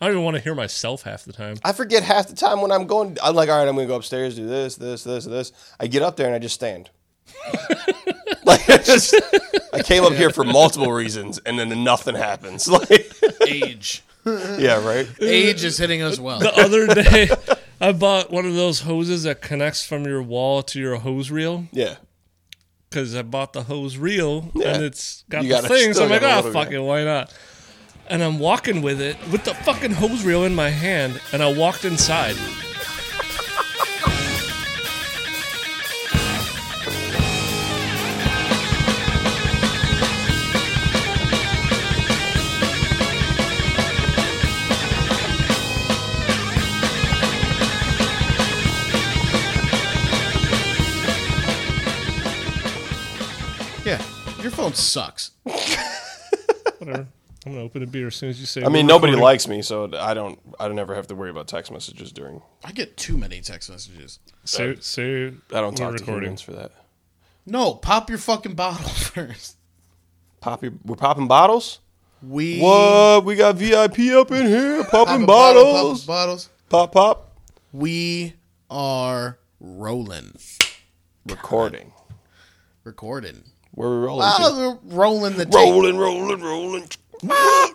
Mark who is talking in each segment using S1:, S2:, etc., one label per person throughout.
S1: I don't even want to hear myself half the time.
S2: I forget half the time when I'm going. I'm like, all right, I'm going to go upstairs, do this, this, this, this. I get up there and I just stand. like I just, I came up here for multiple reasons, and then nothing happens. Like,
S3: Age.
S2: yeah, right.
S3: Age is hitting us well.
S1: The other day, I bought one of those hoses that connects from your wall to your hose reel
S2: Yeah.
S1: because I bought the hose reel
S2: Yeah.
S1: and it's got
S2: You
S1: the
S2: gotta-
S1: thing. So
S2: still
S1: I'm like,
S2: gotta
S1: ah,
S2: hold it,
S1: fuck
S2: yeah."
S1: it, why not? And I'm walking with it with the fucking hose reel in my hand, and I walked inside.
S3: Yeah. Your phone sucks.
S1: Whatever. I'm gonna open a beer as soon as you say.
S2: I mean, nobody likes me, so I don't. I don't ever have to worry about text messages during.
S3: I get too many text messages.
S1: So, so
S2: uh, I don't talk
S1: we're
S2: to humans for that.
S3: No, pop your fucking bottle first.
S2: Poppy, we're popping bottles.
S3: We
S2: What? We got VIP up in here,
S3: E- pop
S2: popping
S3: a bottle, pop
S2: bottles.
S3: bottles.
S2: Pop, pop.
S3: We are rolling,
S2: Recording.
S3: recording.
S2: Where we rolling? to?
S3: Oh, we're rolling the tape.
S2: Rolling, rolling, rolling.
S3: Ah.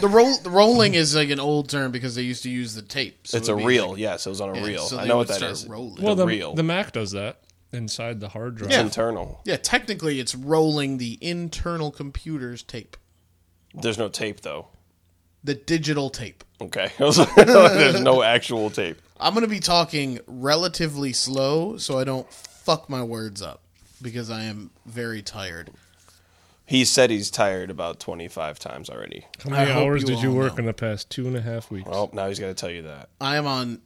S3: The roll, the rolling is like an old term because they used to use the tape. So
S2: It's
S3: it
S2: a
S3: would be
S2: reel.
S3: like-
S2: yes, it was on a
S3: yeah,
S2: reel.
S3: so
S2: I
S3: they
S2: know what
S3: would
S2: that
S3: start
S2: is.
S3: rolling.
S1: Well, the,
S2: reel.
S1: the Mac does that inside the hard drive.
S2: It's
S3: Yeah.
S2: internal.
S3: yeah, technically, it's rolling the internal computer's tape,
S2: There's no tape though.
S3: the digital tape.
S2: Okay. There's no actual tape.
S3: I'm gonna be talking relatively slow so I don't fuck my words up because I am very tired.
S2: He said he's tired about 25 times already.
S1: How many
S3: I hope
S1: hours
S3: you
S1: did you
S3: all
S1: work
S3: know.
S1: in the past two and a half weeks?
S2: Oh, now he's got to tell you that.
S3: I am on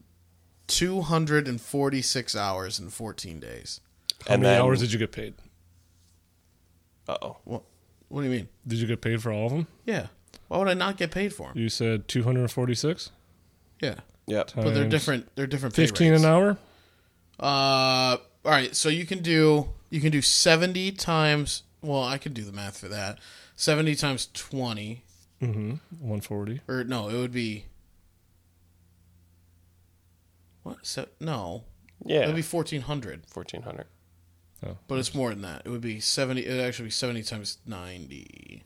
S3: 246 hours and 14 days.
S1: How many hours did you get paid?
S2: Uh oh.
S3: What? What do you mean?
S1: Did you get paid for all of them?
S3: Yeah. Why would I not get paid for them?
S1: You said 246,
S3: Yeah.
S2: Yeah.
S3: But they're
S1: Times
S3: different. They're different. Pay
S1: 15
S3: rates.
S1: an hour.
S3: Uh, all right. So you can do you can do 70 times. Well, I could do the math for that. 70 times 20,
S1: Mm-hmm. 140.
S3: or no, it would be. What? So no, it
S2: Yeah.
S3: would be 1400.
S2: 1400.
S3: But it's more than that. It would be 70. It would actually be 70 times 90.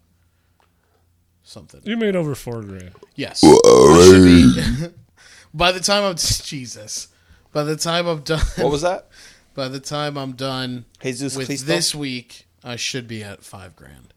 S3: Something.
S1: You made over four grand.
S3: Yes. I should be- by the time I'm Jesus, by the time I'm done,
S2: What was that?
S3: by the time I'm done
S2: Jesus
S3: with
S2: Christo?
S3: this week, I should be at five grand.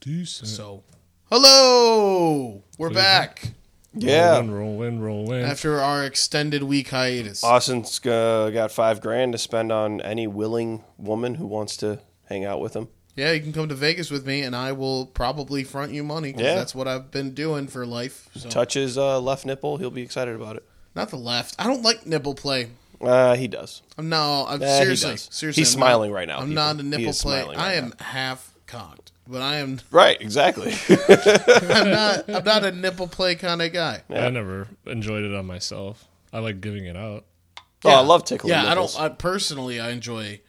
S1: Decent.
S3: So, hello, we're back
S1: Roll
S2: Yeah.
S1: in, roll in, roll in.
S3: after our extended week hiatus.
S2: Austin's uh, got five grand to spend on any willing woman who wants to hang out with him.
S3: Yeah, you can come to Vegas with me, and I will probably front you money because
S2: Yeah.
S3: that's what I've been doing for life. So,
S2: Touch his uh, left nipple. He'll be excited about it.
S3: not the left. I don't like nipple play.
S2: Uh, he does.
S3: I'm no, I'm
S2: Eh, he
S3: seriously,
S2: does.
S3: seriously.
S2: He's
S3: I'm not-
S2: smiling right now,
S3: I'm
S2: people.
S3: not a
S2: He
S3: nipple
S2: is
S3: play.
S2: smiling
S3: I
S2: right
S3: am half cocked, but I am
S2: Right. Exactly.
S3: I'm not I'm not a nipple play kind of guy.
S1: I never enjoyed it on myself. I like giving it out.
S2: Oh, I love tickling.
S3: Yeah,
S2: nipples.
S3: I don't. I personally, I enjoy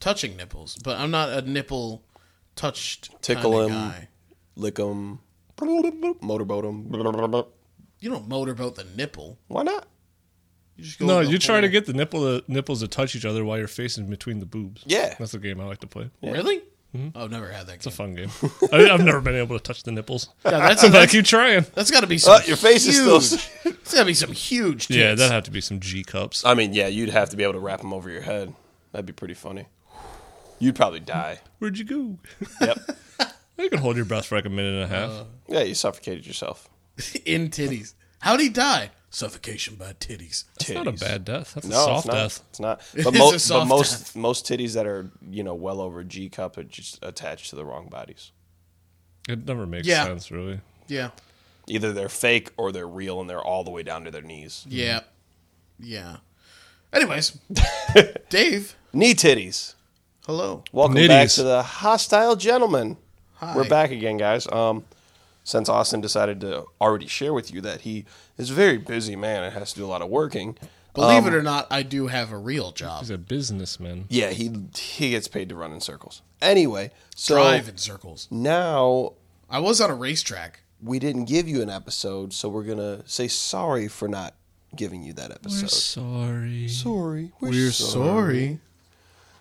S3: touching nipples, but I'm not a nipple touched
S2: Tickle
S3: kinda
S2: 'em.
S3: guy.
S2: lick them, motorboat them.
S3: You don't motorboat the nipple.
S2: Why not?
S3: You just go
S1: No,
S3: with the
S1: you try to
S3: whole-
S1: get the nipple to, nipples to touch each other while your face is between the boobs.
S2: Yeah.
S1: That's the game I like to play.
S3: really. I've never had that. Game.
S1: Mm-hmm. It's a fun game. I, I've never been able to touch the nipples.
S3: Yeah, that's
S1: But I
S3: that's,
S1: keep trying.
S3: that's got to be some
S2: Uh, your face
S3: huge,
S2: is still.
S3: It's got to be some huge. Tits.
S1: Yeah, that'd have to be some G
S3: Uh,
S1: cups.
S2: I mean, yeah, you'd have to be able to wrap them over your head. That'd be pretty funny. You'd probably die.
S1: Where'd you go?
S2: Yep.
S1: You could hold your breath for like a minute and a
S3: Uh,
S1: half.
S2: yeah, you suffocated yourself.
S3: in titties. How'd he die? Suffocation by titties.
S1: It's not a bad death. That's
S2: No,
S1: a soft
S2: it's not.
S1: death.
S2: It's not.
S3: It
S2: But,
S3: is
S2: mo-
S3: a soft
S2: but most
S3: death.
S2: most titties that are you know well over G cup are just attached to the wrong bodies.
S1: It never makes
S3: Yeah.
S1: sense, really.
S3: Yeah,
S2: Either they're fake or they're real, and they're all the way down to their knees.
S3: yeah, yeah. Anyways, Dave,
S2: Knee titties.
S3: hello.
S2: Welcome back
S1: Nitties.
S2: to the hostile gentleman.
S3: Hi.
S2: We're back again, guys. Um, since Austin decided to already share with you that he is a very busy man and has to do a lot of working.
S3: Believe
S2: Um,
S3: it or not, I do have a real job.
S1: He's a businessman.
S2: Yeah, he he gets paid to run in circles. Anyway, so
S3: Drive in circles.
S2: now
S3: I was on a racetrack.
S2: we didn't give you an episode, so we're gonna say sorry for not giving you that episode.
S1: Sorry.
S2: sorry. We're,
S3: We're
S2: sorry.
S3: sorry.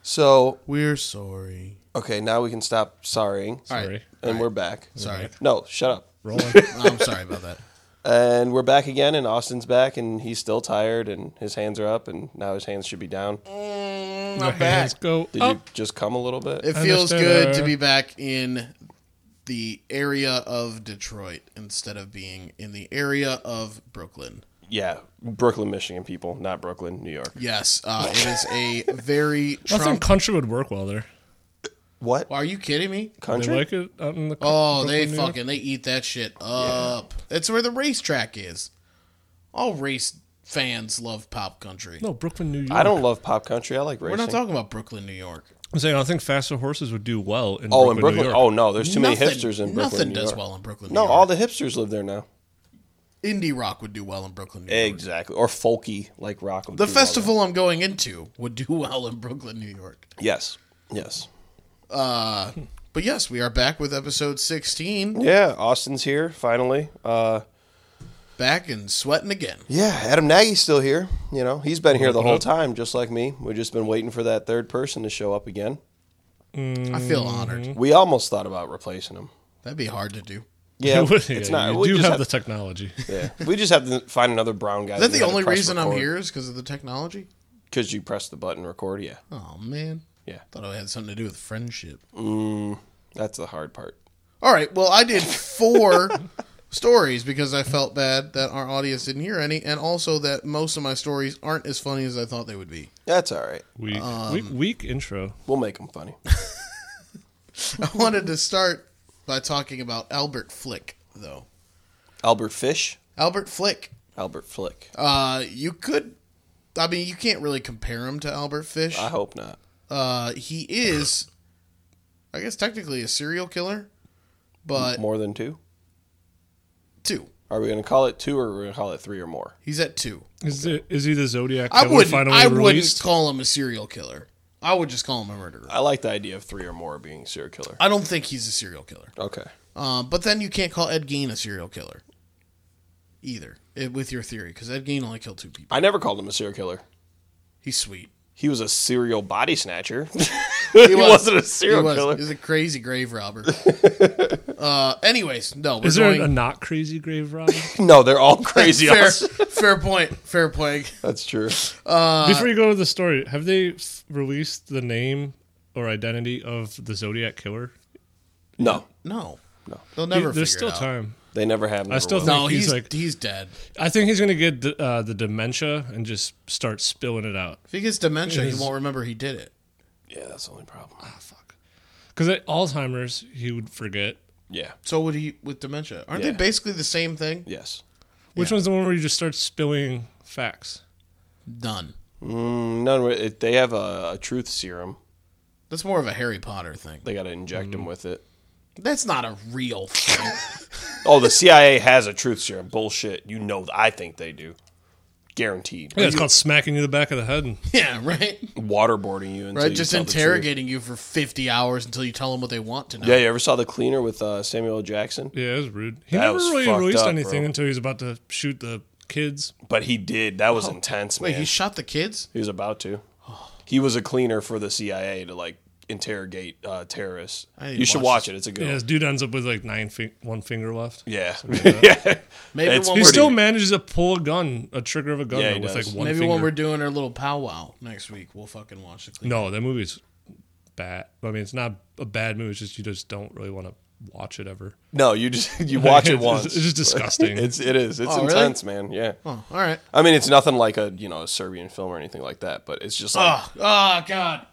S2: So
S3: We're sorry.
S2: okay, now we can stop sorrying,
S3: All
S1: Sorry.
S3: right.
S2: and we're back.
S3: Sorry.
S2: No, shut up.
S3: Rolling. Oh, I'm sorry about that.
S2: And we're back again, and Austin's back, and he's still tired, and his hands are up, and now his hands should be down.
S1: My
S3: I'm
S1: hands
S3: back.
S1: go
S2: Did
S3: Oh.
S2: you
S1: up.
S2: just come a little bit?
S3: It feels
S1: Understand.
S3: good to be back in the area of Detroit instead of being in the area of Brooklyn.
S2: yeah, Brooklyn, Michigan people, not Brooklyn, New York.
S3: Yes, uh, it is a very
S1: Nothing
S3: Trump.
S1: country would work well there.
S2: What
S3: Are you kidding me?
S1: They
S2: country?
S1: like it out in the.
S3: Oh,
S1: Brooklyn,
S3: they
S1: New York?
S3: fucking they eat that shit up. That's where the racetrack is. All race fans love pop country.
S1: No, Brooklyn, New York.
S2: I don't love pop country. I like
S3: We're
S2: racing.
S3: not talking about Brooklyn, New York.
S1: I'm saying I think faster horses would do well in
S2: oh,
S1: Brooklyn,
S2: in Brooklyn.
S1: New York.
S2: Oh no, there's too
S3: nothing,
S2: many hipsters in Brooklyn.
S3: Nothing
S2: New
S3: does
S2: York.
S3: well in Brooklyn.
S2: No,
S3: New
S2: all
S3: York.
S2: the hipsters live there now.
S3: indie rock would do well in Brooklyn, New York.
S2: Exactly, or folky like rock. would
S3: The
S2: do well
S3: festival I'm going into would do well in Brooklyn, New York.
S2: there. Yes, yes,
S3: But yes, we are back with episode 16.
S2: yeah. Austin's here finally. Uh,
S3: Back and sweating again.
S2: yeah, Adam Nagy's still here. You know, he's been here the whole
S1: up.
S2: time, just like me. We've just been waiting for that third person to show up again.
S3: I feel
S2: Mm-hmm.
S3: honored.
S2: We almost thought about replacing him.
S3: That'd be hard to do.
S2: Yeah,
S1: Yeah,
S2: it's not.
S1: You
S2: we
S1: do
S2: just
S1: have,
S2: have,
S1: the technology.
S2: yeah, we just have to find another brown guy.
S3: Is that the only reason I'm here is because of the technology?
S2: Because you press the button record. Yeah,
S3: Oh, man.
S2: yeah.
S3: Thought it had something to do with friendship.
S2: That's the hard part.
S3: All right. Well, I did four stories because I felt bad that our audience didn't hear any, and also that most of my stories aren't as funny as I thought they would be.
S2: That's all right.
S1: Weak,
S2: Um,
S1: weak, weak intro.
S2: We'll make them funny.
S3: I wanted to start by talking about Albert Flick, though.
S2: Albert Fish.
S3: Albert Flick.
S2: Albert Flick.
S3: Uh, you could. I mean, you can't really compare him to Albert Fish.
S2: I hope not.
S3: Uh, he is, I guess, technically a serial killer, but
S2: More than two.
S3: two.
S2: Are we going to call it two or are we going to call it three or more?
S3: He's at two.
S1: Is it? Is he the Zodiac?
S3: I
S1: that we
S3: wouldn't.
S1: Finally
S3: I wouldn't
S1: released?
S3: call him a serial killer. I would just call him a murderer.
S2: I like the idea of three or more being serial killer.
S3: I don't think he's a serial killer.
S2: Okay.
S3: Um, but then you can't call Ed Gein a serial killer either, eh, with your theory, because Ed Gein only killed two people.
S2: I never called him a serial killer.
S3: He's sweet.
S2: He was a serial body snatcher. he, was. not a serial
S3: He was.
S2: killer.
S3: He's a crazy grave robber. uh, anyways, no, we're
S1: Is there
S3: going.
S1: a not crazy grave robber?
S2: No, they're all crazy.
S3: fair,
S2: Austin.
S3: fair point. Fair point.
S2: That's true. Uh,
S1: Before you go to the story, have they f- released the name or identity of the Zodiac killer?
S2: No,
S3: No,
S2: No.
S3: they'll never.
S1: There's still
S3: figure it out.
S1: time.
S2: they never have. Never
S1: still
S2: will.
S1: think-
S3: No,
S1: He's
S3: he's he's,
S1: like-
S3: dead.
S1: I think he's going to get the, uh, the dementia and just start spilling it out.
S3: If he gets dementia, he
S1: He's-
S3: won't remember he did it.
S2: Yeah, that's the only problem.
S1: Ah, fuck. Because at Alzheimer's, he would forget.
S2: Yeah.
S3: So would he with dementia? Aren't
S2: Yeah.
S3: they basically the same thing?
S2: Yes.
S1: Which one's the one where you just start spilling facts?
S3: Done.
S2: Mm, none. re- It, they have a, a truth serum.
S3: That's more of a Harry Potter thing.
S2: They got to inject
S1: Mm-hmm.
S2: him with it.
S3: That's not a real thing.
S2: Oh, the CIA has a truth serum. Bullshit. You know, I think they do. Guaranteed.
S1: Yeah, it's called smacking you in the back of the head. And
S3: yeah, right.
S2: Waterboarding you. Until
S3: Right.
S2: you
S3: Just
S2: tell the truth.
S3: interrogating you for fifty hours until you tell them what they want to know.
S2: Yeah, you ever saw the cleaner with uh, Samuel L. Jackson?
S1: yeah, it was rude. He
S2: That
S1: never
S2: was
S1: really
S2: fucked
S1: released
S2: up,
S1: anything
S2: bro.
S1: until he was about to shoot the kids.
S2: But he did. That was intense, man.
S3: Oh. Wait, he shot the kids?
S2: he was about to.
S3: Oh.
S2: He was a cleaner for the CIA to like interrogate uh, terrorists.
S3: I need to
S2: You should
S3: watch
S2: watch it. It's a good.
S1: Yeah,
S2: one.
S1: this dude ends up with like nine fi- one finger left.
S2: Yeah, yeah. It's
S3: Maybe
S1: He
S3: when we're
S2: pretty-
S1: still manages to pull a gun, a trigger of a gun,
S2: Yeah,
S1: though,
S2: he
S1: with
S2: does.
S1: like one
S3: maybe
S1: finger.
S3: when we're doing our little powwow next week, we'll fucking watch the clean.
S1: No, that movie's bad. I mean, it's not a bad movie. It's just you just don't really want to watch it ever.
S2: No, you just you watch it
S1: It's-
S2: once.
S1: it's just disgusting.
S2: it's it is. It's
S3: Oh, really?
S2: intense, man. Yeah.
S3: Oh, all right.
S2: I mean, it's nothing like a you know a Serbian film or anything like that, but it's just like
S3: Oh, oh God.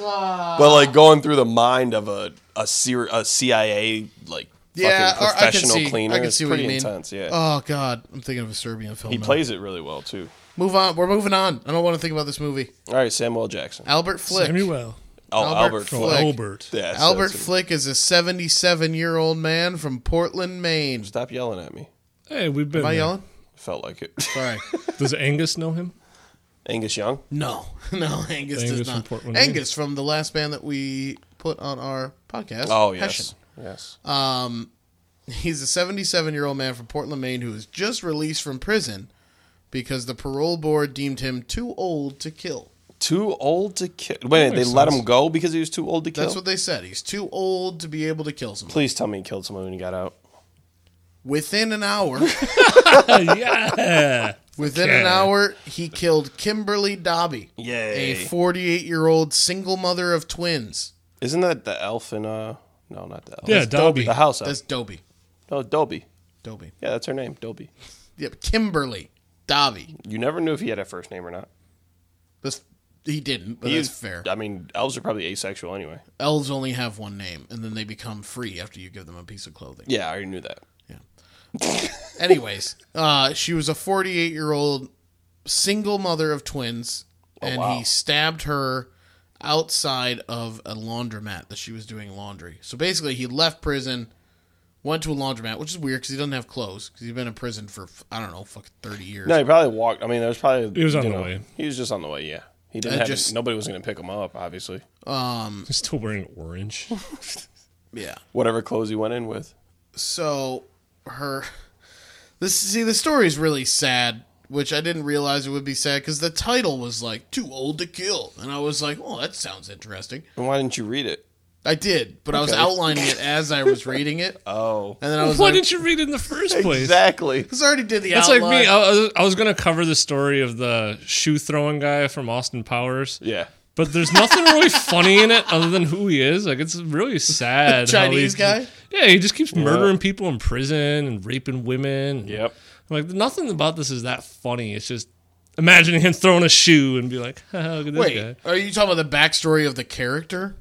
S3: Ah.
S2: but like going through the mind of a a, Syri- a CIA like
S3: Yeah,
S2: fucking
S3: or I can
S2: professional
S3: see.
S2: cleaner.
S3: I can
S2: It's
S3: see what
S2: pretty
S3: you mean.
S2: intense. Yeah,
S3: Oh God, I'm thinking of a Serbian film.
S2: he
S3: now.
S2: plays it really well too.
S3: Move on. We're moving on. I don't want to think about this movie.
S2: All right, Samuel L. Jackson.
S3: Albert Flick.
S1: Samuel
S2: oh,
S3: Albert
S2: Albert.
S1: from
S2: Flick.
S3: Flick.
S1: Albert.
S2: Yeah, so
S3: Albert
S2: that's-
S3: Flick is a 77 year old man from Portland, Maine. Am
S2: Stop yelling at me.
S1: Hey, we've been.
S3: I
S1: there.
S3: yelling?
S2: Felt like it.
S3: Sorry.
S1: Does Angus know him?
S2: Angus Young.
S3: No, no, Angus,
S1: Angus
S3: does
S1: from
S3: not.
S1: Portland, Maine.
S3: Angus from the last band that we put on our podcast.
S2: Oh
S3: Hessian.
S2: yes, yes.
S3: Um, He's a 77 year old man from Portland, Maine, who was just released from prison because the parole board deemed him too old to kill.
S2: Too old to kill. Wait, a minute, they
S1: makes
S2: let
S1: sense.
S2: him go because he was too old to kill.
S3: That's what they said. He's too old to be able to kill someone.
S2: Please tell me he killed someone when he got out.
S3: Within an hour,
S1: yeah.
S3: within
S1: Okay.
S3: an hour, he killed Kimberly Dobby, a
S2: Yay!
S3: 48 year old single mother of twins.
S2: Isn't that the elf in uh? No, not the elf.
S1: Yeah, Dobby.
S2: The house elf.
S3: That's Dobie.
S2: No, Dobby.
S3: Dobie.
S2: Yeah, that's her name, Dobby.
S3: Yep, Kimberly Dobby.
S2: You never knew if he had a first name or not.
S3: That's he didn't, but
S2: He
S3: that's
S2: is-
S3: fair.
S2: I mean, elves are probably asexual anyway.
S3: Elves only have one name, and then they become free after you give them a piece of clothing.
S2: Yeah, I already knew that.
S3: Anyways, uh, she was a 48 year old single mother of twins, and
S2: wow.
S3: he stabbed her outside of a laundromat that she was doing laundry. So basically, he left prison, went to a laundromat, which is weird because he doesn't have clothes because he's been in prison for I don't know, fucking 30 years.
S2: No, he probably walked. I mean, there was probably
S1: He was on
S2: you
S1: the way.
S2: He was just on the way. Yeah, he didn't
S3: I
S2: have.
S3: just-
S2: nobody was going to pick him up. Obviously,
S1: He's still wearing orange.
S3: Yeah.
S2: whatever clothes he went in with.
S3: so her this see the story is really sad which i didn't realize it would be sad because the title was like too old to kill and i was like well that sounds interesting
S2: And why didn't you read it?
S3: i did but i was outlining it as i was reading it
S2: Oh,
S3: and then i was
S1: Why
S3: like
S1: didn't you read it in the first place?
S2: exactly.
S3: because i already did the
S1: That's like
S3: outline
S1: me. I was, I was gonna cover the story of the shoe throwing guy from Austin Powers,
S2: Yeah,
S1: but there's nothing really funny in it other than who he is. Like it's really sad. how he-
S3: Chinese guy?
S1: Yeah, he just keeps murdering people in prison and raping women.
S2: Yep.
S1: Like nothing about this is that funny. It's just imagining him throwing a shoe and be like, "Haha, "Look at
S2: Oh,
S1: this guy."
S3: wait are you talking about the backstory of the character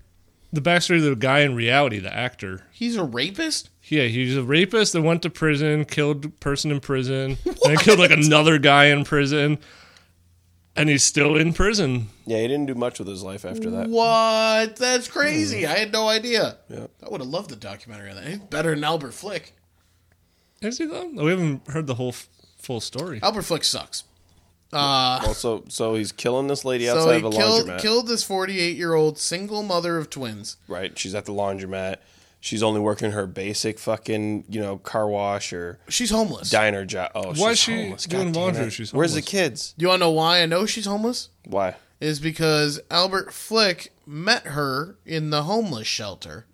S1: The backstory of the guy in reality, the actor.
S3: he's a rapist
S1: Yeah, he's a rapist that went to prison, killed a person in prison, and then killed like another guy in prison, and he's still in prison.
S2: yeah. He didn't do much with his life after that. Hmm.
S3: what that's crazy i had no idea
S2: Yep.
S3: i would have loved the documentary on that It's better than albert flick
S1: Is he though? We haven't heard the whole f- full story.
S3: albert flick sucks Uh,
S2: Also, so he's killing this lady outside of a
S3: killed,
S2: laundromat.
S3: killed this 48 year old single mother of twins.
S2: Right, she's at the laundromat. She's only working her basic fucking you know car wash or
S3: She's homeless.
S2: diner job. Oh,
S1: Why
S2: she's
S1: is she
S2: homeless. God
S1: doing
S2: damn
S1: laundry
S2: it.
S1: if she's
S2: Where's the
S1: homeless?
S2: kids?
S3: you want to know why I know she's homeless?
S2: Why?
S3: Is because Albert Flick met her in the homeless shelter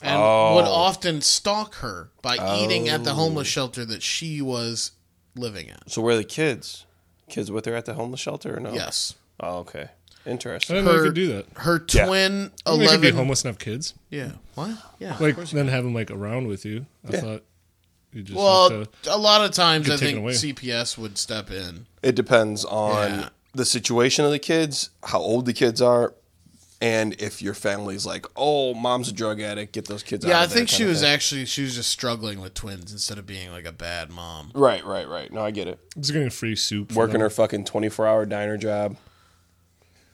S3: and would
S2: Oh.
S3: often stalk her by eating at the homeless shelter that she was living at.
S2: So where are the kids? Kids with her at the homeless shelter or no?
S3: Yes.
S2: Oh, okay.
S1: I
S2: Interesting.
S1: didn't know you
S3: her-
S1: could do that.
S3: Her twin
S1: You could be
S3: 11
S1: homeless and have kids.
S3: Yeah. What? Yeah.
S1: Like then have them like around with you. I thought you just uh,
S3: well,
S1: have to,
S3: a lot of times I
S1: taken
S3: think
S1: away.
S3: CPS would step in.
S2: It depends on
S3: Yeah.
S2: the situation of the kids, how old the kids are, and if your family's like, "Oh, mom's a drug addict, get those kids out."
S3: Yeah, I
S2: of there,"
S3: think
S2: kind
S3: she
S2: of
S3: was
S2: thing.
S3: actually she was just struggling with twins instead of being like a bad mom.
S2: Right, right, right. No, I get it.
S1: just getting free soup.
S2: Working her fucking twenty-four hour diner job.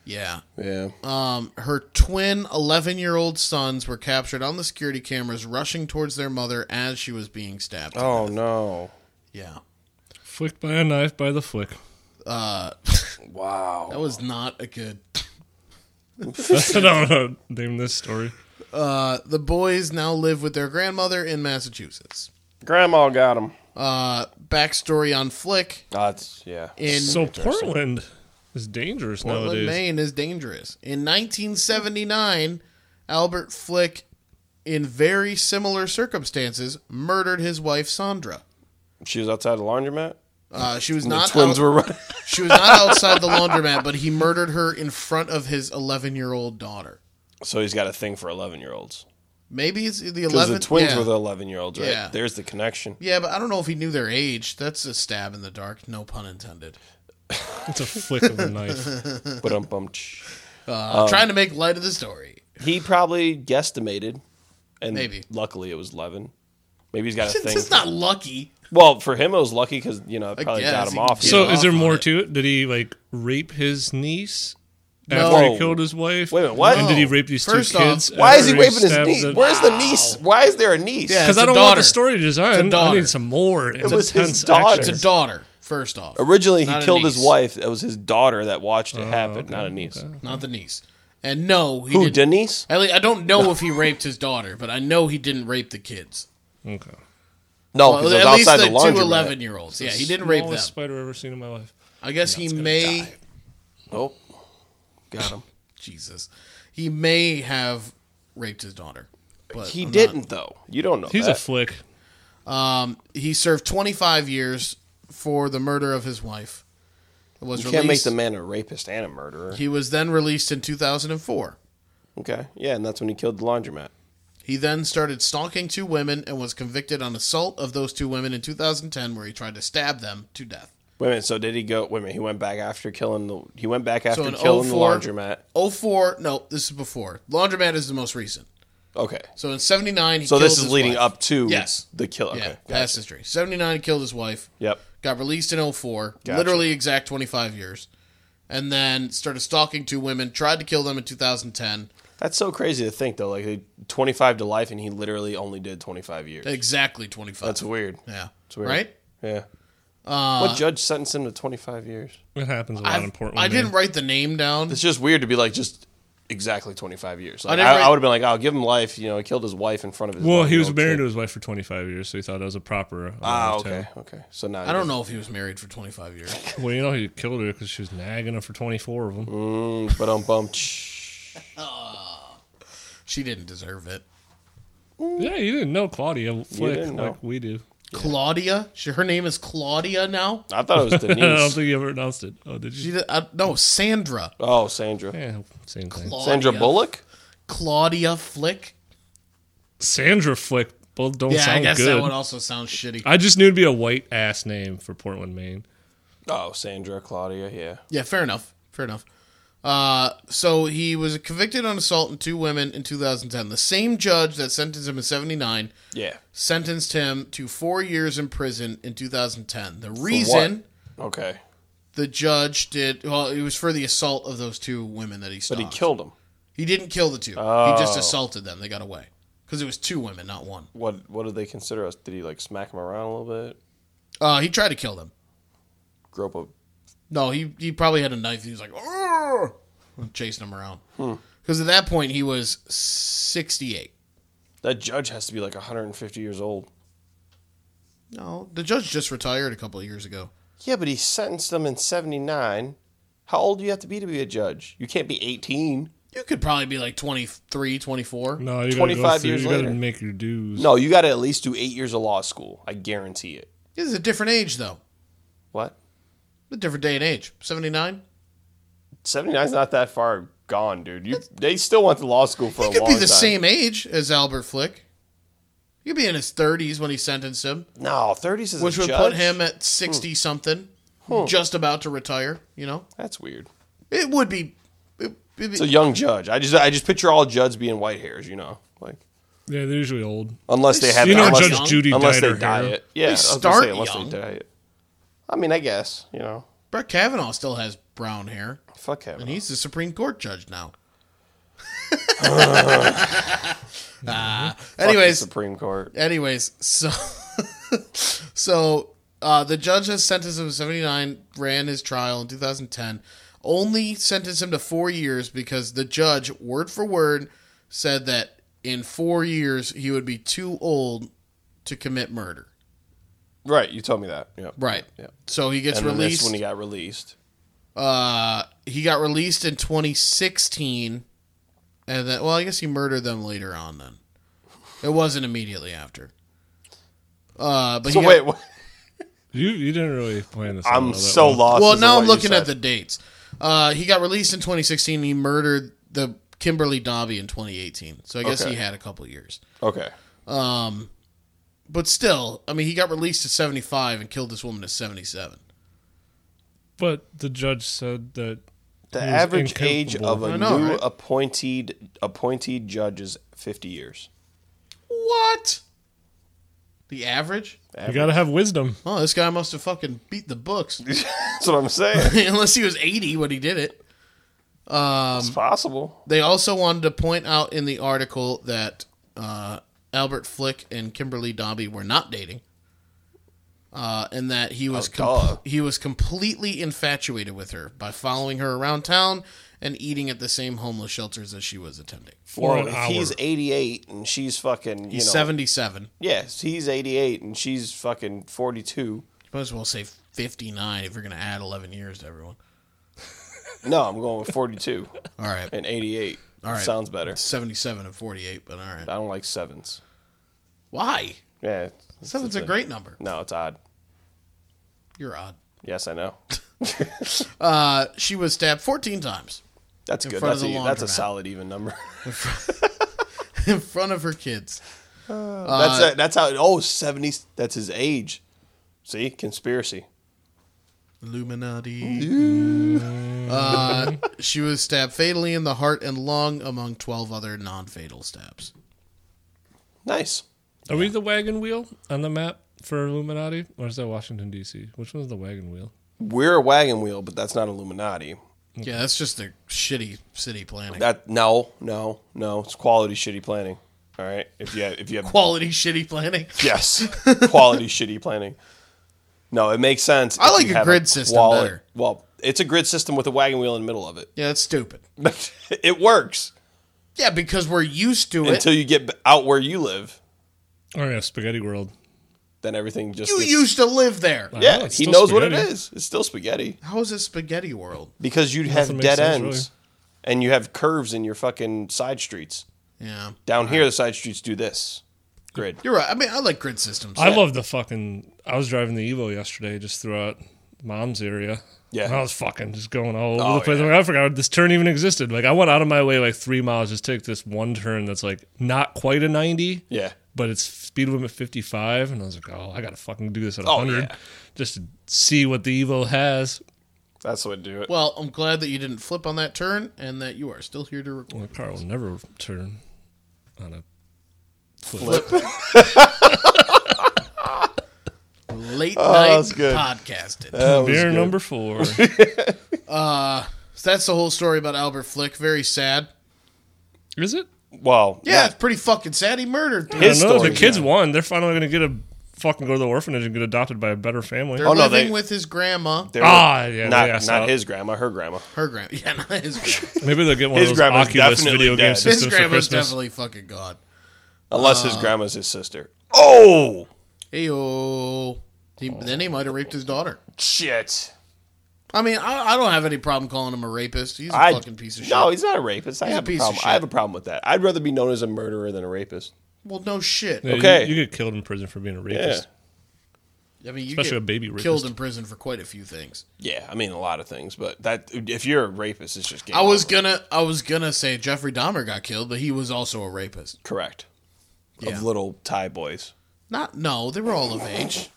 S3: Yeah.
S2: Yeah.
S3: Um her twin 11-year-old sons were captured on the security cameras rushing towards their mother as she was being stabbed.
S2: oh no!
S3: Yeah.
S1: flicked by a knife by the flick.
S2: Wow.
S3: Uh, That was not a good.
S1: That's what I want to name this story.
S3: Uh, the boys now live with their grandmother in Massachusetts.
S2: Grandma got him.
S3: Uh, backstory on Flick
S2: That's yeah.
S3: in
S1: So Portland is dangerous
S3: Portland,
S1: nowadays.
S3: Maine is dangerous. In 1979, Albert Flick, in very similar circumstances, murdered his wife Sandra.
S2: She was outside the laundromat.
S3: Uh, she was
S2: The
S3: not
S2: twins
S3: out-
S2: were running.
S3: she was not outside the laundromat, but he murdered her in front of his 11 year old daughter.
S2: So he's got a thing for eleven year olds.
S3: Maybe it's the
S2: Because
S3: 11.
S2: the twins
S3: yeah.
S2: were the eleven year olds, right?
S3: Yeah.
S2: There's the connection.
S3: yeah, but I don't know if he knew their age. That's a stab in the dark. No pun intended.
S1: It's a flick of a knife.
S2: But um bum.
S3: Uh,
S2: Um,
S3: trying to make light of the story.
S2: He probably guesstimated, and
S3: Maybe.
S2: luckily it was eleven. Maybe he's got a
S3: This
S2: thing.
S3: is not lucky.
S2: well, for him, it was lucky because you know it probably
S3: guess
S2: got him
S3: he
S2: off.
S3: did.
S1: So
S3: Yeah,
S1: is there
S3: off on
S1: more
S3: it.
S1: to it? Did he like rape his niece after
S2: No.
S1: he killed his wife?
S2: Wait a minute, what?
S1: And did he rape these
S3: First
S1: two
S3: off,
S1: kids?
S2: why is he raping his niece? Where's the niece? Why is there a niece?
S3: Yeah.
S1: Because I
S3: It's a
S1: don't want
S3: daughter.
S1: the story to design. I
S3: daughter.
S1: need some more. It
S2: was his daughter.
S3: It's a daughter, first off.
S2: Originally,
S3: Not
S2: he
S3: a
S2: killed his
S3: niece.
S2: wife. It was his daughter that watched it happen, not a niece.
S3: Not the niece. And no, he
S2: Who
S3: didn't.
S2: Denise?
S3: At least, I don't know if he raped his daughter, but I know he didn't rape the kids.
S4: Okay.
S2: No,
S3: Well,
S2: because
S3: at
S2: Oh, it was
S3: least
S2: outside
S3: the,
S2: the laundry.
S3: two 11 year olds. Yeah, he didn't rape them.
S4: Smallest spider I've ever seen in my life.
S3: I guess he may.
S2: Nope. Got him.
S3: Jesus. He may have raped his daughter. But um,
S2: He
S3: I'm not-
S2: didn't though. You don't know.
S4: He's a
S2: that.
S4: flick.
S3: um, he served 25 years for the murder of his wife. It was
S2: you
S3: released.
S2: can't make the man a rapist and a murderer.
S3: He was then released in 2004.
S2: Okay. Yeah, and that's when he killed the laundromat.
S3: He then started stalking two women and was convicted on assault of those two women in 2010, where he tried to stab them to death.
S2: Wait a minute. So did he go? Wait a minute. He went back after killing the. He went back after
S3: So in
S2: killing
S3: 04
S2: the laundromat.
S3: 04, no, this is before. Laundromat is the most recent.
S2: Okay.
S3: So in 79, he
S2: So this
S3: killed
S2: is
S3: his
S2: leading
S3: wife.
S2: up to
S3: Yes.
S2: the kill. Okay.
S3: Yeah,
S2: gotcha.
S3: past history. 79, he killed his wife.
S2: Yep.
S3: Got released in 04,
S2: Gotcha.
S3: literally exact 25 years. And then started stalking two women, tried to kill them in 2010.
S2: That's so crazy to think though. Like they- 25 to life, and he literally only did 25 years.
S3: Exactly 25.
S2: That's weird.
S3: yeah.
S2: It's weird.
S3: Right? Uh,
S2: Yeah. what judge sentenced him to 25 years?
S4: It happens a lot in
S3: I've-
S4: Portland.
S3: I didn't
S4: man.
S3: write the name down.
S2: It's just weird to be like just exactly 25 years. Like,
S3: didn't
S2: I,
S3: write-
S2: would have been like, I'll give him life. You know, he killed his wife in front of his.
S4: Well, he was
S2: nine-year-old
S4: married
S2: kid.
S4: to his wife for 25 years, so he thought that was a proper. uh,
S2: Ah,
S4: amount of
S2: okay,
S4: time.
S2: okay. So now
S3: I don't know if he was married for 25 years.
S4: Well, you know, he killed her because she was nagging him for 24 of them.
S2: But um, bum.
S3: she didn't deserve it.
S4: Yeah, you didn't know Claudia Flick
S2: didn't know.
S4: like we do.
S3: Claudia? She, her name is Claudia now?
S2: I thought it was
S4: I don't
S2: Denise.
S4: think you ever announced it. Oh, did
S3: She
S4: you?
S3: did, uh, no, Sandra.
S2: oh, Sandra.
S4: Yeah, Eh, same thing.
S2: Sandra
S3: Claudia.
S2: Bullock.
S3: Claudia Flick?
S4: Sandra Flick both don't
S3: Yeah,
S4: sound
S3: I guess
S4: good.
S3: that one also sounds shitty.
S4: I just knew it'd be a white ass name for Portland, Maine.
S2: Oh, Sandra Claudia. Yeah.
S3: Yeah, fair enough. Fair enough. Uh, so he was convicted on assault on two women in 2010. The same judge that sentenced him in 79
S2: Yeah.
S3: sentenced him to four years in prison in 2010. The reason
S2: Okay.
S3: the judge did well, it was for the assault of those two women that he
S2: But
S3: stalked.
S2: he killed Oh. him.
S3: He didn't kill the two. He just assaulted them. They got away because it was two women, not one.
S2: What What did they consider us? Did he like smack him around a little bit?
S3: Uh, he tried to kill them.
S2: Grope up.
S3: No, he he probably had a knife. He was like, "Arr!" and chasing them around
S2: Hmm.
S3: because at that point he was 68.
S2: That judge has to be like 150 years old.
S3: No, the judge just retired a couple of years ago.
S2: Yeah, but he sentenced them in 79. How old do you have to be to be a judge? You can't be 18.
S3: You could probably be like 23, 24.
S4: No, you gotta go
S2: 25
S4: through,
S2: years
S4: you gotta
S2: later.
S4: make your dues.
S2: No, you got to at least do eight years of law school. I guarantee it.
S3: This is a different age though.
S2: What?
S3: A different day and age. 79?
S2: 79's not that far gone, dude. You, they still went to law school for
S3: He
S2: a
S3: could
S2: long
S3: be
S2: time.
S3: the same age as Albert Flick. He could be in his 30s when he sentenced him,
S2: No, 30s is
S3: which
S2: a
S3: would Hmm.
S2: judge?
S3: put him at 60 something, just about to retire, you know?
S2: That's weird.
S3: It would be. It, it'd be
S2: It's a young judge. I just I just picture all judges being white hairs, you know, like
S4: Yeah, they're usually old.
S2: unless they have
S4: You know,
S2: unless,
S4: Judge Judy
S2: unless
S4: dyed
S2: they
S4: her
S2: dye
S4: hair.
S2: it. Yeah, I was gonna
S3: start
S2: say, unless
S3: young.
S2: they dye it. I mean, I guess you know,
S3: Brett Kavanaugh still has brown hair,
S2: fuck him.
S3: and he's the Supreme Court judge now. Ah. anyways,
S2: Supreme Court.
S3: anyways, so so uh, the judge has sentenced him to 79, ran his trial in 2010, only sentenced him to four years because the judge, word for word, said that in four years he would be too old to commit murder.
S2: Right, you told me that. Yep.
S3: Right.
S2: Yep.
S3: So he gets
S2: And then that's
S3: released.
S2: when he got released.
S3: uh, he got released in 2016, and then well, I guess he murdered them later on. Then it wasn't immediately after. Uh, but
S2: So
S3: he got-
S2: wait, what?
S4: You you didn't really plan this. out all
S2: I'm
S4: that
S2: so
S4: well.
S2: lost.
S3: well,
S2: as to
S3: now
S2: what
S3: I'm
S2: you
S3: looking at the
S2: said.
S3: dates. Uh, he got released in 2016. He murdered the Kimberly Dobby in 2018. So I guess
S2: Okay.
S3: he had a couple years.
S2: Okay.
S3: But still, I mean, he got released at 75 and killed this woman at 77.
S4: But the judge said that
S2: The
S4: he was
S2: average age of
S4: incapable.
S2: a
S3: know,
S2: new
S3: right?
S2: appointed appointed judge is 50 years.
S3: What? The average?
S4: you gotta have wisdom.
S3: Oh, this guy must have fucking beat the books.
S2: That's what I'm saying.
S3: Unless he was 80 when he did it. Um,
S2: it's possible.
S3: They also wanted to point out in the article that uh, Albert Flick and Kimberly Dobby were not dating. uh, and that he was
S2: Oh, duh.
S3: com- he was completely infatuated with her by following her around town and eating at the same homeless shelters that she was attending.
S1: For
S2: Well,
S1: an
S2: if
S1: hour.
S2: he's 88 and she's fucking, you
S3: He's
S2: know,
S3: seventy seven.
S2: yes, he's 88 and she's fucking 42.
S3: Might as well say fifty nine if you're gonna add eleven years to everyone.
S2: No, I'm going with 42
S3: All right,
S2: and 88.
S3: All right.
S2: Sounds better.
S3: seventy seven and forty eight, but all right.
S2: I don't like sevens.
S3: Why?
S2: Yeah, it's- it's-
S3: Seven's a
S2: it's
S3: great number.
S2: No, it's odd.
S3: You're odd.
S2: Yes, I know.
S3: Uh, she was stabbed fourteen times
S2: That's good.
S3: front of
S2: That's a,
S3: the
S2: that's a
S3: laundromat.
S2: solid even number.
S3: in front of her kids. Uh,
S2: that's a, that's how. Oh, 70. That's his age. See, conspiracy.
S3: Illuminati. uh, she was stabbed fatally in the heart and lung, among 12 other non fatal stabs.
S2: Nice.
S1: Are we the wagon wheel on the map for Illuminati, or is that Washington D.C.? Which one's the wagon wheel?
S2: We're a wagon wheel, but that's not Illuminati.
S3: Yeah, that's just a shitty city planning.
S2: That no, no, no. It's quality shitty planning. All right. If you have, if you have
S3: Quality shitty planning.
S2: yes, quality shitty planning. No, it makes sense.
S3: I
S2: if
S3: like
S2: you
S3: a
S2: have
S3: grid system
S2: quali-
S3: better.
S2: Well, it's a grid system with a wagon wheel in the middle of it,
S3: Yeah, that's stupid.
S2: but it works
S3: Yeah, because we're used to it.
S2: until you get b- out where you live.
S1: Oh yeah, Spaghetti World.
S2: Then everything just
S3: You
S2: gets-
S3: used to live there.
S1: I know,
S2: yeah.
S1: it's
S2: He
S1: still
S2: knows what it
S1: spaghetti.
S2: is. It's still spaghetti
S3: How is it spaghetti world?
S2: because you have
S1: makes
S2: dead
S1: sense,
S2: ends, and you have curves in your fucking side streets.
S3: Yeah.
S2: Down here, the side streets do this grid.
S3: You're right. I mean, I like grid systems.
S1: I love the fucking. I was driving the Evo yesterday, just throughout mom's area.
S2: Yeah.
S1: and I was fucking just going all over
S2: Oh,
S1: the place.
S2: yeah.
S1: Like, I forgot this turn even existed. Like I went out of my way like three miles just to take this one turn that's like not quite a ninety.
S2: Yeah.
S1: but it's speed limit 55 and i was like oh i gotta fucking do this at
S2: Oh,
S1: 100
S2: yeah.
S1: just to see what the evo has
S2: That's the way to do it.
S3: Well, I'm glad that you didn't flip on that turn and that you are still here to record.
S1: well, the car will never turn on a flip,
S3: Late
S2: Oh, that's
S3: night
S2: good.
S3: podcasting.
S1: beer number four
S3: So that's the whole story about Albert Flick. Very sad.
S1: is it
S2: Well,
S3: Yeah,
S2: yeah.
S3: it's pretty fucking sad. He murdered. people.
S1: i
S2: His
S1: don't know
S2: story,
S1: the kids
S2: yeah.
S1: won they're finally gonna get a fucking go to the orphanage and get adopted by a better family
S3: They're
S2: Oh, no,
S3: living
S2: they-
S3: with his grandma.
S2: they
S1: Ah, yeah,
S2: not
S1: they asked
S2: not
S1: out.
S2: his grandma, her grandma.
S3: Her grandma. Yeah, not his grandma.
S1: maybe they'll get one
S2: His
S1: of those
S2: grandma's
S1: oculus
S2: definitely
S1: video game
S2: dead. His
S1: systems
S3: his
S1: for
S3: grandma's
S1: christmas
S3: definitely fucking gone.
S2: Unless
S3: Ah.
S2: his grandma's his sister. Oh
S3: Ayo. He, Then he might have raped his daughter.
S2: shit!
S3: I mean, I, I don't have any problem calling him a rapist. He's a
S2: I
S3: fucking piece of shit.
S2: No, he's not a rapist. I
S3: He's a
S2: have a,
S3: piece of
S2: problem. I
S3: shit.
S2: have a problem with that. I'd rather be known as a murderer than a rapist.
S3: well, no shit.
S1: Yeah, you-
S2: Okay.
S1: you, get killed in prison for being a
S2: Yeah,
S1: rapist
S3: I mean, you
S1: Especially
S3: get
S1: a baby rapist.
S3: killed in prison for quite a few things.
S2: yeah. I mean, a lot of things, but that if you're a rapist, it's just game
S3: I was
S2: over.
S3: gonna, I was gonna say Jeffrey Dahmer got killed, but he was also a rapist.
S2: correct
S3: Yeah.
S2: of little Thai boys.
S3: Not, no, they were all of age.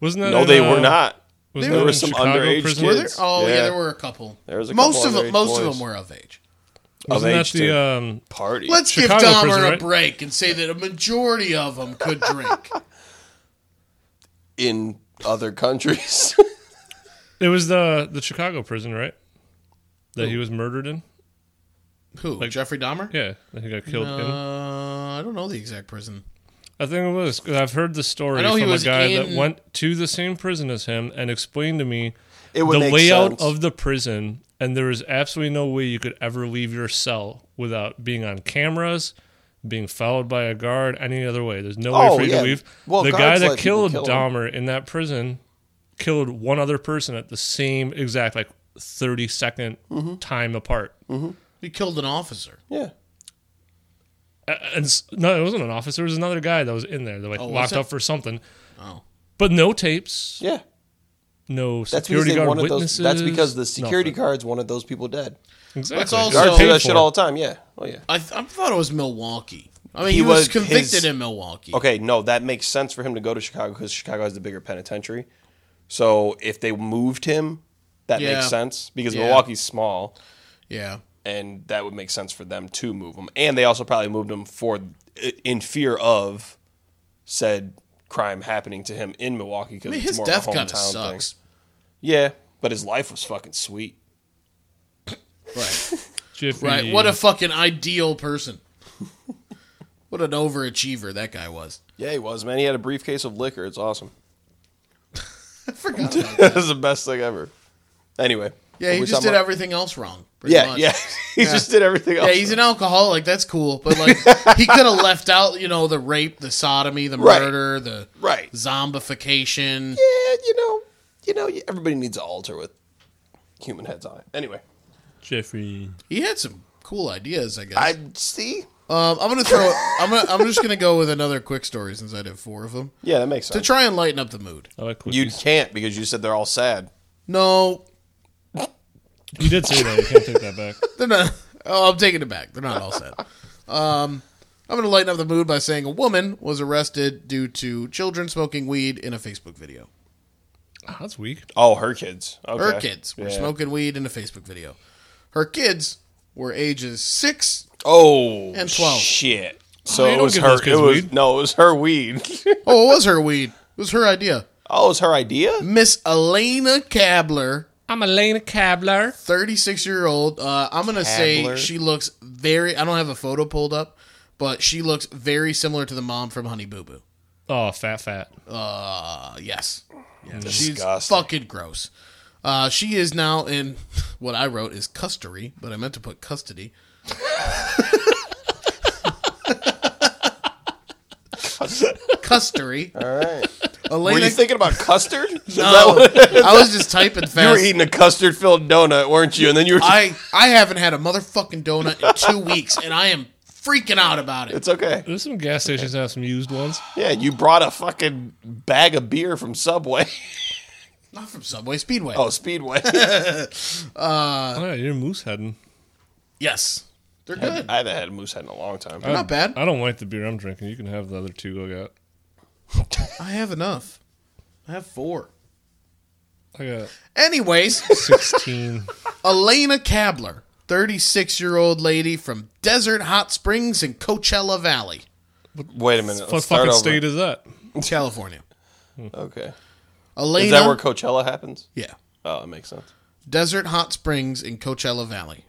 S1: wasn't that
S2: No,
S1: in,
S2: they
S1: uh,
S2: were not.
S1: wasn't
S2: There
S1: that
S2: were
S1: in
S2: some
S1: Chicago
S2: underage
S1: prison?
S3: Were
S2: kids.
S3: there? Oh yeah.
S2: Yeah.
S3: there were a couple.
S2: There was a
S3: most
S2: couple
S3: of
S2: underage
S3: them. Most of
S2: boys.
S3: them were of age.
S1: wasn't
S2: of
S1: that
S2: age
S1: the
S2: to
S1: um
S2: party.
S3: uh, Let's
S1: Chicago
S3: give Dahmer
S1: prison,
S3: a
S1: right?
S3: break and say that a majority of them could drink.
S2: in other countries.
S1: It was the the Chicago prison, right? That he was murdered in.
S3: Who? Jeffrey Dahmer?
S1: Yeah, that he got killed in.
S3: Uh, I don't know the exact prison.
S1: I think it was. 'cause I've heard the story
S3: I know
S1: from
S3: he
S1: a
S3: was
S1: guy that
S3: in-
S1: went to the same prison as him and explained to me
S2: It would
S1: the
S2: make
S1: layout
S2: sense.
S1: of the prison, and there was absolutely no way you could ever leave your cell without being on cameras. Being followed by a guard any other way. There's no way
S2: Oh,
S1: for you
S2: yeah.
S1: to leave.
S2: Well,
S1: the guy
S2: guards
S1: that
S2: let
S1: killed
S2: people kill 'em.
S1: Dahmer in that prison killed one other person at the same exact like 30 second
S2: Mm-hmm.
S1: time apart.
S3: He killed an officer.
S2: yeah.
S1: and s- no, it wasn't an officer. It was another guy that was in there. They're like
S3: was
S1: locked
S3: it?
S1: up for something,
S3: Oh,
S1: but no tapes,
S2: Yeah.
S1: no
S2: That's because
S1: security
S2: they
S1: guard
S2: wanted
S1: witnesses.
S2: those. That's because the security
S1: nothing.
S2: guards wanted those people dead.
S1: Exactly.
S3: That's also-
S1: They're
S2: Guards do
S1: paid for.
S2: that shit all the time. Yeah. Oh yeah.
S3: I, th- I thought it was Milwaukee. I mean,
S2: He
S3: he, was,
S2: was-
S3: convicted
S2: his-
S3: in Milwaukee.
S2: Okay. No, that makes sense for him to go to Chicago because Chicago has the bigger penitentiary. So if they moved him, that
S3: Yeah.
S2: makes sense because
S3: Yeah.
S2: Milwaukee's small,
S3: Yeah.
S2: and that would make sense for them to move him. And they also probably moved him for in fear of said crime happening to him in Milwaukee because
S3: I mean,
S2: it's
S3: his
S2: more
S3: death
S2: of a
S3: kind of
S2: hometown thing.
S3: sucks.
S2: Yeah, but his life was fucking sweet.
S3: Right.
S1: Jiffy.
S3: Right. What a fucking ideal person. What an overachiever that guy was.
S2: Yeah, he was man. He had a briefcase of liquor. It's awesome.
S3: I forgot. About that.
S2: That is the best thing ever. Anyway.
S3: Yeah,
S2: What
S3: he
S2: we
S3: just
S2: talking
S3: did
S2: about?
S3: everything else wrong. pretty
S2: Yeah,
S3: much.
S2: yeah. he just did everything else.
S3: Yeah, he's an alcoholic. That's cool, but like he could have left out, you know, the rape, the sodomy, the
S2: Right.
S3: murder, the
S2: right.
S3: zombification.
S2: Yeah, you know, you know, everybody needs an altar with human heads on it. Anyway,
S4: Jeffrey.
S3: He had some cool ideas, I guess.
S2: I see.
S3: um, I'm gonna throw. I'm gonna, I'm just gonna go with another quick story since I did four of them
S2: Yeah, that makes
S3: to
S2: sense.
S3: try and lighten up the mood.
S4: I like
S2: You
S4: cookies.
S2: can't because you said they're all sad.
S3: No,
S4: You did say that. You can't take that back.
S3: They're not. Oh, I'm taking it back. They're not all set. Um, I'm going to lighten up the mood by saying a woman was arrested due to children smoking weed in a Facebook video.
S4: Ah, that's weak.
S2: Oh, her kids. Okay.
S3: Her kids were
S2: Yeah.
S3: smoking weed in a Facebook video. Her kids were ages six.
S2: Oh,
S3: And 12.
S2: Shit. So
S4: you
S2: it
S4: don't
S2: was
S4: give
S2: her.
S4: those kids
S2: It was
S4: weed.
S2: no, it was her weed.
S3: Oh, it was her weed. It was her idea.
S2: oh, it was her idea.
S3: Miss Elena Cabler,
S4: I'm Elena Cabler.
S3: 36 year old. Uh, I'm going to say
S2: Cabler?
S3: she looks very. I don't have a photo pulled up, but she looks very similar to the mom from Honey Boo Boo.
S4: Oh, fat, fat.
S3: Uh, yes. She's
S2: Disgusting.
S3: fucking gross. Uh, she is now in what I wrote is custody, but I meant to put custody. Custody.
S2: All right. Were
S3: Elena.
S2: you thinking about custard? Is that
S3: No,
S2: what-
S3: I was just typing
S2: you were
S3: fast.
S2: eating a custard filled donut, weren't you? And then you were.
S3: I I haven't had a motherfucking donut in two weeks, and I am freaking out about it.
S2: it's okay.
S4: There's some gas stations that have some used ones.
S2: Yeah, you brought a fucking bag of beer from Subway.
S3: Not from Subway Speedway.
S2: Oh, Speedway.
S3: Uh,
S4: oh, yeah, you're moose heading.
S3: yes, they're good.
S2: I haven't had a moose head in a long time.
S3: Not bad.
S4: I don't like the beer I'm drinking. You can have the other two I got.
S3: I have enough. I have four.
S4: I got
S3: Anyways.
S4: 16.
S3: Elena Cabler, 36 year old lady from Desert Hot Springs in Coachella Valley,
S2: Wait a minute.
S4: what
S2: Let's start
S4: fucking
S2: over.
S4: state is that?
S3: California.
S2: Okay.
S3: Elena.
S2: Is that where Coachella happens?
S3: yeah.
S2: Oh, that makes sense.
S3: Desert Hot Springs in Coachella Valley.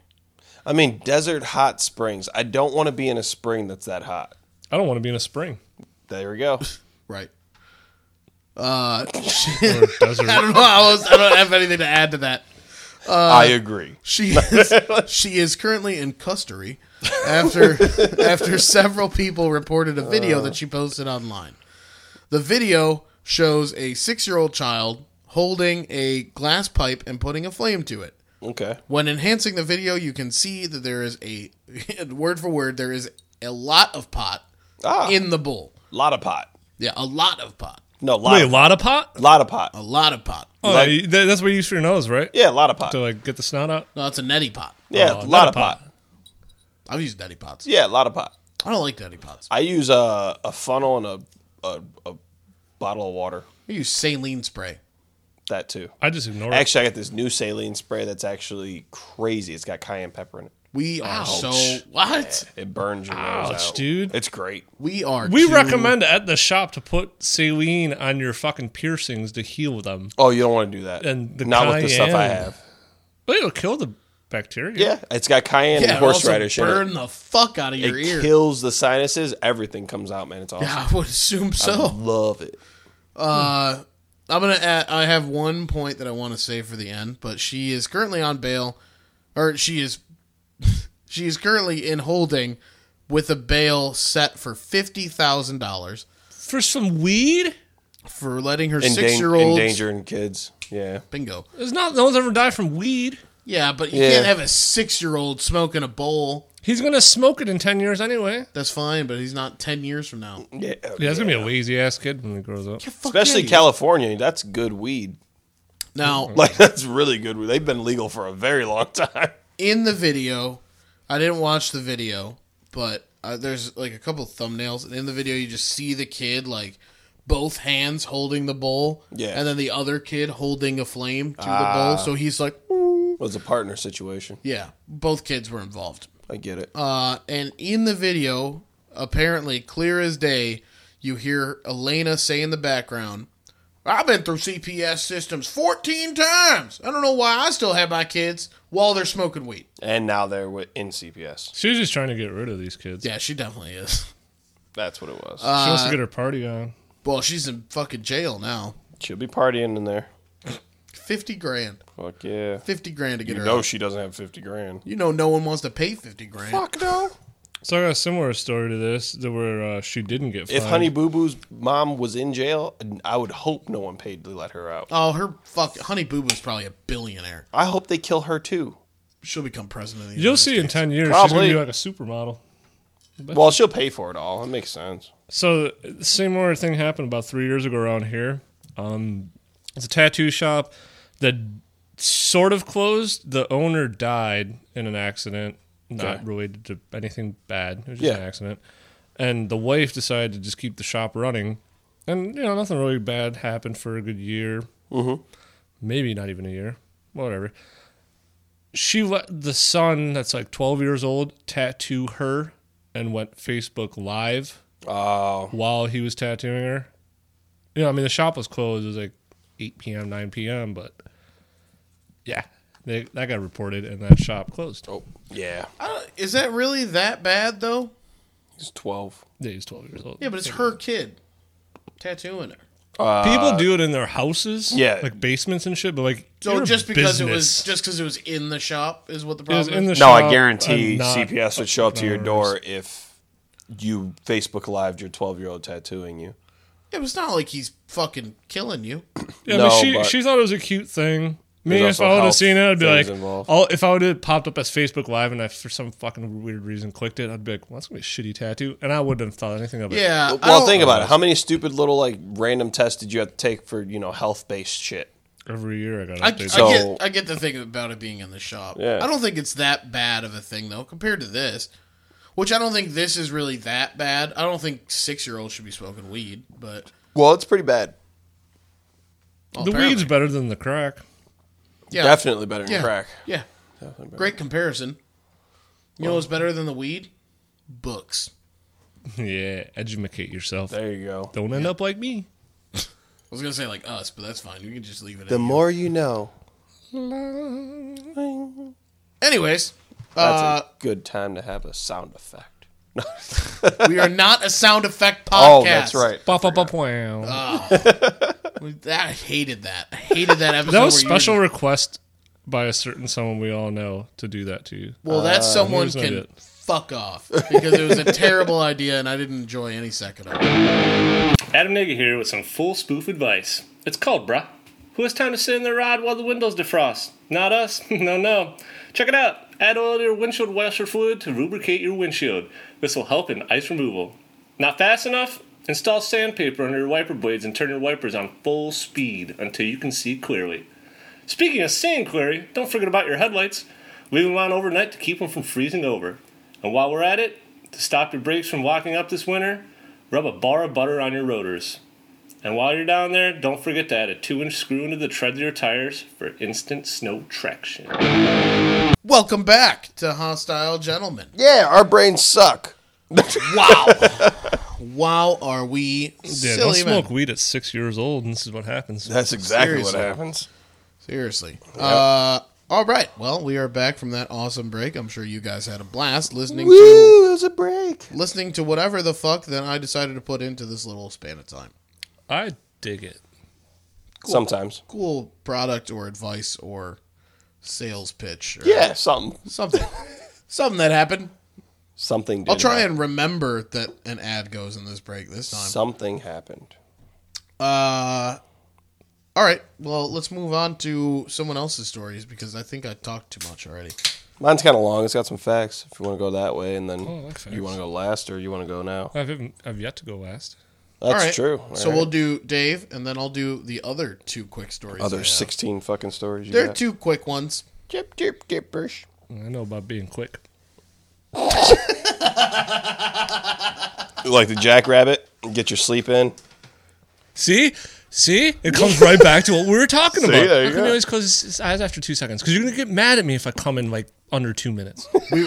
S2: I mean, desert hot springs. I don't want to be in a spring that's that hot.
S4: I don't want to be in a spring
S2: There we go.
S3: Right. Uh,
S4: or a desert.
S3: I don't know. I, was, I don't have anything to add to that.
S2: I agree.
S3: She is, she is currently in custody after after several people reported a video that she posted online. The video shows a six year old child holding a glass pipe and putting a flame to it.
S2: Okay.
S3: When enhancing the video, you can see that there is a word for word, there is a lot of pot
S2: Ah,
S3: in the bowl.
S2: lot of pot.
S3: Yeah, a lot of pot.
S2: No, lot.
S4: Wait,
S2: of,
S4: lot of pot?
S2: lot of pot.
S3: A lot of pot.
S4: Oh,
S2: Like-
S4: you- that- that's what you use for your nose, right?
S2: Yeah, lot of pot.
S4: To like get the snot out.
S3: No, it's a neti pot.
S2: Yeah,
S4: Oh,
S2: lot of
S4: pot.
S2: pot.
S3: I've used neti pots.
S2: Yeah, lot of pot.
S3: I don't like neti pots.
S2: I use a, a funnel and a, a a bottle of water.
S3: I use saline spray.
S2: That too.
S4: I just ignore it.
S2: Actually, I got this new saline spray that's actually crazy. It's got cayenne pepper in it.
S3: We are
S2: Ouch.
S3: so what?
S2: It burns your nose
S4: Ouch,
S2: out.
S4: dude.
S2: It's great.
S3: We are.
S4: We
S3: too-
S4: recommend at the shop to put saline on your fucking piercings to heal them.
S2: Oh, you don't want to do that.
S4: And the
S2: not with the stuff I
S4: cayenne.
S2: have.
S4: But it'll kill the bacteria.
S2: Yeah, it's got cayenne
S3: Yeah,
S2: and
S3: it also
S2: horseradish in it.
S3: burn the fuck out of your
S2: it
S3: ear.
S2: kills the sinuses. Everything comes out, man. It's awesome.
S3: I would assume so.
S2: Love it.
S3: I'm gonna. Add, I have one point that I want to save for the end, but she is currently on bail, or she is, she is currently in holding, with a bail set for fifty thousand dollars
S4: For some weed?
S3: for letting her
S2: Endang-
S3: six year old
S2: endangering kids. Yeah,
S3: bingo.
S4: There's not no one's ever died from weed.
S3: Yeah, but you
S2: Yeah.
S3: can't have a six year old smoking a bowl.
S4: He's gonna smoke it in ten years anyway.
S3: That's fine, but he's not ten years from now.
S2: yeah.
S4: Yeah, he's gonna be a lazy ass kid when he grows up.
S3: Fuck
S2: Especially
S3: yeah,
S2: California. That's good weed.
S3: you- now
S2: Like that's really good. weed. They've been legal for a very long time.
S3: in the video. I didn't watch the video, but uh, there's like a couple thumbnails, and in the video you just see the kid like both hands holding the bowl,
S2: Yeah.
S3: and then the other kid holding a flame to the bowl. So he's like,
S2: Well, it's a partner situation.
S3: yeah, both kids were involved.
S2: I get it.
S3: Uh, and in the video, apparently clear as day, you hear Elena say in the background. I've been through CPS systems 14 times. I don't know why I still have my kids while they're smoking weed.
S2: and now they're wi- in CPS.
S4: She was just trying to get rid of these kids.
S3: Yeah, she definitely is.
S2: That's what it was. Uh,
S4: She wants to get her party on.
S3: Well, she's in fucking jail now.
S2: She'll be partying in there.
S3: 50 grand.
S2: Fuck yeah.
S3: 50 grand to get
S2: You
S3: her.
S2: know
S3: out.
S2: she doesn't have fifty grand.
S3: you know, no one wants to pay 50 grand.
S2: Fuck no.
S1: So I got a similar story to this, that where uh, she didn't get fined.
S2: If Honey Boo Boo's mom was in jail, I would hope no one paid to let her out.
S3: Oh, her fuck. Honey Boo Boo's probably a billionaire.
S2: I hope they kill her too.
S3: She'll become president of the
S1: You'll
S3: United
S1: see in
S3: States.
S1: ten years, she's gonna
S2: Probably.
S1: be like a supermodel.
S2: Well, she'll pay for it all. That makes sense.
S1: So the similar thing happened about three years ago around here. Um, it's a tattoo shop that sort of closed. The owner died in an accident, not
S2: Okay.
S1: related to anything bad. It was just an
S2: Yeah.
S1: accident. And the wife decided to just keep the shop running, and you know nothing really bad happened for a good year,
S2: Mhm.
S1: maybe not even a year, whatever. She let the son, that's like twelve years old, tattoo her, and went Facebook Live
S3: Uh,
S2: Oh,
S1: while he was tattooing her. You know, I mean, the shop was closed. It was like 8 p.m., 9 p.m., but yeah, they, that got reported and that shop closed.
S2: oh, yeah.
S3: I don't- Is that really that bad, though?
S2: He's twelve.
S1: Yeah, he's 12 years old.
S3: Yeah, but it's her kid tattooing her.
S2: Uh,
S1: People do it in their houses,
S2: yeah.
S1: like basements and shit. But like,
S3: So
S1: your
S3: just because it was
S1: business
S3: just because it was in the shop is what the
S1: is
S3: problem
S1: in the
S3: is.
S2: No, I
S1: shop,
S2: guarantee
S1: I'm not-
S2: CPS would show up to your door
S1: hours.
S2: if you Facebook lived your 12 year old tattooing you.
S3: Yeah, but it's not like he's fucking killing you.
S1: Yeah,
S2: No,
S1: but she
S2: but-
S1: she thought it was a cute thing. Me,
S2: There's
S1: if I
S2: also
S1: would have
S2: health
S1: seen it, I'd be like,
S2: things involved.
S1: I'll, if I would have popped up as Facebook Live and I, for some fucking weird reason, clicked it, I'd be like, well, that's gonna be a shitty tattoo, and I wouldn't have thought anything of it.
S3: Yeah. I
S2: Well,
S3: don't-
S2: think about it. How many stupid little like random tests did you have to take for you know health based shit?
S1: Every year I got
S3: I,
S1: updated.
S2: So-
S3: I get I get the thing about it being in the shop.
S2: Yeah.
S3: I don't think it's that bad of a thing though, compared to this. Which I don't think this is really that bad. I don't think six year olds should be smoking weed, but
S2: Well, it's pretty bad.
S3: well,
S1: the
S3: apparently-
S1: weed's better than the crack.
S3: yeah,
S2: Definitely better than
S3: yeah,
S2: crack.
S3: Yeah. Great comparison. You know what's better than the weed? Books.
S1: Yeah, educate yourself.
S2: There you go.
S1: Don't end up like me.
S3: I was gonna say like us, but that's fine. You can just leave it.
S2: The
S3: at-
S2: more you know.
S3: Anyways,
S2: That's
S3: uh,
S2: a good time to have a sound effect.
S3: we are not a sound effect podcast.
S2: Oh, that's right.
S1: Bop, bop, bop,
S3: Uh,
S1: wow.
S3: We- that- I hated that. I hated that episode.
S1: That was
S3: where you
S1: special
S3: were-
S1: request by a certain someone we all know to do that to you.
S3: well, that
S2: Uh,
S3: someone
S1: here's an
S3: can
S1: idea.
S3: fuck off because it was a terrible idea and I didn't enjoy any second of it.
S1: Adam Nigga here with some full spoof advice. It's cold, bruh. Who has time to sit in their ride while the windows defrost? Not us. no, no. Check it out. Add oil to your windshield washer fluid to lubricate your windshield. This will help in ice removal. Not fast enough? Install sandpaper under your wiper blades and turn your wipers on full speed until you can see clearly. Speaking of seeing clearly, don't forget about your headlights. Leave them on overnight to keep them from freezing over. And while we're at it, to stop your brakes from locking up this winter, rub a bar of butter on your rotors. And while you're down there, don't forget to add a 2 inch screw into the tread of your tires for instant snow traction.
S3: Welcome back to Hostile Gentlemen.
S2: Yeah, our brains suck.
S3: Wow. wow, are we silly men.
S1: weed at six years old, and this is what happens.
S2: That's exactly
S3: Seriously.
S2: what happens.
S3: Seriously. Uh, all right. Well, we are back from that awesome break. I'm sure you guys had a blast listening to
S2: Woo, it was a break.
S3: listening to whatever the fuck that I decided to put into this little span of time.
S1: I dig it.
S2: Sometimes.
S3: Cool product or advice or sales pitch. Or
S2: Yeah, something.
S3: Something. something that happened.
S2: Something did
S3: I'll try
S2: happen.
S3: and remember that an ad goes in this break this time.
S2: Something happened.
S3: Uh, all right. Well, let's move on to someone else's stories because I think I talked too much already.
S2: Mine's kind of long. It's got some facts. If you want to go that way, and then
S3: Oh,
S1: I like facts.
S2: you want to go last, or you want to go now.
S1: I've, I've yet to go last.
S2: That's
S3: all right.
S2: true.
S3: so we'll do Dave, and then I'll do the other two quick stories. I
S2: other
S3: have.
S2: sixteen fucking stories. You
S3: There are
S2: got.
S3: two quick ones.
S2: Chip, chip, chippers.
S1: I know about being quick.
S2: Like the jackrabbit, get your sleep in.
S1: See? See? It comes right back to what we were talking about.
S2: there you
S1: How come
S2: go.
S1: he always closes his eyes after two seconds? Because you're going to get mad at me if I come in like under two minutes.
S3: We,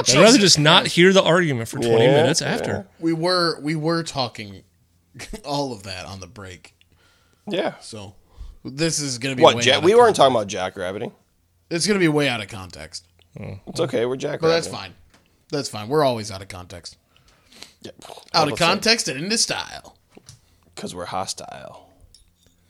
S1: I'd rather just not hear the argument for 20
S2: Yeah,
S1: minutes after.
S3: we were we were talking all of that on the break.
S2: Yeah.
S3: So this is gonna be
S2: What?
S3: Way
S2: Ja-
S3: out
S2: we
S3: of
S2: weren't
S3: con-
S2: talking about jackrabbiting.
S3: It's gonna be way out of context,
S2: It's okay. We're jackrabbiting.
S3: but that's fine. That's fine. We're always out of context.
S2: Yeah.
S3: Out of context and into style.
S2: Because we're hostile.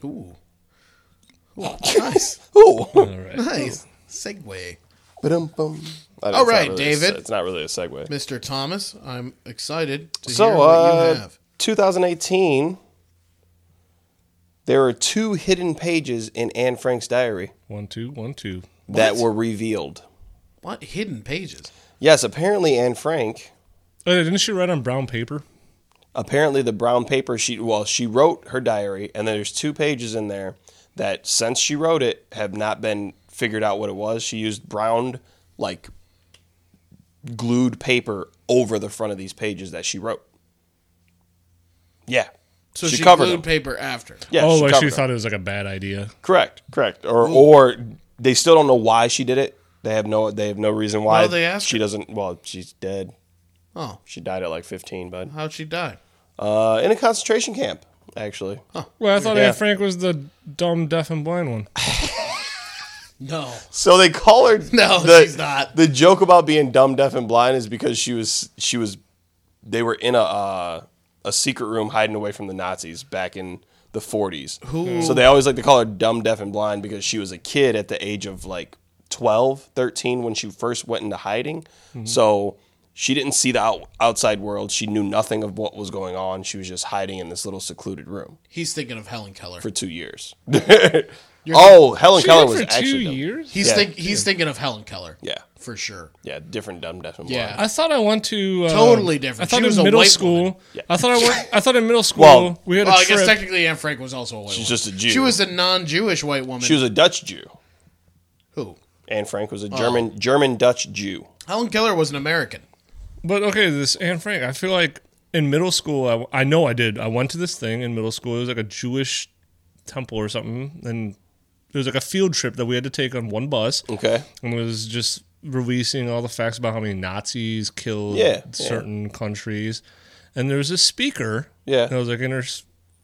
S3: Ooh. Ooh nice.
S2: Ooh.
S1: All right.
S3: Nice. Segue.
S2: Ba-dum-bum. I know
S3: All
S2: it's not
S3: right,
S2: really a se-
S3: David.
S2: it's not really a segue.
S3: Mr. Thomas, I'm excited to hear
S2: So,
S3: what
S2: uh,
S3: you have.
S2: 2018, there are two hidden pages in Anne Frank's diary
S1: One, two, one, two.
S2: that were revealed.
S3: What hidden pages?
S2: Yes, apparently Anne Frank.
S1: Oh, didn't she write on brown paper?
S2: Apparently, the brown paper she well she wrote her diary, and there's two pages in there that since she wrote it have not been figured out what it was. She used brown like glued paper over the front of these pages that she wrote. Yeah,
S3: So she,
S2: covered
S3: glued
S2: them.
S3: paper after.
S2: Yeah,
S1: oh, like
S2: covered
S1: she
S2: them.
S1: thought it was like a bad idea.
S2: Correct, correct. Or or they still don't know why she did it. They have no they have no reason why.
S3: Well, they asked
S2: She
S3: her.
S2: doesn't. Well, she's dead.
S3: Oh,
S2: She died at like 15, bud.
S3: how'd she die?
S2: Uh, in a concentration camp, actually.
S1: Well, I thought
S2: Yeah.
S1: Anne Frank was the dumb, deaf, and blind one.
S3: No.
S2: So they call her.
S3: No,
S2: the-
S3: she's not.
S2: The joke about being dumb, deaf, and blind is because she was she was. They were in a uh, a secret room hiding away from the Nazis back in the 40s. So they always like to call her dumb, deaf, and blind because she was a kid at the age of like 12, 13 when she first went into hiding.
S1: Mm-hmm.
S2: So she didn't see the out- outside world. She knew nothing of what was going on. She was just hiding in this little secluded room
S3: He's thinking of Helen Keller.
S2: for two years. oh, Helen Keller
S1: She
S2: was
S1: did for two
S2: actually dumb.
S1: years.
S3: He's
S2: Yeah.
S3: think he's thinking of Helen Keller.
S2: Yeah.
S3: For sure.
S2: Yeah, different dumb, deaf, and blind.
S3: Yeah.
S1: I thought I went to uh,
S3: Totally different.
S1: I thought
S3: She was a
S1: in middle
S3: white woman.
S1: school. I thought I went, I thought in middle school
S2: Well-
S1: we had a
S3: Well, I
S1: trip.
S3: guess technically Anne Frank was also a white
S2: She's
S3: woman.
S2: just a Jew.
S3: She was a non Jewish white woman.
S2: She was a Dutch Jew.
S3: Who?
S2: Anne Frank
S3: Oh.
S2: was a German German Dutch Jew.
S3: Helen Keller was an American.
S1: But okay, this Anne Frank. I feel like in middle school, I, I know I did. I went to this thing in middle school. It was like a Jewish temple or something, and it was like a field trip that we had to take on one bus.
S2: Okay.
S1: and was just releasing all the facts about how many Nazis killed
S2: Yeah, yeah.
S1: certain countries. And there was a speaker.
S2: Yeah.
S1: that was like in her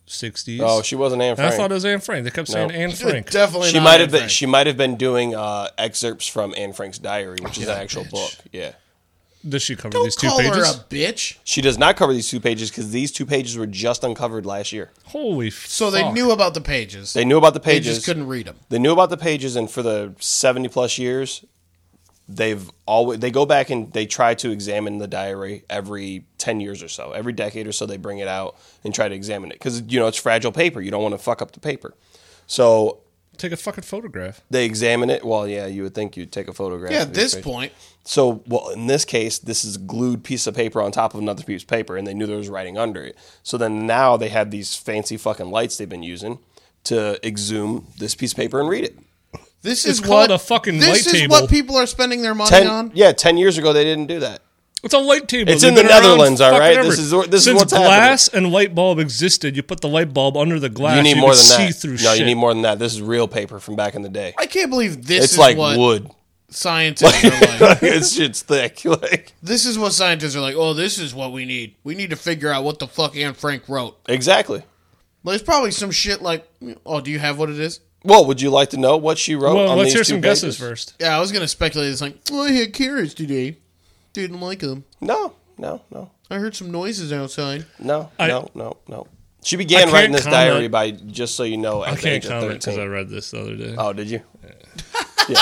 S1: sixties.
S2: Oh, she wasn't Anne
S1: And I
S2: Frank.
S1: thought it was Anne Frank. They kept saying Anne Frank.
S3: Definitely
S2: she
S3: not
S2: might
S3: Anne
S2: have been
S3: Frank.
S2: she might have been doing uh, excerpts from Anne Frank's diary, which is an actual book. Yeah.
S1: Does she cover
S3: Don't
S1: these two
S3: call
S1: pages?
S3: her a bitch.
S2: She does not cover these two pages because these two pages were just uncovered last year.
S1: Holy
S3: So they
S1: fuck.
S3: knew about the pages.
S2: They knew about the
S3: They
S2: pages.
S3: just couldn't read them.
S2: They knew about the pages, and for the seventy plus years, they've always they go back and they try to examine the diary every ten years or so, every decade or so. They bring it out and try to examine it because you know it's fragile paper. You don't want to fuck up the paper, so
S1: take a fucking photograph.
S2: they examine it. Well, yeah, you would think you'd take a photograph.
S3: Yeah,
S2: of
S3: at
S2: these
S3: this
S2: pages.
S3: point,
S2: So, well, in this case, this is a glued piece of paper on top of another piece of paper, and they knew there was writing under it. So then now they have these fancy fucking lights they've been using to exhume this piece of paper and read it.
S3: this is
S1: It's called
S3: what
S1: a fucking
S3: this
S1: light
S3: is
S1: table.
S3: what people are spending their money
S2: Ten,
S3: on.
S2: yeah, ten years ago they didn't do that.
S1: It's a light table.
S2: It's
S1: They've
S2: in the
S1: been around
S2: Netherlands, all
S1: fucking
S2: right?
S1: ever.
S2: This is what- this is
S1: Since
S2: what's happening.
S1: glass and light bulb existed. You put the light bulb under the glass.
S2: You need more
S1: could
S2: than
S1: see
S2: that.
S1: Through
S2: no,
S1: shit.
S2: you need more than that. This is real paper from back in the day.
S3: I can't believe this
S2: It's
S3: is
S2: like
S3: what
S2: wood.
S3: scientists are like.
S2: it's shit's thick. Like
S3: This is what scientists are like. Oh, this is what we need. We need to figure out what the fuck Anne Frank wrote.
S2: exactly.
S3: There's probably some shit like, oh, do you have what it is?
S2: Well, would you like to know what she wrote?
S1: Well,
S2: on
S1: let's
S2: these
S1: hear
S2: two
S1: some
S2: pages?
S1: guesses first.
S3: Yeah, I was gonna speculate. It's like, oh, I had carrots today. Didn't like them.
S2: No, no, no,
S3: I heard some noises outside.
S2: no,
S1: I-
S2: no, no, no.
S1: I
S2: She began
S1: can't
S2: writing this
S1: comment.
S2: diary by just so you know at
S1: I
S2: the
S1: can't
S2: age
S1: comment
S2: of
S1: because I
S2: thirteen.
S1: read this the other day.
S2: Oh, did you?
S3: I
S1: It-
S3: have
S1: it-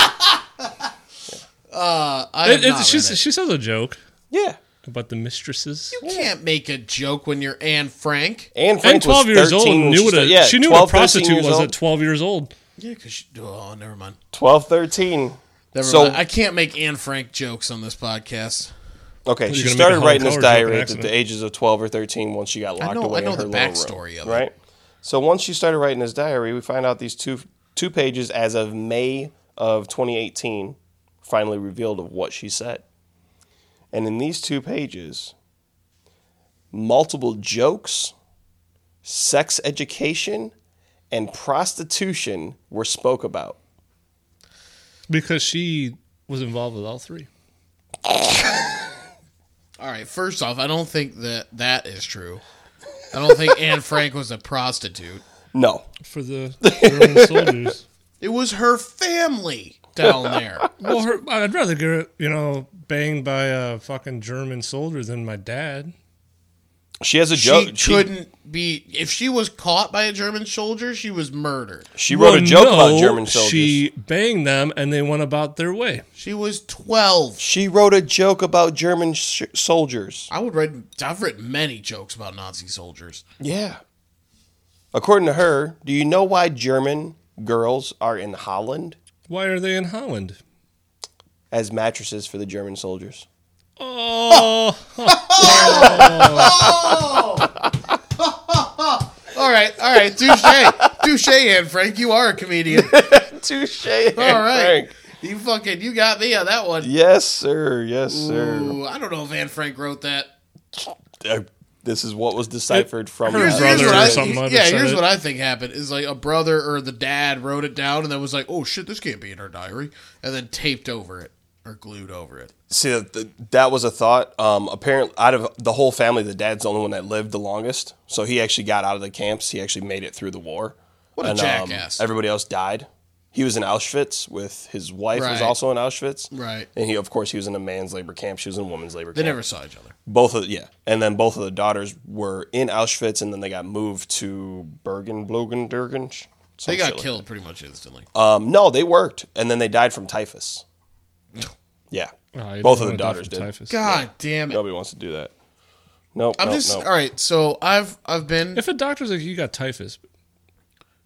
S3: not
S1: she's-
S3: read it.
S1: she says a joke
S2: Yeah.
S1: about the mistresses.
S3: You can't make a joke when you're Anne Frank.
S2: Anne Frank
S1: And twelve
S2: was
S1: years
S2: 13
S1: old
S2: when
S1: knew
S2: she,
S1: what a
S2: started- yeah,
S1: she knew
S2: 12,
S1: what a
S2: 13
S1: prostitute
S2: years
S1: was
S2: old.
S1: at twelve years old.
S3: Yeah, because she. Oh, never mind.
S2: 12, 13.
S3: Never
S2: So-
S3: mind. I can't make Anne Frank jokes on this podcast.
S2: Okay,
S1: You're gonna
S2: she
S1: make a
S2: started
S1: Helen
S2: writing this
S1: Keller joke
S2: diary
S1: on
S2: at the
S1: accident.
S2: ages of 12 or 13 once she got locked
S3: know-
S2: away
S3: I know
S2: in her
S3: the
S2: little
S3: backstory
S2: room,
S3: of it.
S2: right? So once she started writing this diary, we find out these two two pages as of May of 2018 finally revealed of what she said. And in these two pages, multiple jokes, sex education, and prostitution were spoke about.
S1: because she was involved with all three.
S3: All right. First off, I don't think that that is true. I don't think Anne Frank was a prostitute.
S2: No,
S1: For the German soldiers.
S3: It was her family down there.
S1: Well, her, I'd rather get you know banged by a fucking German soldier than my dad.
S2: She has a
S3: She
S2: joke. She,
S3: couldn't be. If she was caught by a German soldier, she was murdered.
S2: she wrote a joke about German soldiers.
S4: She banged them and they went about their way.
S3: She was 12.
S2: She wrote a joke about German sh- soldiers.
S3: I would write. I've written many jokes about Nazi soldiers.
S2: Yeah. According to her, do you know why German girls are in Holland
S4: Why are they in Holland?
S2: as mattresses for the German soldiers?
S4: Oh,
S3: All right, all right, touche, touche, Anne Frank. You are a comedian.
S2: Touche.
S3: All right, you fucking, you got me on that one.
S2: Yes, sir. Yes, sir.
S3: Ooh, I don't know if Anne Frank wrote that.
S2: Uh, this is what was deciphered from
S4: Her
S2: that.
S4: brother
S3: Mm. what
S4: or
S3: I,
S4: something might have
S3: yeah,
S4: said
S3: here's
S4: it.
S3: what I think happened: is like a brother or the dad wrote it down and then was like, "Oh shit, this can't be in our diary," and then taped over it or glued over it.
S2: See, that- that- that was a thought. Um, apparently, out of the whole family, the dad's the only one that lived the longest. So he actually got out of the camps. He actually made it through the war.
S3: What a
S2: And, um,
S3: jackass!
S2: everybody else died. He was in Auschwitz with his wife, was
S3: Right.
S2: also in Auschwitz.
S3: Right.
S2: And he, of course, he was in a man's labor camp. She was in a woman's labor
S3: they
S2: camp.
S3: never saw each other.
S2: Both of yeah, and then both of the daughters were in Auschwitz, and then they got moved to Bergen, Blogen, Durgen. Oh,
S3: They got killed pretty much instantly.
S2: Um, no, they worked, and then they died from typhus.
S3: Mm.
S2: Yeah,
S1: Oh, Ah,
S4: I
S2: both
S4: don't
S2: of
S4: know,
S2: the daughters
S4: different
S2: did.
S4: typhus.
S3: God damn it!
S2: Nobody wants to do that. Nope.
S3: I'm
S2: nope,
S3: just
S2: nope.
S3: all right. So I've I've been
S4: If a doctor's like, you got typhus,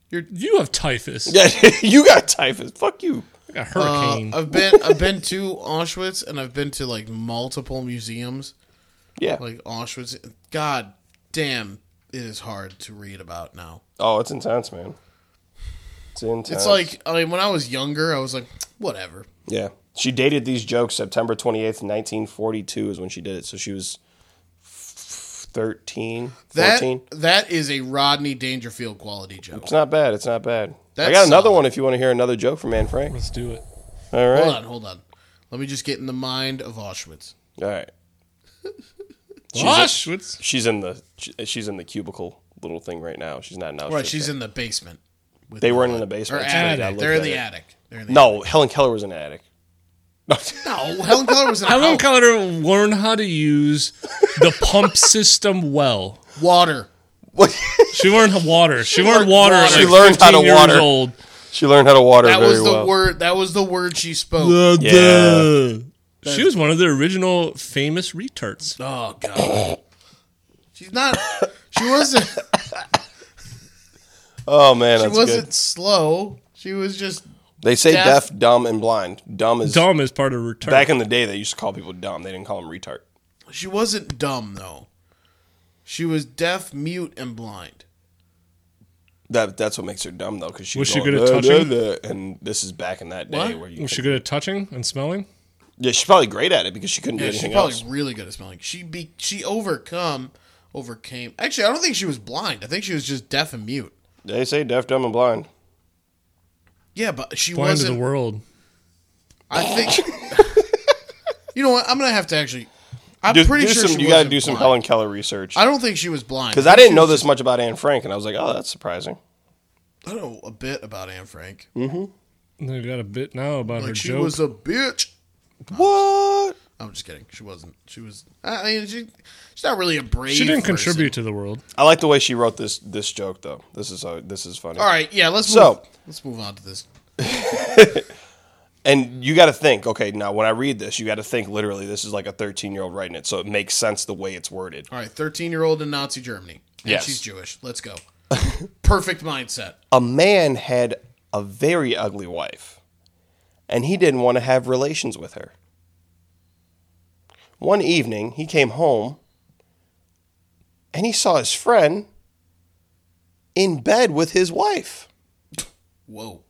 S3: You're-
S4: you have typhus.
S2: Yeah, you got typhus. Fuck you.
S4: You got
S3: Uh,
S4: hurricane.
S3: I've been I've been to Auschwitz and I've been to like multiple museums
S2: Yeah.
S3: like Auschwitz. God damn, it is hard to read about now.
S2: oh, it's intense, man. It's intense.
S3: It's like I mean when I was younger I was like whatever.
S2: yeah. She dated these jokes September twenty eighth, nineteen forty two, is when she did it. So she was f- 13,
S3: That
S2: 14.
S3: that is a Rodney Dangerfield quality joke.
S2: It's not bad. It's not bad. I
S3: That's
S2: got another
S3: solid.
S2: one if you want to hear another joke from Anne Frank.
S4: Let's do it.
S2: All right.
S3: Hold on, hold on. Let me just get in the mind of Auschwitz.
S2: All right. She's,
S4: Auschwitz.
S2: in, she's in the she- she's in the cubicle little thing right now. She's not in Auschwitz.
S3: Right, she's in the basement. With
S2: They
S3: the-
S2: weren't in the
S3: or
S2: basement. That's right. I
S3: attic.
S2: looked
S3: They're in
S2: at
S3: the
S2: it.
S3: attic. They're in the
S2: No, Helen Keller was in the attic.
S3: No, Helen Keller was in a
S4: Helen
S3: house.
S4: Keller learn how to use the pump system well.
S3: water.
S2: What?
S4: She learned water. She, learned
S2: learned
S4: water.
S2: water.
S4: at, like,
S2: She learned how to
S4: 15 years
S2: water.
S4: Old.
S2: she learned how to water
S3: That
S2: very
S3: was the
S2: well.
S3: word. That was the word she spoke.
S2: Yeah.
S4: She was one of the original famous retards.
S3: Oh god. She's not. She wasn't.
S2: Oh man,
S3: She
S2: that's
S3: wasn't
S2: good.
S3: slow. She was just.
S2: They say
S3: deaf.
S2: deaf, dumb, and blind. Dumb is
S4: Dumb is part of retard.
S2: back in the day. They used to call people dumb. They didn't call them retard.
S3: She wasn't dumb though. She was deaf, mute, and blind.
S2: That that's what makes her dumb though, because she
S4: Was
S2: was
S4: she
S2: going,
S4: good at
S2: "Da,
S4: touching?"
S2: da, da," And this is back in that day
S3: What?
S2: where you.
S4: was she
S2: could-
S4: good at touching and smelling?
S2: yeah, she's probably great at it because she couldn't do
S3: Yeah, she's
S2: anything
S3: probably
S2: else.
S3: really good at smelling. She be she overcome, overcame. Actually, I don't think she was blind. I think she was just deaf and mute.
S2: They say deaf, dumb, and blind.
S3: Yeah, but she
S4: Blind to the
S3: wasn't.
S4: world.
S3: I think. you know what? I'm gonna have to actually. I'm
S2: Do,
S3: pretty
S2: do
S3: sure
S2: some,
S3: she
S2: you got to
S3: wasn't
S2: do some
S3: blind.
S2: Helen Keller research
S3: I don't think she was blind
S2: because I didn't know this much about Anne Frank, and I was like, oh, that's surprising.
S3: I know a bit about Anne Frank.
S4: They got a bit now about her
S3: Like she
S4: joke.
S3: was a bitch.
S2: What?
S3: I'm just kidding. She wasn't. She was. I I mean, she, she's not really a brave.
S4: she didn't
S3: person.
S4: contribute to the world.
S2: I like the way she wrote this this joke though. This is uh, this is funny.
S3: All right. Yeah. Let's move,
S2: So-
S3: let's move on to this.
S2: And you got to think, okay, now when I read this, you got to think literally this is like a 13 year old writing it. So it makes sense the way it's worded.
S3: All right. Thirteen year old in Nazi Germany. And
S2: Yes.
S3: She's Jewish. Let's go. Perfect mindset.
S2: A man had a very ugly wife, and he didn't want to have relations with her. One evening, he came home and he saw his friend in bed with his wife.
S3: Whoa.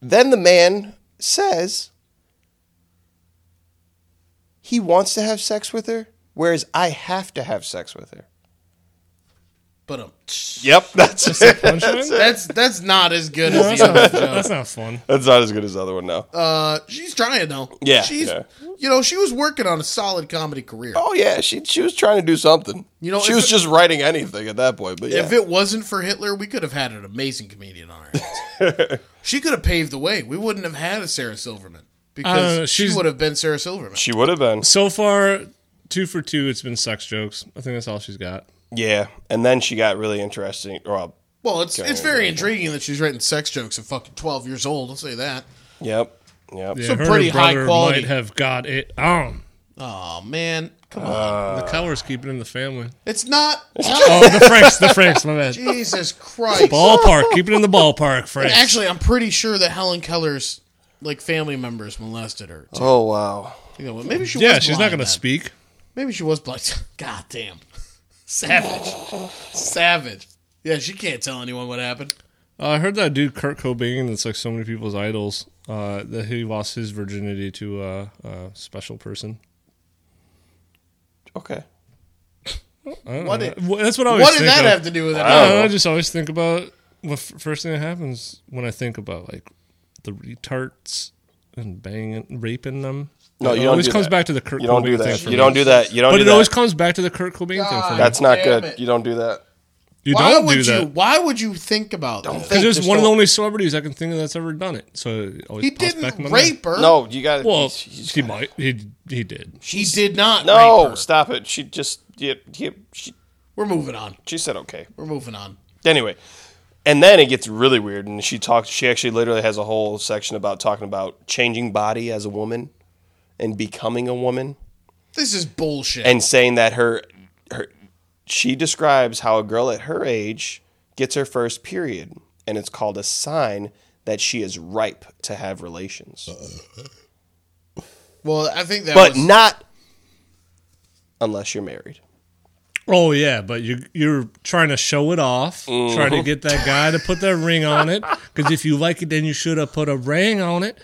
S2: Then the man says he wants to have sex with her, whereas I have to have sex with her.
S3: But um,
S2: Yep, that's that's,
S4: Punchline?
S3: that's that's not as good as the
S4: That's
S3: other
S4: not,
S3: joke.
S4: that's not fun.
S2: not as good as the other one now.
S3: Uh, she's trying though.
S2: Yeah,
S3: She's.
S2: yeah.
S3: You know, she was working on a solid comedy career.
S2: oh yeah, she she was trying to do something.
S3: You know,
S2: she
S3: if
S2: was
S3: it-
S2: just writing anything at that point. But yeah,
S3: If it wasn't for Hitler, we could have had an amazing comedian on our hands. she could have paved the way. We wouldn't have had a Sarah Silverman
S4: I don't
S3: because
S4: know,
S3: she
S4: she's-
S3: would have been Sarah Silverman.
S2: she would have been.
S4: So far,
S1: two for two. It's been sex jokes. I think that's all she's got.
S2: Yeah, and then she got really interesting. Well,
S3: Well, it's it's very intriguing that she's writing sex jokes at fucking twelve years old. I'll say that.
S2: yep, yep.
S1: Yeah,
S3: So pretty high
S1: brother
S3: quality.
S1: Might have got it on.
S3: Oh man, come on!
S1: the Keller's keeping it in the family.
S3: It's not.
S1: Oh, the Franks, the Franks. My bad.
S3: Jesus Christ!
S1: Ballpark. Keep it in the ballpark, Franks.
S3: Actually, I'm pretty sure that Helen Keller's like family members molested her.
S2: Oh wow.
S3: You know, maybe she.
S1: yeah,
S3: was
S1: she's not
S3: blind
S1: going to
S3: then.
S1: speak.
S3: Maybe she was blind. God damn, savage, savage. Yeah, she can't tell anyone what happened.
S1: Uh, I heard that dude Kurt Cobain, that's like so many people's idols, uh, that he lost his virginity to uh, a special person.
S2: Okay.
S1: I don't
S3: What
S1: know.
S3: did-
S1: Well, that's what I always
S3: What did
S1: think
S3: that
S1: of.
S3: have to do with it?
S1: I, don't know, I just always think about the f- first thing that happens when I think about like the retards and banging, raping them.
S2: No,
S1: It
S2: you don't
S1: always
S2: do
S1: comes
S2: that.
S1: back to the Kurt
S2: You
S1: Cobain
S2: don't do
S1: thing.
S2: that.
S1: for
S2: You
S1: me.
S2: don't do that. You don't
S1: But
S2: do
S1: it
S2: that.
S1: always comes back to the Kurt Cobain thing for me.
S2: That's not
S3: Damn
S2: good.
S3: it.
S2: You don't do that.
S1: you
S3: Why
S1: don't
S3: would
S1: do
S3: you?
S1: that.
S3: Why would you think about that?
S1: Because
S2: Just
S1: there's one of the
S2: don't-
S1: only celebrities I can think of that's ever done it. So it always
S3: He
S1: pops back in my
S3: didn't
S1: mind.
S3: rape her.
S2: No, you got to.
S1: Well, he might. He he did.
S3: she did not.
S2: no,
S3: rape her.
S2: stop it. She just. Yeah, yeah, she,
S3: We're moving on.
S2: she said okay.
S3: We're moving on.
S2: Anyway, and then it gets really weird, and she talks. She actually literally has a whole section about talking about changing body as a woman and becoming a woman,
S3: This is bullshit.
S2: and saying that her her she describes how a girl at her age gets her first period, and it's called a sign that she is ripe to have relations,
S3: well, I think that
S2: but
S3: was,
S2: not unless you're married.
S1: Oh yeah, but you you're trying to show it off,
S2: Mm-hmm.
S1: trying to get that guy to put that ring on it. Because if you like it, then you should have put a ring on it,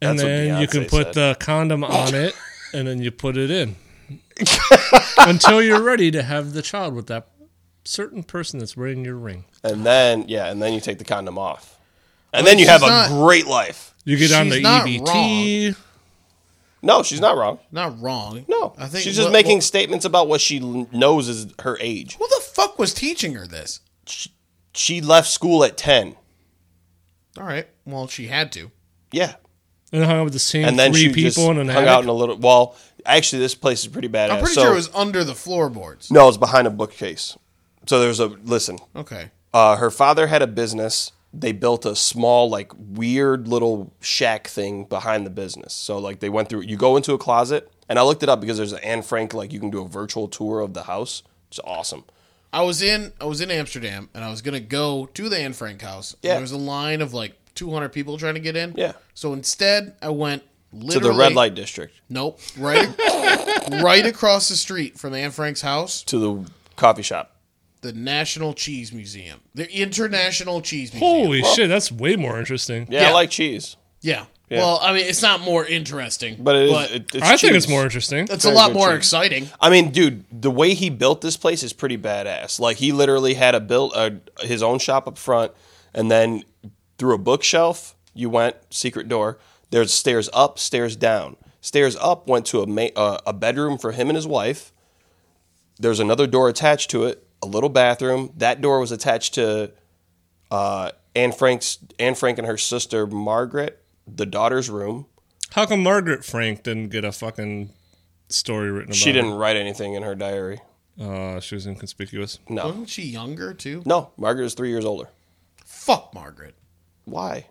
S1: and
S2: That's what
S1: then you
S2: Beyonce
S1: can put
S2: said.
S1: the condom on it, and then you put it in until you're ready to have the child with that certain person that's wearing your ring.
S2: And then yeah, and then you take the condom off. And then you have a
S3: not-
S2: great life.
S1: You get E on
S3: She's
S1: the
S3: not
S1: EBT.
S2: No, she's not wrong.
S3: not wrong.
S2: No.
S3: I think
S2: she's just
S3: what-
S2: making
S3: What,
S2: statements about what she l- knows is her age.
S3: who the fuck was teaching her this?
S2: She left school at 10.
S3: All right. Well, she had to.
S2: Yeah.
S1: And hung out with the same
S2: And then
S1: three
S2: she just
S1: people in an
S2: hung out in
S1: attic.
S2: a little well, actually this place is pretty badass.
S3: I'm pretty
S2: So-
S3: sure it was under the floorboards.
S2: No, it's behind a bookcase. So there's a listen.
S3: Okay.
S2: Uh, her father had a business. They built a small, like, weird little shack thing behind the business. So, like, they went through. You go into a closet, and I looked it up because there's an Anne Frank. Like, you can do a virtual tour of the house. It's awesome.
S3: I was in I was in Amsterdam and I was gonna go to the Anne Frank house.
S2: Yeah.
S3: And there was a line of like 200 people trying to get in.
S2: Yeah.
S3: So instead, I went
S2: To
S3: literally
S2: the red light district,
S3: Nope. Right. right across the street from Anne Frank's house,
S2: to the coffee shop.
S3: the National Cheese Museum, the International Cheese Museum.
S1: Holy shit, that's way more interesting.
S2: Yeah, I
S3: Yeah.
S2: like cheese,
S3: Yeah. Well, I mean, it's not more interesting,
S2: but, it is, it- it's
S1: I think it's
S2: cheese.
S1: more interesting.
S3: it's a
S2: very
S3: lot
S2: good
S3: more
S2: cheese.
S3: exciting.
S2: I mean, dude, the way he built this place is pretty badass. Like he literally had a built uh, his own shop up front, and then through a bookshelf you went secret door. There's stairs up, stairs down. Stairs up went to a ma- uh, a bedroom for him and his wife. There's another door attached to it, a little bathroom. That door was attached to uh, Anne Frank's Anne Frank and her sister Margaret, the daughter's room.
S1: How come Margaret Frank didn't get a fucking story written about
S2: She
S1: her?
S2: didn't write anything in her diary.
S1: Uh, she was inconspicuous.
S2: No,
S3: Wasn't she younger too?
S2: no, Margaret is three years older.
S3: Fuck Margaret.
S2: Why?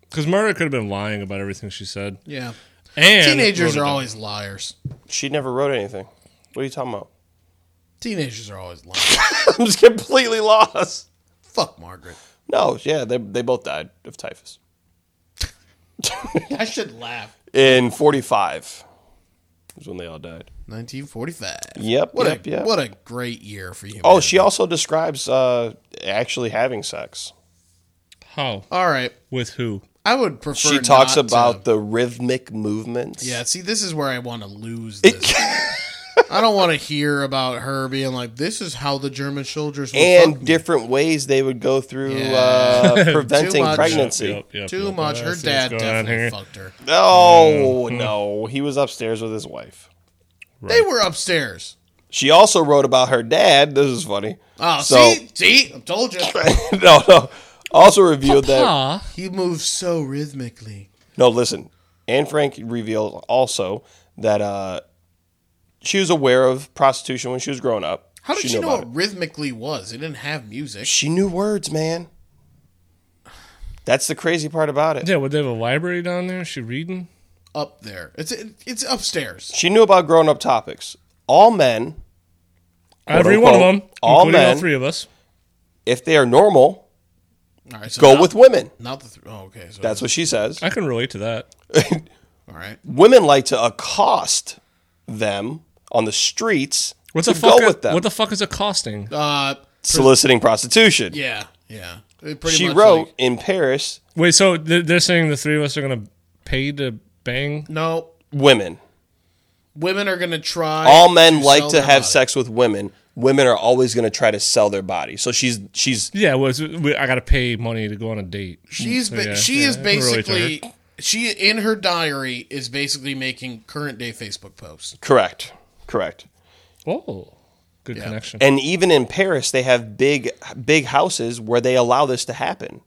S1: Because Margaret could have been lying about everything she said.
S3: Yeah.
S1: And
S3: Teenagers
S1: wrote it
S3: are
S1: down.
S3: always liars.
S2: She never wrote anything. What are you talking about?
S3: Teenagers are always lying.
S2: I'm just completely lost.
S3: Fuck Margaret.
S2: No, yeah, they, they both died of typhus.
S3: I should laugh.
S2: In 45 is when they all died.
S3: 1945.
S2: Yep,
S3: What
S2: yep,
S3: a
S2: yep.
S3: what a great year for you.
S2: oh, she also describes uh, actually having sex.
S1: How?
S3: All right.
S1: With who?
S3: I would prefer.
S2: She talks
S3: not to-
S2: about the rhythmic movements.
S3: yeah. See, this is where I want to lose this. I don't want to hear about her being like, "This is how the German soldiers." Were
S2: And different ways they would go through uh, preventing
S3: much.
S2: pregnancy.
S1: Yep, yep,
S3: too
S1: yep.
S3: much.
S1: I
S3: Her
S1: see
S3: dad
S1: what's going on
S3: definitely
S1: here.
S3: fucked her.
S2: Oh, no. He was upstairs with his wife.
S3: They were upstairs.
S2: She also wrote about her dad. This is funny.
S3: Oh,
S2: So-
S3: see, see, I told you.
S2: no, no. Also revealed that
S1: Ah,
S3: He moves so rhythmically.
S2: No, listen. Anne Frank revealed also that uh, she was aware of prostitution when she was growing up.
S3: How did she,
S2: knew
S3: know
S2: about
S3: what rhythmically was? It didn't have music.
S2: it. She knew words, man. That's the crazy part about it.
S1: Yeah, would they have a library down there? Is she reading?
S3: Up there, it's it's upstairs.
S2: She knew about grown up topics. All men,
S1: Every one of them.
S2: unquote, all
S1: including all
S2: men.
S1: three of us.
S2: if they are normal,
S3: All right, so
S2: go
S3: not,
S2: with women.
S3: not the. Th- oh, okay. So
S2: That's what she says.
S1: I can relate to that.
S3: all right.
S2: women like to accost them on the streets
S1: What's
S2: to
S1: the fuck?
S2: go with them,
S1: What the fuck is it costing?
S3: Uh,
S2: soliciting prostitution.
S3: yeah, yeah. It pretty
S2: she
S3: much
S2: wrote
S3: like,
S2: in Paris,
S1: Wait, so th- they're saying the three of us are gonna pay to bang?
S3: no.
S2: women.
S3: Women are gonna try.
S2: All men
S3: to
S2: like
S3: sell
S2: to
S3: their
S2: have
S3: body.
S2: sex with women. Women are always going to try to sell their body. So she's she's
S1: Yeah, well, it's- we- I gotta pay money to go on a date.
S3: She's ba-
S1: Yeah,
S3: she
S1: yeah,
S3: is
S1: I can relate to her.
S3: basically she in her diary is basically making current day Facebook posts.
S2: correct. Correct.
S1: Oh, good connection.
S2: And even in Paris they have big big houses where they allow this to happen.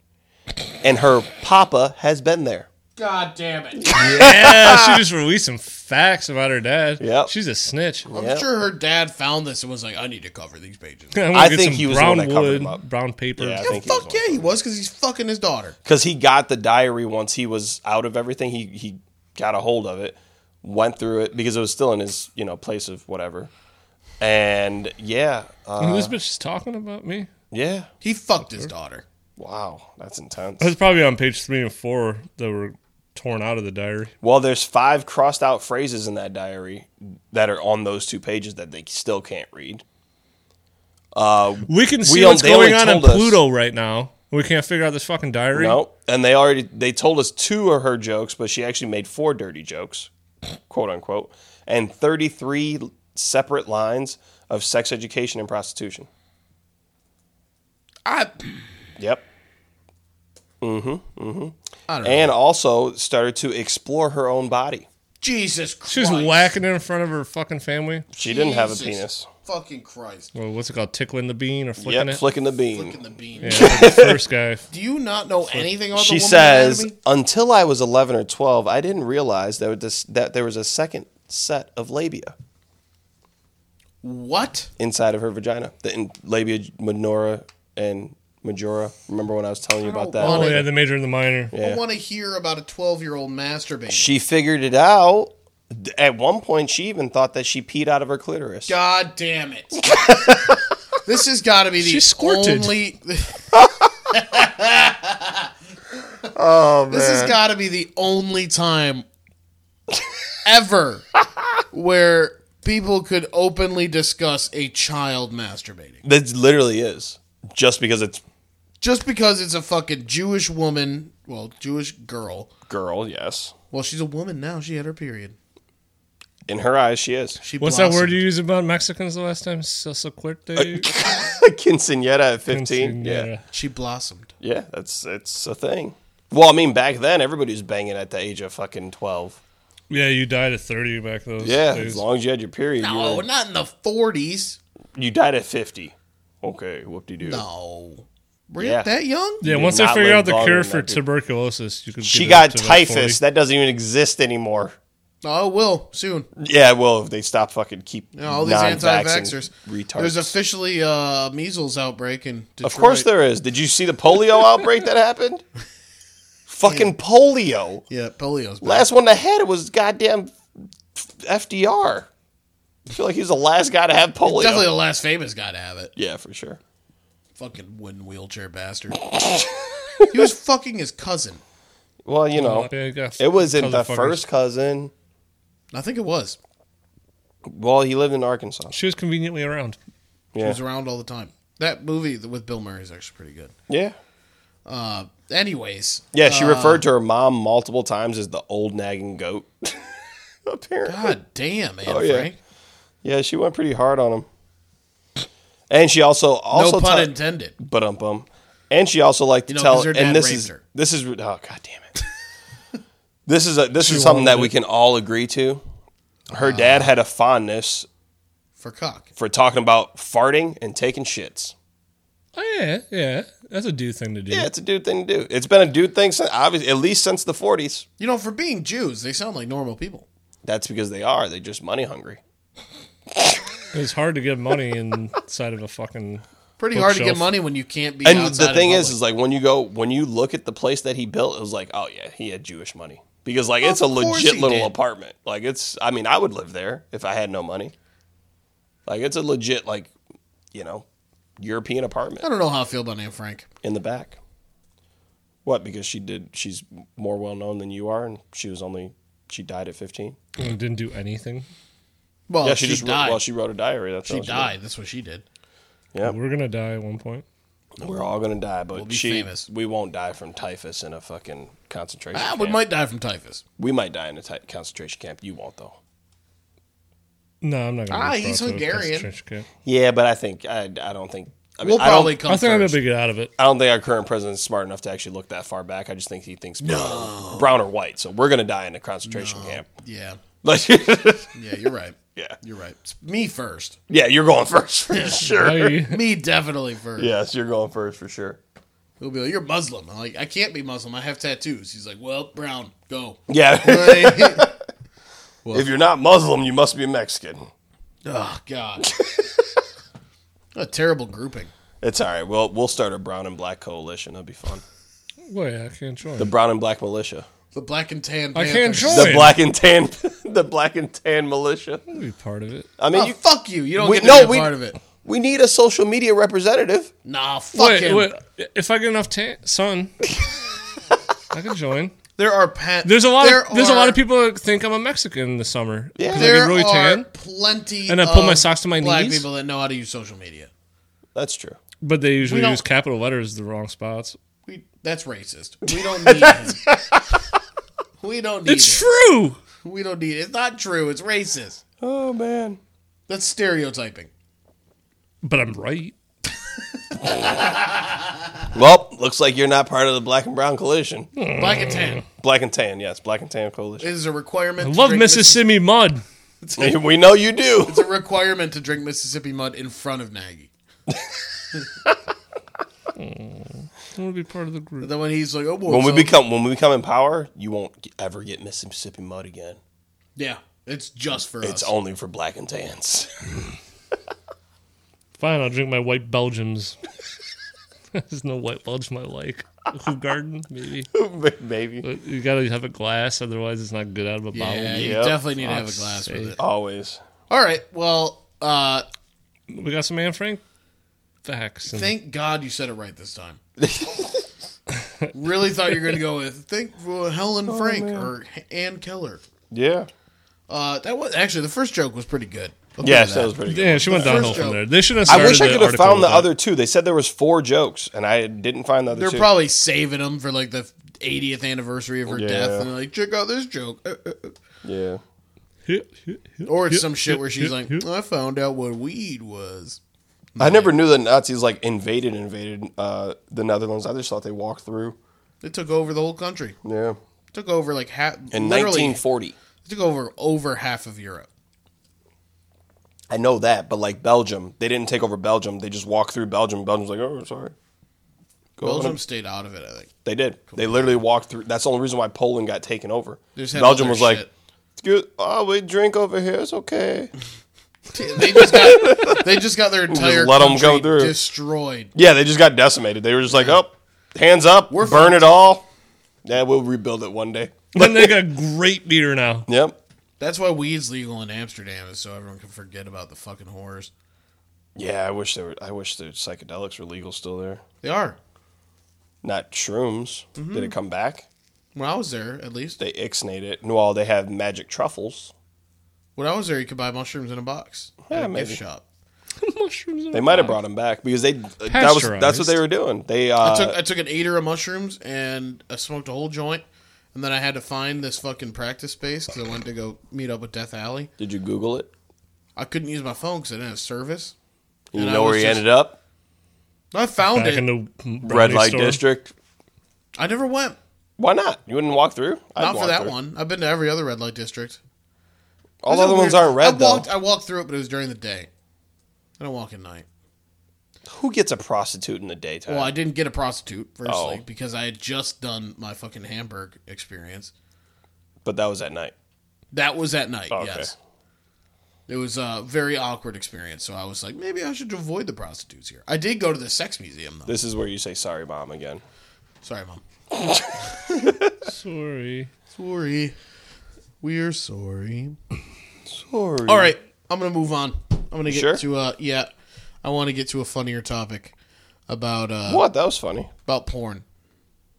S2: And her papa has been there.
S3: God damn it!
S1: yeah, she just released some facts about her dad.
S2: Yep.
S1: she's a snitch.
S3: I'm
S2: Yep.
S3: sure her dad found this and was like, "I need to cover these pages."
S1: I'm gonna
S2: I
S1: get
S2: think
S1: some
S2: he was the
S1: brown
S2: one that covered
S1: wood,
S2: him up.
S1: brown paper.
S2: Yeah, I
S3: Yeah,
S2: think he was
S3: fuck yeah, he was because he's fucking his daughter.
S2: because he got the diary once he was out of everything. He he got a hold of it, went through it because it was still in his you know place of whatever, and yeah, uh,
S1: this bitch is talking about me.
S2: yeah,
S3: He fucked his daughter.
S2: wow, that's intense.
S1: That's probably on page three and four that were torn out of the diary.
S2: Well, there's five crossed out phrases in that diary that are on those two pages that they still can't read.
S1: We can see
S2: We on-
S1: what's
S2: they only
S1: going on in
S2: told us-
S1: Pluto right now. We can't figure out this fucking diary.
S2: No, and they already they told us two are her jokes, but she actually made four dirty jokes, quote unquote, and 33 separate lines of sex education and prostitution.
S3: I,
S2: Yep.
S3: I don't know.
S2: and also started to explore her own body.
S3: Jesus Christ!
S1: She's whacking it in front of her fucking family.
S2: She didn't have a penis.
S3: Jesus Fucking Christ!
S1: Well, what's it called? Tickling the bean or flicking
S2: Yep,
S1: it?
S2: flicking the bean.
S3: Fucking the bean.
S1: Yeah, like the first guy.
S3: Do you not know anything about the
S2: she
S3: woman's
S2: says,
S3: anatomy?
S2: "Until I was 11 or 12, I didn't realize that this, that there was a second set of labia
S3: "What?"
S2: inside of her vagina. The in, labia minora and majora. Remember when I was telling you about that?
S1: Oh yeah, the major and the minor.
S3: I want to hear about a twelve-year-old masturbating.
S2: She figured it out. D- At one point, she even thought that she peed out of her clitoris.
S3: God damn it. this has got to be the
S1: She squirted.
S3: only. oh,
S2: Oh,
S3: man. This has got to be the only time ever where people could openly discuss a child masturbating.
S2: That literally is just because it's
S3: Just because it's a fucking Jewish woman, well, Jewish girl.
S2: girl. Yes,
S3: Well, she's a woman now. She had her period.
S2: in her eyes, she is.
S3: She
S1: What's that
S3: blossomed.
S1: word you used about Mexicans the last time? Sasacuerte?
S2: Quinceanera at 15. Uh, Yeah.
S3: She blossomed.
S2: Yeah, that's it's a thing. Well, I mean, back then everybody was banging at the age of fucking twelve.
S1: Yeah, you died at 30 back those
S2: Yeah,
S1: days.
S2: as long as you had your period, you,
S3: No,
S2: were-
S3: not in the 40s.
S2: you died at fifty. Okay, whoop de doo.
S3: No. Were you
S2: Yeah.
S3: that young?
S1: yeah,
S2: did
S1: once they
S2: not
S1: figure
S2: live
S1: out the
S2: longer
S1: cure
S2: than
S1: for
S2: that, dude.
S1: tuberculosis, you could
S2: She
S1: get
S2: got
S1: up to about 40.
S2: typhus. That doesn't even exist anymore.
S3: Oh, it will soon.
S2: Yeah, well, if they stop fucking keep
S3: You know, all these anti-vaxxers.
S2: retards.
S3: There's officially a measles outbreak in
S2: of
S3: Detroit.
S2: course there is. Did you see the polio outbreak that happened? fucking polio.
S3: Yeah, polio's back.
S2: Last one that had it was goddamn FDR. I feel like he's the last guy to have polio.
S3: Definitely the last famous guy to have it.
S2: Yeah, for sure.
S3: Fucking wooden wheelchair bastard. he was fucking his cousin.
S2: Well, you know,
S1: Yeah, you got
S2: it was in the
S1: motherfuckers.
S2: first cousin.
S3: I think it was.
S2: Well, he lived in Arkansas.
S1: She was conveniently around.
S3: He
S2: Yeah,
S3: was around all the time. That movie with Bill Murray is actually pretty good.
S2: yeah,
S3: Uh, anyways,
S2: yeah. She referred to her mom multiple times as the old nagging goat. Apparently,
S3: God damn, Anne
S2: Oh, yeah.
S3: Frank.
S2: yeah, she went pretty hard on him. And she also also
S3: No pun
S2: ti-
S3: intended.
S2: but um bum. And she also liked to
S3: You know,
S2: tell.
S3: 'cause her dad
S2: And this
S3: raped
S2: is
S3: her.
S2: this is oh god damn it. this is a this is something that we can all agree to. Her
S3: Uh.
S2: dad had a fondness
S3: For cock.
S2: for talking about farting and taking shits.
S1: Oh, yeah, yeah. That's a dude thing to do.
S2: Yeah, it's a dude thing to do. It's been a dude thing since obviously at least since the forties.
S3: You know, for being Jews, they sound like normal people.
S2: That's because they are. They're just money hungry.
S1: It's hard to get money inside of a fucking.
S3: Pretty hard to get
S1: Bookshelf.
S3: money when you can't be.
S2: And
S3: outside
S2: the thing
S3: in
S2: is, is like when you go, when you look at the place that he built, it was like, oh yeah, he had Jewish money because like it's a
S3: Of course
S2: legit
S3: he
S2: little
S3: did.
S2: apartment. Like it's, I mean, I would live there if I had no money. Like it's a legit like, you know, European apartment
S3: I don't know how I feel about Anne Frank.
S2: in the back. What? Because she did. She's more well known than you are, and she was only she died at fifteen.
S1: and didn't do anything.
S3: Well,
S2: yeah, she,
S3: Oh, she,
S2: just
S3: died.
S2: Wrote, well, she wrote a diary. That's
S3: she
S2: all
S3: died. That's what she did.
S2: Yeah,
S1: We're gonna die at one point.
S2: we're all gonna die, but
S3: be
S2: she,
S3: famous.
S2: we won't die from typhus in a fucking concentration.
S3: Ah,
S2: camp.
S3: we might die from typhus.
S2: We might die in a tight concentration camp. You won't, though.
S1: No, I'm not gonna.
S3: Ah,
S1: be
S3: he's
S1: brought to a
S3: Hungarian.
S1: concentration camp.
S2: Yeah, but I think I, I don't think I mean,
S3: We'll
S2: I don't-
S3: probably come
S1: I think I'm
S3: first.
S1: gonna get out of it.
S2: I don't think our current president's smart enough to actually look that far back. I just think he thinks brown, or, brown or white. So we're gonna die in a concentration camp.
S3: Yeah,
S2: Like,
S3: yeah, you're right.
S2: yeah,
S3: You're right. It's me first.
S2: yeah, you're going first for sure.
S1: Bye.
S3: Me definitely first.
S2: Yes, you're going first for sure.
S3: He'll be like, "You're Muslim." I'm like, "I can't be Muslim. I have tattoos." He's like, "Well, brown, go."
S2: Yeah,
S3: Like,
S2: if you're not Muslim, you must be Mexican.
S3: oh God, a terrible grouping.
S2: It's all right. We'll we'll start a brown and black coalition. That'd be fun.
S1: Wait, I can't join.
S2: The brown and black militia.
S3: The black and tan.
S1: I
S3: Panthers.
S1: can't join.
S2: The black and tan. the black and tan militia.
S1: I'll be part of it.
S2: I mean,
S3: Oh,
S2: you,
S3: fuck you. You don't
S2: We-
S3: get to
S2: no,
S3: be a
S2: we-
S3: part of it.
S2: we need a social media representative.
S3: Nah, fuck
S1: Wait,
S3: him.
S1: wait, if I get enough ta- sun, I can join.
S3: There are pat.
S1: There's a lot.
S3: There
S1: of, there's a lot
S3: are-
S1: of people that think I'm a Mexican in the summer.
S2: Yeah.
S1: 'Cause I
S3: There
S1: get really
S3: are
S1: tan,
S3: plenty.
S1: and I pull
S3: of
S1: my socks to my
S3: black
S1: knees.
S3: people that know how to use social media.
S2: That's true.
S1: but they
S3: We
S1: usually
S3: don't-
S1: use capital letters the wrong spots.
S3: We, that's racist. We don't need. him. we don't need.
S1: It's
S3: him.
S1: true.
S3: We don't need. It's not true. It's racist.
S2: Oh man.
S3: That's stereotyping.
S1: But I'm right.
S2: Well, looks like you're not part of the black and brown coalition.
S1: Hmm.
S3: Black and tan
S2: Black and tan, yes, black and tan coalition.
S3: is a requirement.
S1: I
S3: to
S1: love
S3: drink
S1: Mississippi mud.
S2: we know you do.
S3: It's a requirement to drink Mississippi mud in front of Nagy.
S1: I want to be part of the group.
S3: Then when he's like, "Oh, boy,
S2: When we
S3: so-
S2: become when we become in power, you won't g- ever get Mississippi mud again.
S3: yeah, it's just for
S2: It's
S3: us."
S2: only for black and tans.
S1: Fine, I'll drink my white Belgians. There's no white Belgium I like. Who garden maybe?
S2: Maybe
S1: But you gotta have a glass, otherwise it's not good out of a bottle.
S3: yeah, you
S2: Yep.
S3: definitely need to have a
S1: Fuck's
S3: glass
S1: sake.
S3: with it.
S2: always.
S3: All right. Well, uh,
S1: We got some Anne Frank facts. And
S3: Thank God you said it right this time. really thought you were going to go with thank well, Helen Frank or H- Ann Keller.
S2: Yeah.
S3: Uh, that was actually the first joke was pretty good. I'll give
S2: Yes,
S3: you
S2: that was pretty. Good.
S1: yeah, she went downhill
S3: first
S1: from
S3: joke-
S1: there. They should have.
S2: I wish
S1: started
S2: I
S1: the
S2: could have
S1: article
S2: found the
S1: with that.
S2: other two. They said there was four jokes, and I didn't find the other
S3: They're
S2: two.
S3: probably saving them for like the 80th anniversary of her death,
S2: Yeah.
S3: and they're like, check out this joke, Uh, uh, uh.
S2: yeah.
S3: or it's some shit where she's like, I found out what weed was.
S2: I never knew the Nazis like invaded invaded uh, the Netherlands. I just thought they walked through.
S3: It took over the whole country.
S2: Yeah.
S3: took over like half.
S2: In
S3: literally,
S2: 1940.
S3: it took over over half of Europe.
S2: I know that, but like Belgium, they didn't take over Belgium. They just walked through Belgium. Belgium's like, oh, sorry. Go on.
S3: Belgium stayed out of it. I think.
S2: They did. They literally walked through. That's the only reason why Poland got taken over.
S3: They just had
S2: Belgium
S3: other
S2: was like,
S3: shit.
S2: "Excuse- oh, we drink over here. It's okay.
S3: They just got they just got their entire
S2: let 'em
S3: country
S2: go through.
S3: destroyed.
S2: Yeah, they just got decimated. They were just like, oh, hands up,
S3: We're
S2: burn it all. Yeah, we'll rebuild it one day.
S1: Then they got great beer now.
S2: Yep.
S3: That's why weed's legal in Amsterdam, is so everyone can forget about the fucking horrors.
S2: Yeah, I wish there were. I wish the psychedelics were legal still there.
S3: They are.
S2: Not shrooms.
S3: Mm-hmm.
S2: Did it come back?
S3: When I was there, at least.
S2: They ixnayed it. And while they have magic truffles,
S3: When I was there, you could buy mushrooms in a box at
S2: Yeah,
S3: a
S2: maybe.
S3: gift shop.
S1: Mushrooms.
S2: they might have brought them back because they uh, that was that's what
S1: Pasteurized.
S2: they were doing. They
S3: I
S2: uh,
S3: took I took an eater of mushrooms and I smoked a whole joint, and then I had to find this fucking practice space because I went to go meet up with Death Alley.
S2: did you Google it?
S3: I couldn't use my phone because I didn't have service.
S2: You
S3: And I
S2: know where
S3: was
S2: he
S3: just-
S2: ended up?
S3: I found
S1: back
S3: it.
S1: in the
S2: Red
S1: brownie
S2: Light
S1: store.
S2: District.
S3: I never went.
S2: Why not? You wouldn't walk through. I'd
S3: Not
S2: walk
S3: for that
S2: through.
S3: one. I've been to every other red light district.
S2: All the
S3: There's
S2: other
S3: a
S2: ones
S3: weird-
S2: aren't red
S3: I
S2: though.
S3: walked, I walked through it, but it was during the day. I don't walk at night.
S2: Who gets a prostitute in the daytime?
S3: Well, I didn't get a prostitute firstly
S2: Oh.
S3: because I had just done my fucking Hamburg experience.
S2: but that was at night.
S3: That was at night.
S2: Oh, Okay.
S3: Yes. It was a very awkward experience, so I was like, maybe I should avoid the prostitutes here. I did go to the sex museum though.
S2: This is where you say sorry, mom, again.
S3: Sorry, mom.
S1: Sorry.
S3: Sorry, we're sorry.
S2: Sorry.
S3: All right, I'm gonna move on. I'm gonna get
S2: Sure?
S3: to uh, yeah, I want to get to a funnier topic about uh
S2: What? That was funny.
S3: about porn.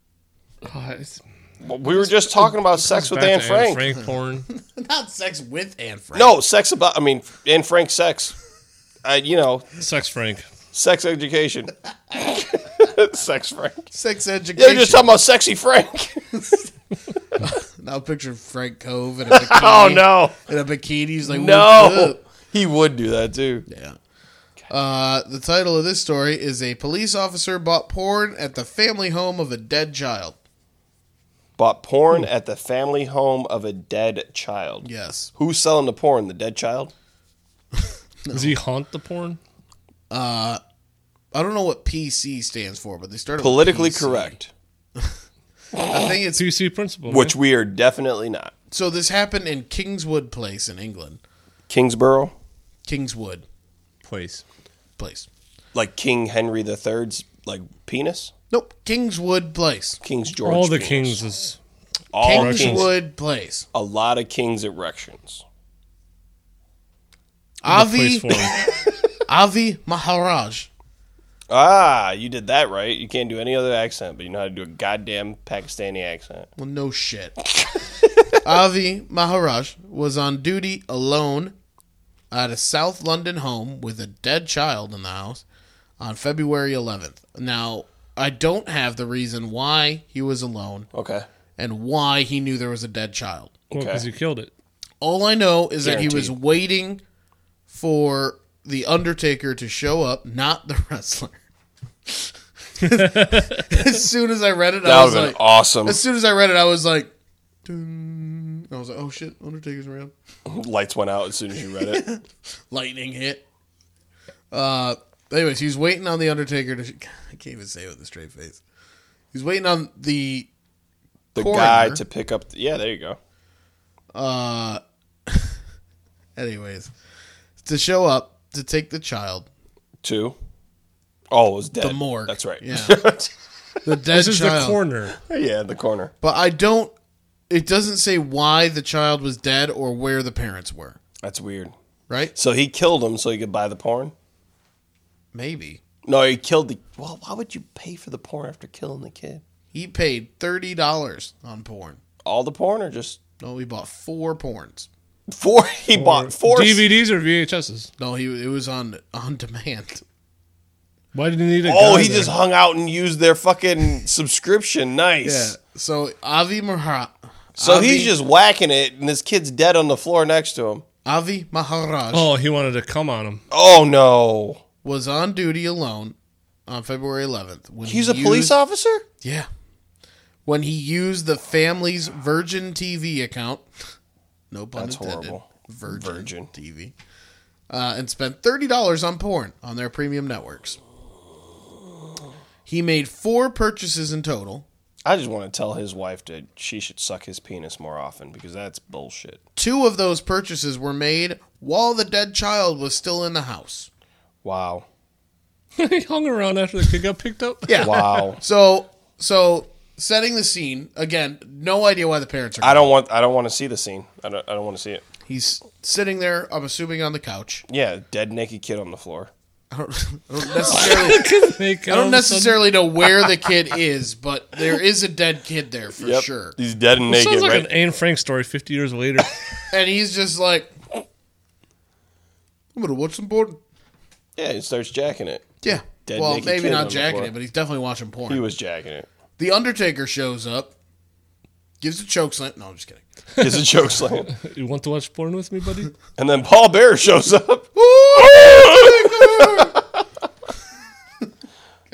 S1: God, Ah, it's
S2: Well, We were just talking about sex with
S1: back
S2: Anne
S1: to
S2: Frank.
S1: Frank porn.
S3: Not sex with Anne Frank.
S2: No, sex about. I mean, Anne Frank sex. I, you know,
S1: Sex Frank.
S2: sex education. sex Frank.
S3: sex
S2: Yeah,
S3: education.
S2: you're just talking about sexy Frank.
S3: now picture Frank Cove in a bikini.
S2: oh no,
S3: In a bikini, he's like, "What's
S2: no.
S3: up?"
S2: He would do that too.
S3: Yeah. Uh, the title of this story is A Police Officer Bought Porn at the Family Home of a Dead Child.
S2: Bought porn at the family home of a dead child.
S3: Yes.
S2: Who's selling the porn? The dead child?
S1: Does he haunt the porn?
S3: I don't know what PC stands for, but they started with
S2: Politically
S3: PC.
S2: correct,
S3: I think it's
S1: CC principal.
S2: which
S1: right?
S2: we are definitely not.
S3: so. This happened in Kingswood Place in England.
S2: Kingsborough,
S3: Kingswood
S1: place?
S3: Place.
S2: like King Henry III's like penis.
S3: Nope. Kingswood Place.
S2: King's George.
S1: All the
S2: penis.
S1: kings is
S2: All kings.
S3: Kingswood Place.
S2: A lot of kings erections.
S1: place
S3: Avi
S1: for him.
S3: Avi Maharaj.
S2: Ah, you did that right. You can't do any other accent, but you know how to do a goddamn Pakistani accent.
S3: Well, no shit. Avi Maharaj was on duty alone at a South London home with a dead child in the house on February 11th. Now, I don't have the reason why he was alone
S2: Okay.
S3: and why he knew there was a dead child.
S1: Well, because you killed it.
S3: All I know is that he was waiting for the Undertaker to show up, not the wrestler. as soon as I read it, I
S2: That would
S3: was
S2: have
S3: like,
S2: been awesome.
S3: as soon as I read it, I was like, Dun. I was like, oh shit, Undertaker's around.
S2: Lights went out as soon as you read it.
S3: Lightning hit. Uh, anyways, he's waiting on the Undertaker to. I can't even say it with a straight face. He's waiting on the.
S2: The
S3: Coroner.
S2: guy to pick up. The, yeah, there you go.
S3: Anyways, to show up to take the child.
S2: Two. Oh, it was dead.
S3: The morgue.
S2: That's right.
S3: Yeah.
S2: Yeah,
S3: The dead
S1: This is
S3: child.
S1: the corner.
S2: the corner.
S3: but I don't. It doesn't say why the child was dead or where the parents were.
S2: That's weird.
S3: Right?
S2: So he killed him so he could buy the porn?
S3: Maybe
S2: No, he killed the. Well, why would you pay for the porn after killing the kid?
S3: he paid thirty dollars on porn.
S2: All the porn or just.
S3: No, he bought four porns.
S2: Four. He bought four.
S1: DVDs or VHSs?
S3: No, he it was on on demand.
S1: Why did he need a
S2: Oh,
S1: guy
S2: he
S1: there?
S2: just hung out and used their fucking subscription. Nice.
S3: So Avi Maharaj.
S2: So
S3: Avi,
S2: he's just whacking it, and this kid's dead on the floor next to him.
S3: Avi Maharaj
S1: Oh, he wanted to come on him.
S2: Oh no,
S3: was on duty alone on February 11th when
S2: he's
S3: he
S2: a police
S3: used-
S2: officer.
S3: Yeah. When he used the family's Virgin TV account. No pun
S2: That's
S3: intended.
S2: horrible.
S3: Virgin,
S2: Virgin.
S3: TV. Uh, and spent thirty dollars on porn on their premium networks. He made four purchases in total,
S2: I just want to tell his wife that she should suck his penis more often because that's bullshit.
S3: Two of those purchases were made while the dead child was still in the house.
S2: Wow,
S1: he hung around after the kid got picked up.
S3: Yeah.
S2: wow.
S3: So, so setting the scene again. No idea why the parents are.
S2: I don't want. I don't want to see the scene. I don't. I don't want to see it.
S3: He's sitting there. I'm assuming on the couch.
S2: Yeah, dead naked kid on the floor.
S3: I don't, I don't necessarily. I don't necessarily know where the kid is, but there is a dead kid there for
S2: Yep.
S3: sure.
S2: He's dead and naked,
S1: Sounds like
S2: right?
S1: an Anne Frank story 50 years later.
S3: And he's just like, I'm gonna watch some porn.
S2: yeah, he starts jacking it.
S3: Yeah.
S2: Dead
S3: well,
S2: naked
S3: maybe
S2: kid on
S3: not
S2: the
S3: jacking
S2: floor.
S3: it, but he's definitely watching porn.
S2: He was jacking it.
S3: The Undertaker shows up, gives a choke slam. No, I'm just kidding.
S2: It's a choke slam.
S1: you want to watch porn with me, buddy?
S2: And then Paul Bear shows up.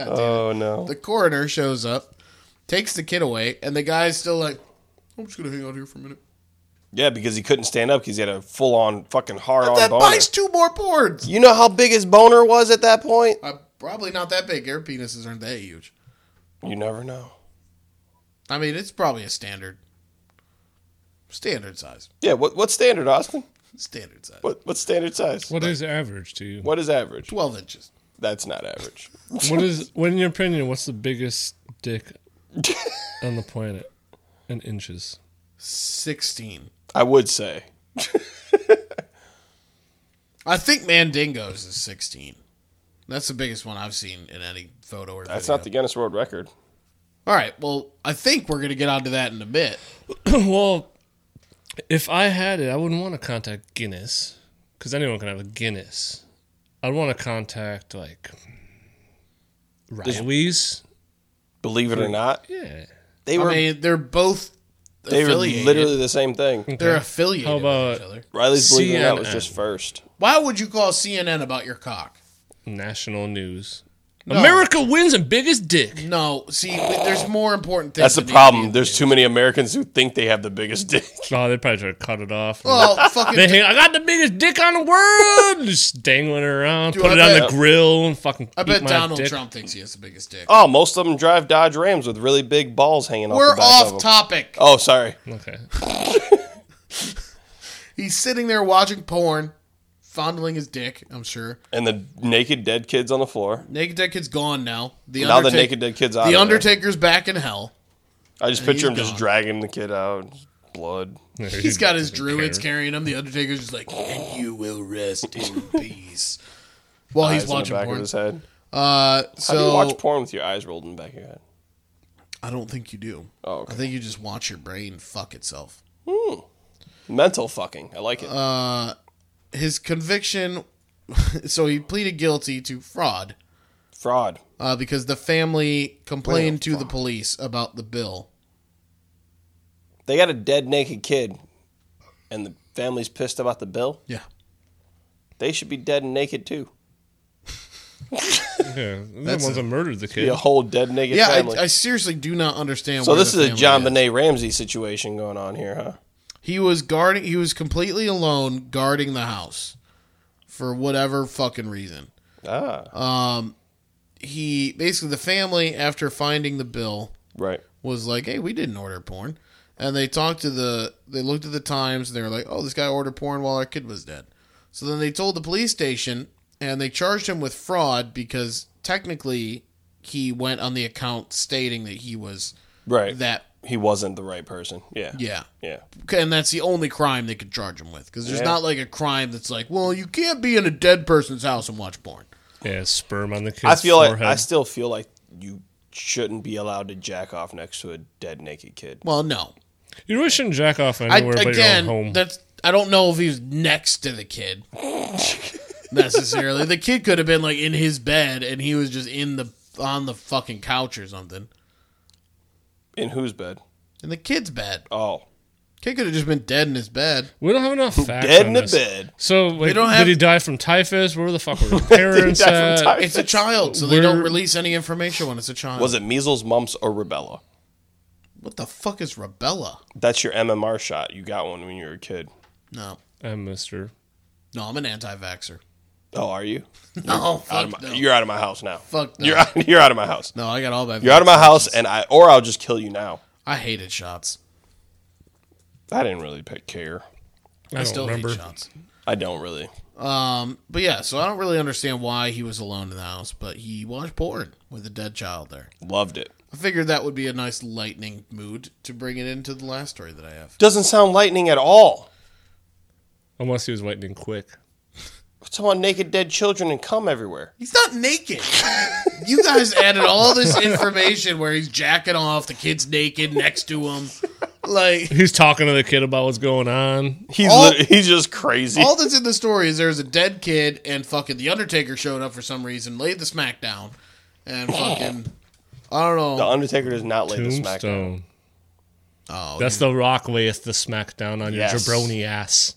S2: oh no.
S3: The coroner shows up, takes the kid away, and the guy's still like, I'm just gonna hang out here for a minute.
S2: Yeah, because he couldn't stand up because he had a full on fucking hard on
S3: that
S2: boner.
S3: buys two more boards.
S2: You know how big his boner was at that point?
S3: I'm probably not that big. Air penises aren't that huge.
S2: You never know.
S3: I mean, it's probably a standard, standard size.
S2: Yeah, what what's standard, Austin?
S3: Standard size.
S2: What, what's standard size?
S1: What is average to you?
S2: What is average?
S3: 12 inches.
S2: That's not average.
S1: What is, what in your opinion, what's the biggest dick on the planet in inches?
S3: 16.
S2: I would say.
S3: I think Mandingo's is 16. That's the biggest one I've seen in any photo or
S2: That's
S3: video.
S2: not the Guinness World Record.
S3: All right. Well, I think we're going to get onto that in a bit.
S1: well, if I had it, I wouldn't want to contact Guinness because anyone can have a Guinness. I'd want to contact like Riley's.
S2: Believe it or not,
S1: Yeah.
S2: they
S3: I
S2: were
S3: mean, they're both
S2: they were
S3: affiliated.
S2: literally the same thing.
S3: they're affiliated
S1: How about-
S3: with each other.
S2: Riley's believe it or not was
S1: CNN.
S2: just first.
S3: Why would you call CNN about your cock?
S1: National news. America wins and biggest dick.
S3: No, see, w- there's more important things.
S2: That's the
S3: that need to
S2: problem.
S3: be-
S2: There's too many Americans who think they have the biggest dick.
S1: Oh, they probably try to cut it off.
S3: Well,
S1: They
S3: fucking.
S1: hang, I got the biggest dick on the world. Just dangling it around,
S3: Dude,
S1: put
S3: I
S1: it on
S3: bet-
S1: the grill, and fucking.
S3: I
S1: eat
S3: bet
S1: my
S3: Donald
S1: dick.
S3: Trump thinks he has the biggest dick.
S2: Oh, most of them drive Dodge Rams with really big balls hanging off
S3: We're
S2: the back of
S3: off
S2: them.
S3: topic.
S2: Oh, sorry.
S1: Okay.
S3: He's sitting there watching porn, fondling his dick. I'm sure.
S2: And the naked dead kids on the floor.
S3: Naked Dead Kid's gone now. The
S2: Now the
S3: Undertak-
S2: naked dead kids out.
S3: The
S2: of there.
S3: Undertaker's back in hell.
S2: I just picture him
S3: he's
S2: just
S3: gone.
S2: dragging the kid out, blood.
S3: He's got his druids carrying him. The Undertaker's just like, and you will rest in peace. While
S2: eyes
S3: he's
S2: in the
S3: watching
S2: back of
S3: porn.
S2: his head.
S3: Uh,
S2: How do you
S3: so
S2: watch porn with your eyes rolled in the back of your head?
S3: I don't think you do.
S2: Oh, okay.
S3: I think you just watch your brain fuck itself.
S2: Mental fucking. I like it.
S3: Uh, His conviction. So he pleaded guilty to fraud
S2: Fraud.
S3: uh, because the family complained to the police about the bill.
S2: They got a dead naked kid, and the family's pissed about the bill.
S3: Yeah.
S2: They should be dead and naked too.
S1: Yeah, they're the ones that murdered the kid.
S2: Be a whole dead naked
S3: Yeah,
S2: family.
S3: I, I seriously do not understand.
S2: so
S3: where
S2: this
S3: the
S2: is a
S3: family
S2: John Benet Ramsey situation going on here, huh?
S3: He was guarding. He was completely alone guarding the house for whatever fucking reason.
S2: Ah,
S3: He basically the family after finding the bill
S2: right.
S3: was like, "Hey, we didn't order porn," and they talked to the. They looked at the times and they were like, "Oh, this guy ordered porn while our kid was dead." So then they told the police station and they charged him with fraud because technically he went on the account stating that he was
S2: Right.
S3: that.
S2: he wasn't the right person. Yeah.
S3: Yeah.
S2: Yeah.
S3: and that's the only crime they could charge him with because there's
S2: Yeah.
S3: not like a crime that's like well you can't be in a dead person's house and watch porn
S1: Yeah, sperm on the kid's
S2: I feel
S1: forehead.
S2: like I still feel like you shouldn't be allowed to jack off next to a dead naked kid.
S3: well no
S1: you really shouldn't jack off
S3: I,
S1: anywhere but your own
S3: again
S1: home.
S3: that's i don't know if he was next to the kid necessarily the kid could have been like in his bed and he was just in the on the fucking couch or something
S2: In whose bed?
S3: in the kid's bed
S2: Oh,
S3: kid could have just been dead in his bed
S1: we don't have enough facts.
S2: dead
S1: on
S2: in the
S1: this.
S2: bed.
S1: So like,
S3: don't have-
S1: did he die from typhus? Where the fuck were his parents
S2: Died from
S1: at?
S2: typhus.
S3: it's a child so they don't
S1: We're-
S3: release any information when it's a child
S2: Was it measles, mumps, or rubella?
S3: what the fuck is rubella
S2: That's your MMR shot. You got one when you were a kid.
S3: no
S1: I'm Mister.
S3: no i'm an anti-vaxxer
S2: Oh, are you?
S3: no
S2: Out of
S3: fuck
S2: my,
S3: no.
S2: You're out of my house now.
S3: Fuck no.
S2: You're out, you're out of my house.
S3: No, I got all my.
S2: You're out of my house, and I or I'll just kill you now.
S3: I hated shots.
S2: I didn't really pick care.
S1: I,
S3: I,
S1: don't
S3: still
S1: remember.
S3: hate shots. Um,
S2: I don't really.
S3: But yeah, so I don't really understand why he was alone in the house, but he watched porn with a dead child there.
S2: Loved it.
S3: I figured that would be a nice lightning mood to bring it into the last story that I have.
S2: Doesn't sound lightning at all.
S1: Unless he was lightning quick.
S2: It's on naked dead children and cum everywhere.
S3: He's not naked. you guys added all this information where he's jacking off, the kid's naked next to him. Like
S1: He's talking to the kid about what's going on.
S2: He's
S3: All-
S2: lit- he's just crazy.
S3: all that's in the story is there's a dead kid and fucking the Undertaker showed up for some reason, laid the smack down, and fucking I don't know.
S2: the Undertaker does not lay the smack. down.
S1: Tombstone.
S3: Oh,
S1: That's the rock layeth the smackdown on
S2: Yes.
S1: your jabroni ass.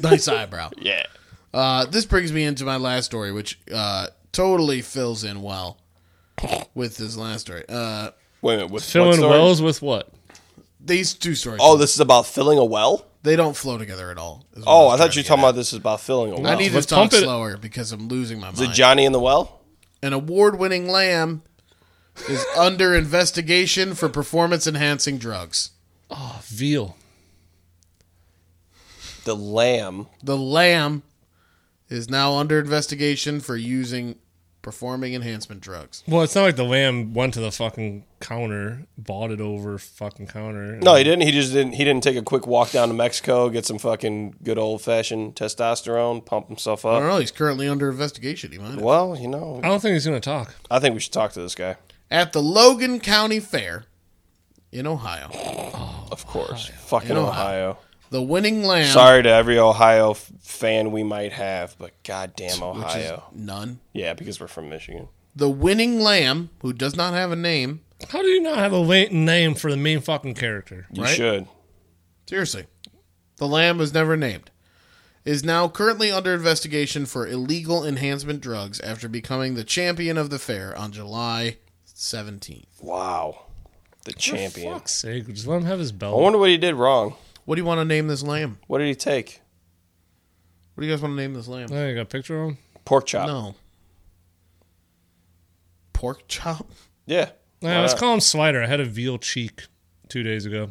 S3: nice eyebrow.
S2: Yeah.
S3: Uh, this brings me into my last story, which uh, totally fills in well with this last story. Uh,
S2: Wait a minute. With
S1: Filling
S2: what story?
S1: wells with what?
S3: these two stories,
S2: Oh, this is about filling a well.
S3: they don't flow together at all. is what
S2: Oh, I
S3: was
S2: thought
S3: trying
S2: you were
S3: to
S2: talking
S3: get
S2: about this is about filling a well.
S3: at. I need
S1: Let's
S3: to talk
S1: pump it.
S3: slower because I'm losing my
S2: the
S3: mind.
S2: Johnny in the well.
S3: An award-winning lamb is under investigation for performance-enhancing drugs.
S1: Oh, veal.
S2: The lamb.
S3: The lamb is now under investigation for using performing enhancement drugs.
S1: Well, it's not like the lamb went to the fucking counter, bought it over fucking counter.
S2: No, he didn't. He just didn't. He didn't take a quick walk down to Mexico, get some fucking good old fashioned testosterone, pump himself
S3: I don't
S2: up.
S3: know. He's currently under investigation. He might have.
S2: Well, you know,
S1: I don't think he's gonna talk.
S2: I think we should talk to this guy.
S3: At the Logan County Fair in Ohio,
S2: Of course, fucking
S3: In Ohio.
S2: Ohio.
S3: the winning lamb.
S2: Sorry to every Ohio f- fan we might have, but goddamn
S3: which is
S2: Ohio.
S3: none.
S2: Yeah, because we're from Michigan.
S3: The winning lamb, who does not have a name.
S1: How do you not have a la- name for the main fucking character?
S2: You
S3: Right?
S2: should.
S3: Seriously. The lamb was never named. Is now currently under investigation for illegal enhancement drugs after becoming the champion of the fair on July 17th.
S2: Wow, the
S1: For
S2: champion.
S1: fuck's sake, just let him have his belt.
S2: I wonder what he did wrong.
S3: What do you want to name this lamb?
S2: What did he take?
S3: What do you guys want to name this lamb?
S1: Oh, you got a picture of him?
S2: Pork chop.
S3: No. Pork chop?
S2: Yeah.
S1: Nah,
S2: Why
S1: let's
S2: not?
S1: call him Slider. I had a veal cheek two days ago.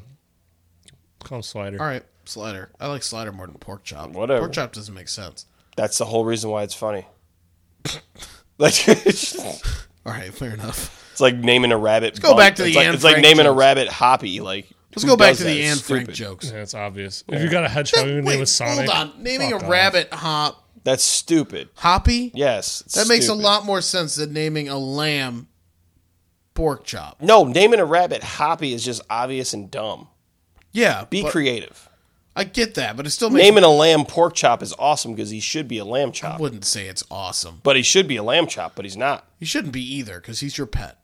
S1: Call him Slider.
S3: All right, slider. I like slider more than pork chop.
S2: Whatever.
S3: Pork chop doesn't make sense.
S2: That's the whole reason why it's funny. Like it's, just-
S3: All right, fair enough.
S2: it's like naming a rabbit. Let's
S3: go back to
S2: it's
S3: the
S2: like,
S3: Anne
S2: It's like
S3: Frank
S2: naming a
S3: jokes.
S2: rabbit Hoppy. Like
S3: Let's
S2: who
S3: go back
S2: does
S3: to
S2: that?
S3: the
S2: It's
S3: Anne Frank
S2: stupid.
S3: jokes.
S1: Yeah, it's obvious. If you got a hedgehog, you're gonna name it
S3: Wait,
S1: Sonic.
S3: hold on. Naming
S1: Fuck
S3: a
S1: off.
S3: rabbit hop
S2: That's stupid.
S3: hoppy?
S2: Yes, it's
S3: That makes
S2: stupid.
S3: a lot more sense than naming a lamb pork chop.
S2: No, naming a rabbit Hoppy is just obvious and dumb.
S3: Yeah,
S2: Be
S3: but-
S2: creative.
S3: I get that, but it still makes.
S2: Naming a lamb pork chop is awesome because he should be a lamb
S3: I
S2: chop,
S3: wouldn't say it's awesome.
S2: but he should be a lamb chop, but he's not.
S3: You shouldn't be either, because he's your pet.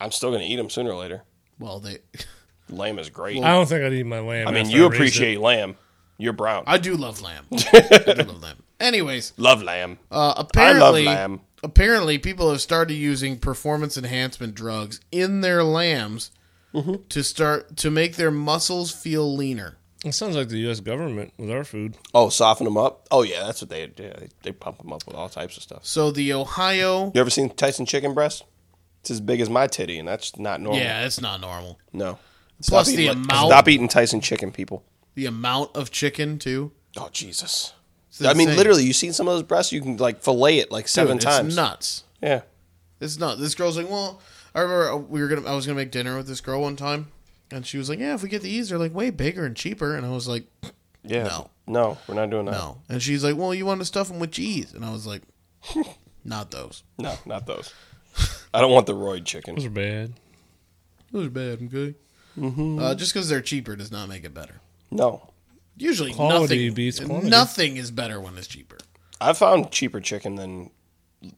S2: I'm still gonna eat him sooner or later.
S3: Well, they.
S2: Lamb is great.
S1: I don't think I'd eat my lamb.
S2: I mean,
S1: after
S2: you
S1: raised it.
S2: appreciate lamb. You're brown.
S3: I do love lamb. I do love lamb. Anyways,
S2: love lamb.
S3: uh, apparently,
S2: lamb.
S3: apparently, people have started using performance enhancement drugs in their lambs
S2: Mm-hmm.
S3: to start to make their muscles feel leaner.
S1: It sounds like the U.S. government with our food.
S2: Oh, soften them up. Oh yeah, that's what they yeah, they, they pump them up with all types of stuff.
S3: So the Ohio,
S2: You ever seen Tyson chicken breast? It's as big as my titty, and that's not normal.
S3: yeah, it's not normal.
S2: No.
S3: Plus
S2: Stop
S3: the
S2: eating-
S3: amount-
S2: Stop eating Tyson chicken, people.
S3: The amount of chicken too.
S2: Oh Jesus.
S3: It's
S2: I mean,
S3: insane.
S2: literally, you've seen some of those breasts. You can like fillet it like
S3: Dude,
S2: seven times.
S3: It's nuts.
S2: Yeah.
S3: It's not. This girl's like, well, I remember uh, we were gonna. I was gonna make dinner with this girl one time, and she was like, yeah, if we get these, they're like way bigger and cheaper. And I was like,
S2: Yeah.
S3: No.
S2: No, we're not doing that.
S3: no. And she's like, well, you want to stuff them with cheese? And I was like, not those.
S2: No, not those. I don't want the roid chicken.
S1: Those are bad.
S3: Those are bad. Okay.
S2: Mm-hmm.
S3: Uh, just because they're cheaper does not make it better.
S2: No.
S3: Usually,
S1: Quality
S3: nothing
S1: beats quantity.
S3: Nothing is better when it's cheaper.
S2: I found cheaper chicken than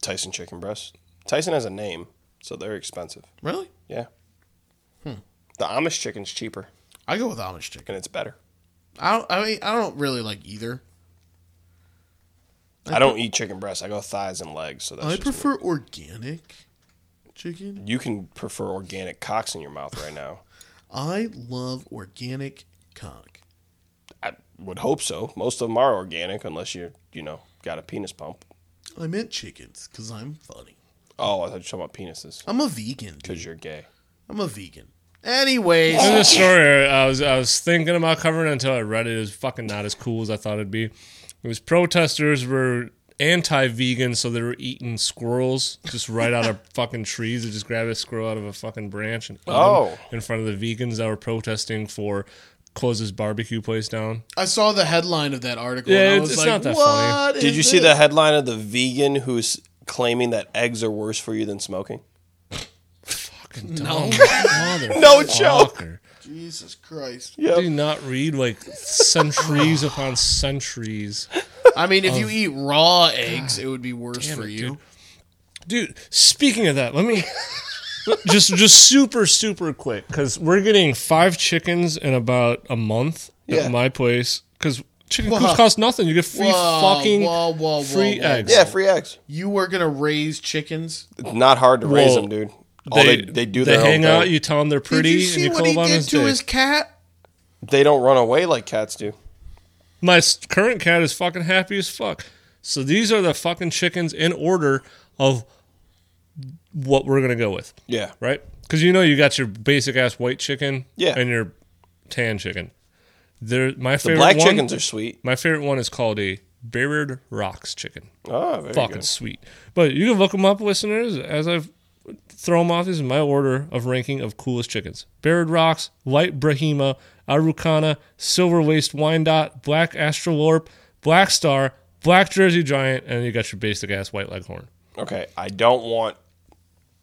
S2: Tyson chicken breast. Tyson has a name, so they're expensive.
S3: Really?
S2: Yeah.
S3: Hmm.
S2: The Amish chicken's cheaper
S3: I go with Amish chicken.
S2: and it's better.
S3: I don't, I mean, I don't really like either.
S2: I don't eat chicken breast. I go thighs and legs. So that's
S3: Oh, I
S2: just me.
S3: prefer organic chicken.
S2: You can prefer organic cocks in your mouth right now.
S3: I love organic cock.
S2: I would hope so. Most of them are organic, unless you you know got a penis pump.
S3: I meant chickens because I'm funny.
S2: Oh, I thought you were talking about penises
S3: I'm a vegan, dude.
S2: because you're gay.
S3: I'm a vegan. Anyways,
S1: There's a story I was I was thinking about covering it until I read it. It was fucking not as cool as I thought it'd be. It was protesters were anti-vegan, so they were eating squirrels just right out of fucking trees. They just grab a squirrel out of a fucking branch and eat 'em
S2: Oh.
S1: in front of the vegans that were protesting for close this barbecue place down.
S3: I saw the headline of that article.
S1: Yeah,
S3: and I
S1: it's-
S3: was
S1: it's
S3: like,
S1: not that
S3: what
S1: funny.
S3: is
S2: Did you see
S3: this?"
S2: the headline of the vegan who's claiming that eggs are worse for you than smoking?
S1: Fucking dumb motherfucker.
S2: No joke.
S3: Jesus Christ!
S1: Do not read like centuries upon centuries.
S3: I mean, if you eat raw eggs, it would be worse
S1: Oh. Damn
S3: for
S1: it,
S3: you.
S1: dude. dude speaking of that let me just just super super quick because we're getting five chickens in about a month
S2: Yeah.
S1: at my place because chicken coops
S3: Whoa.
S1: cost nothing you get free
S3: Whoa,
S1: fucking
S3: whoa, whoa,
S1: free
S3: whoa, whoa.
S1: eggs
S2: Yeah, free eggs.
S3: You were gonna raise chickens.
S2: It's not hard to raise
S1: Well,
S2: them, dude. All Oh, they, they, do their
S1: they
S2: own
S1: hang out
S2: thing.
S1: you tell them they're pretty
S3: Did you see
S1: and you
S3: what
S1: call
S3: he
S1: them on
S3: did
S1: his
S3: to
S1: dick.
S3: his cat?
S2: They don't run away like cats do.
S1: my s- current cat is fucking happy as fuck so these are the fucking chickens in order of what we're gonna go with
S2: Yeah.
S1: right? Because you know you got your basic ass white chicken,
S2: Yeah.
S1: and your tan chicken. There, my favorite
S2: Black
S1: one,
S2: chickens are sweet.
S1: My favorite one is called a Beard Rocks chicken.
S2: Oh, very
S1: Fucking
S2: good.
S1: sweet. But you can look them up, listeners, as I've thrown them off. This is my order of ranking of coolest chickens. Beard Rocks, Light Brahima, Araucana, Silver Waist Wyandotte, Black Astralorp, Black Star, Black Jersey Giant, and you got your basic ass White Leghorn.
S2: Okay, I don't want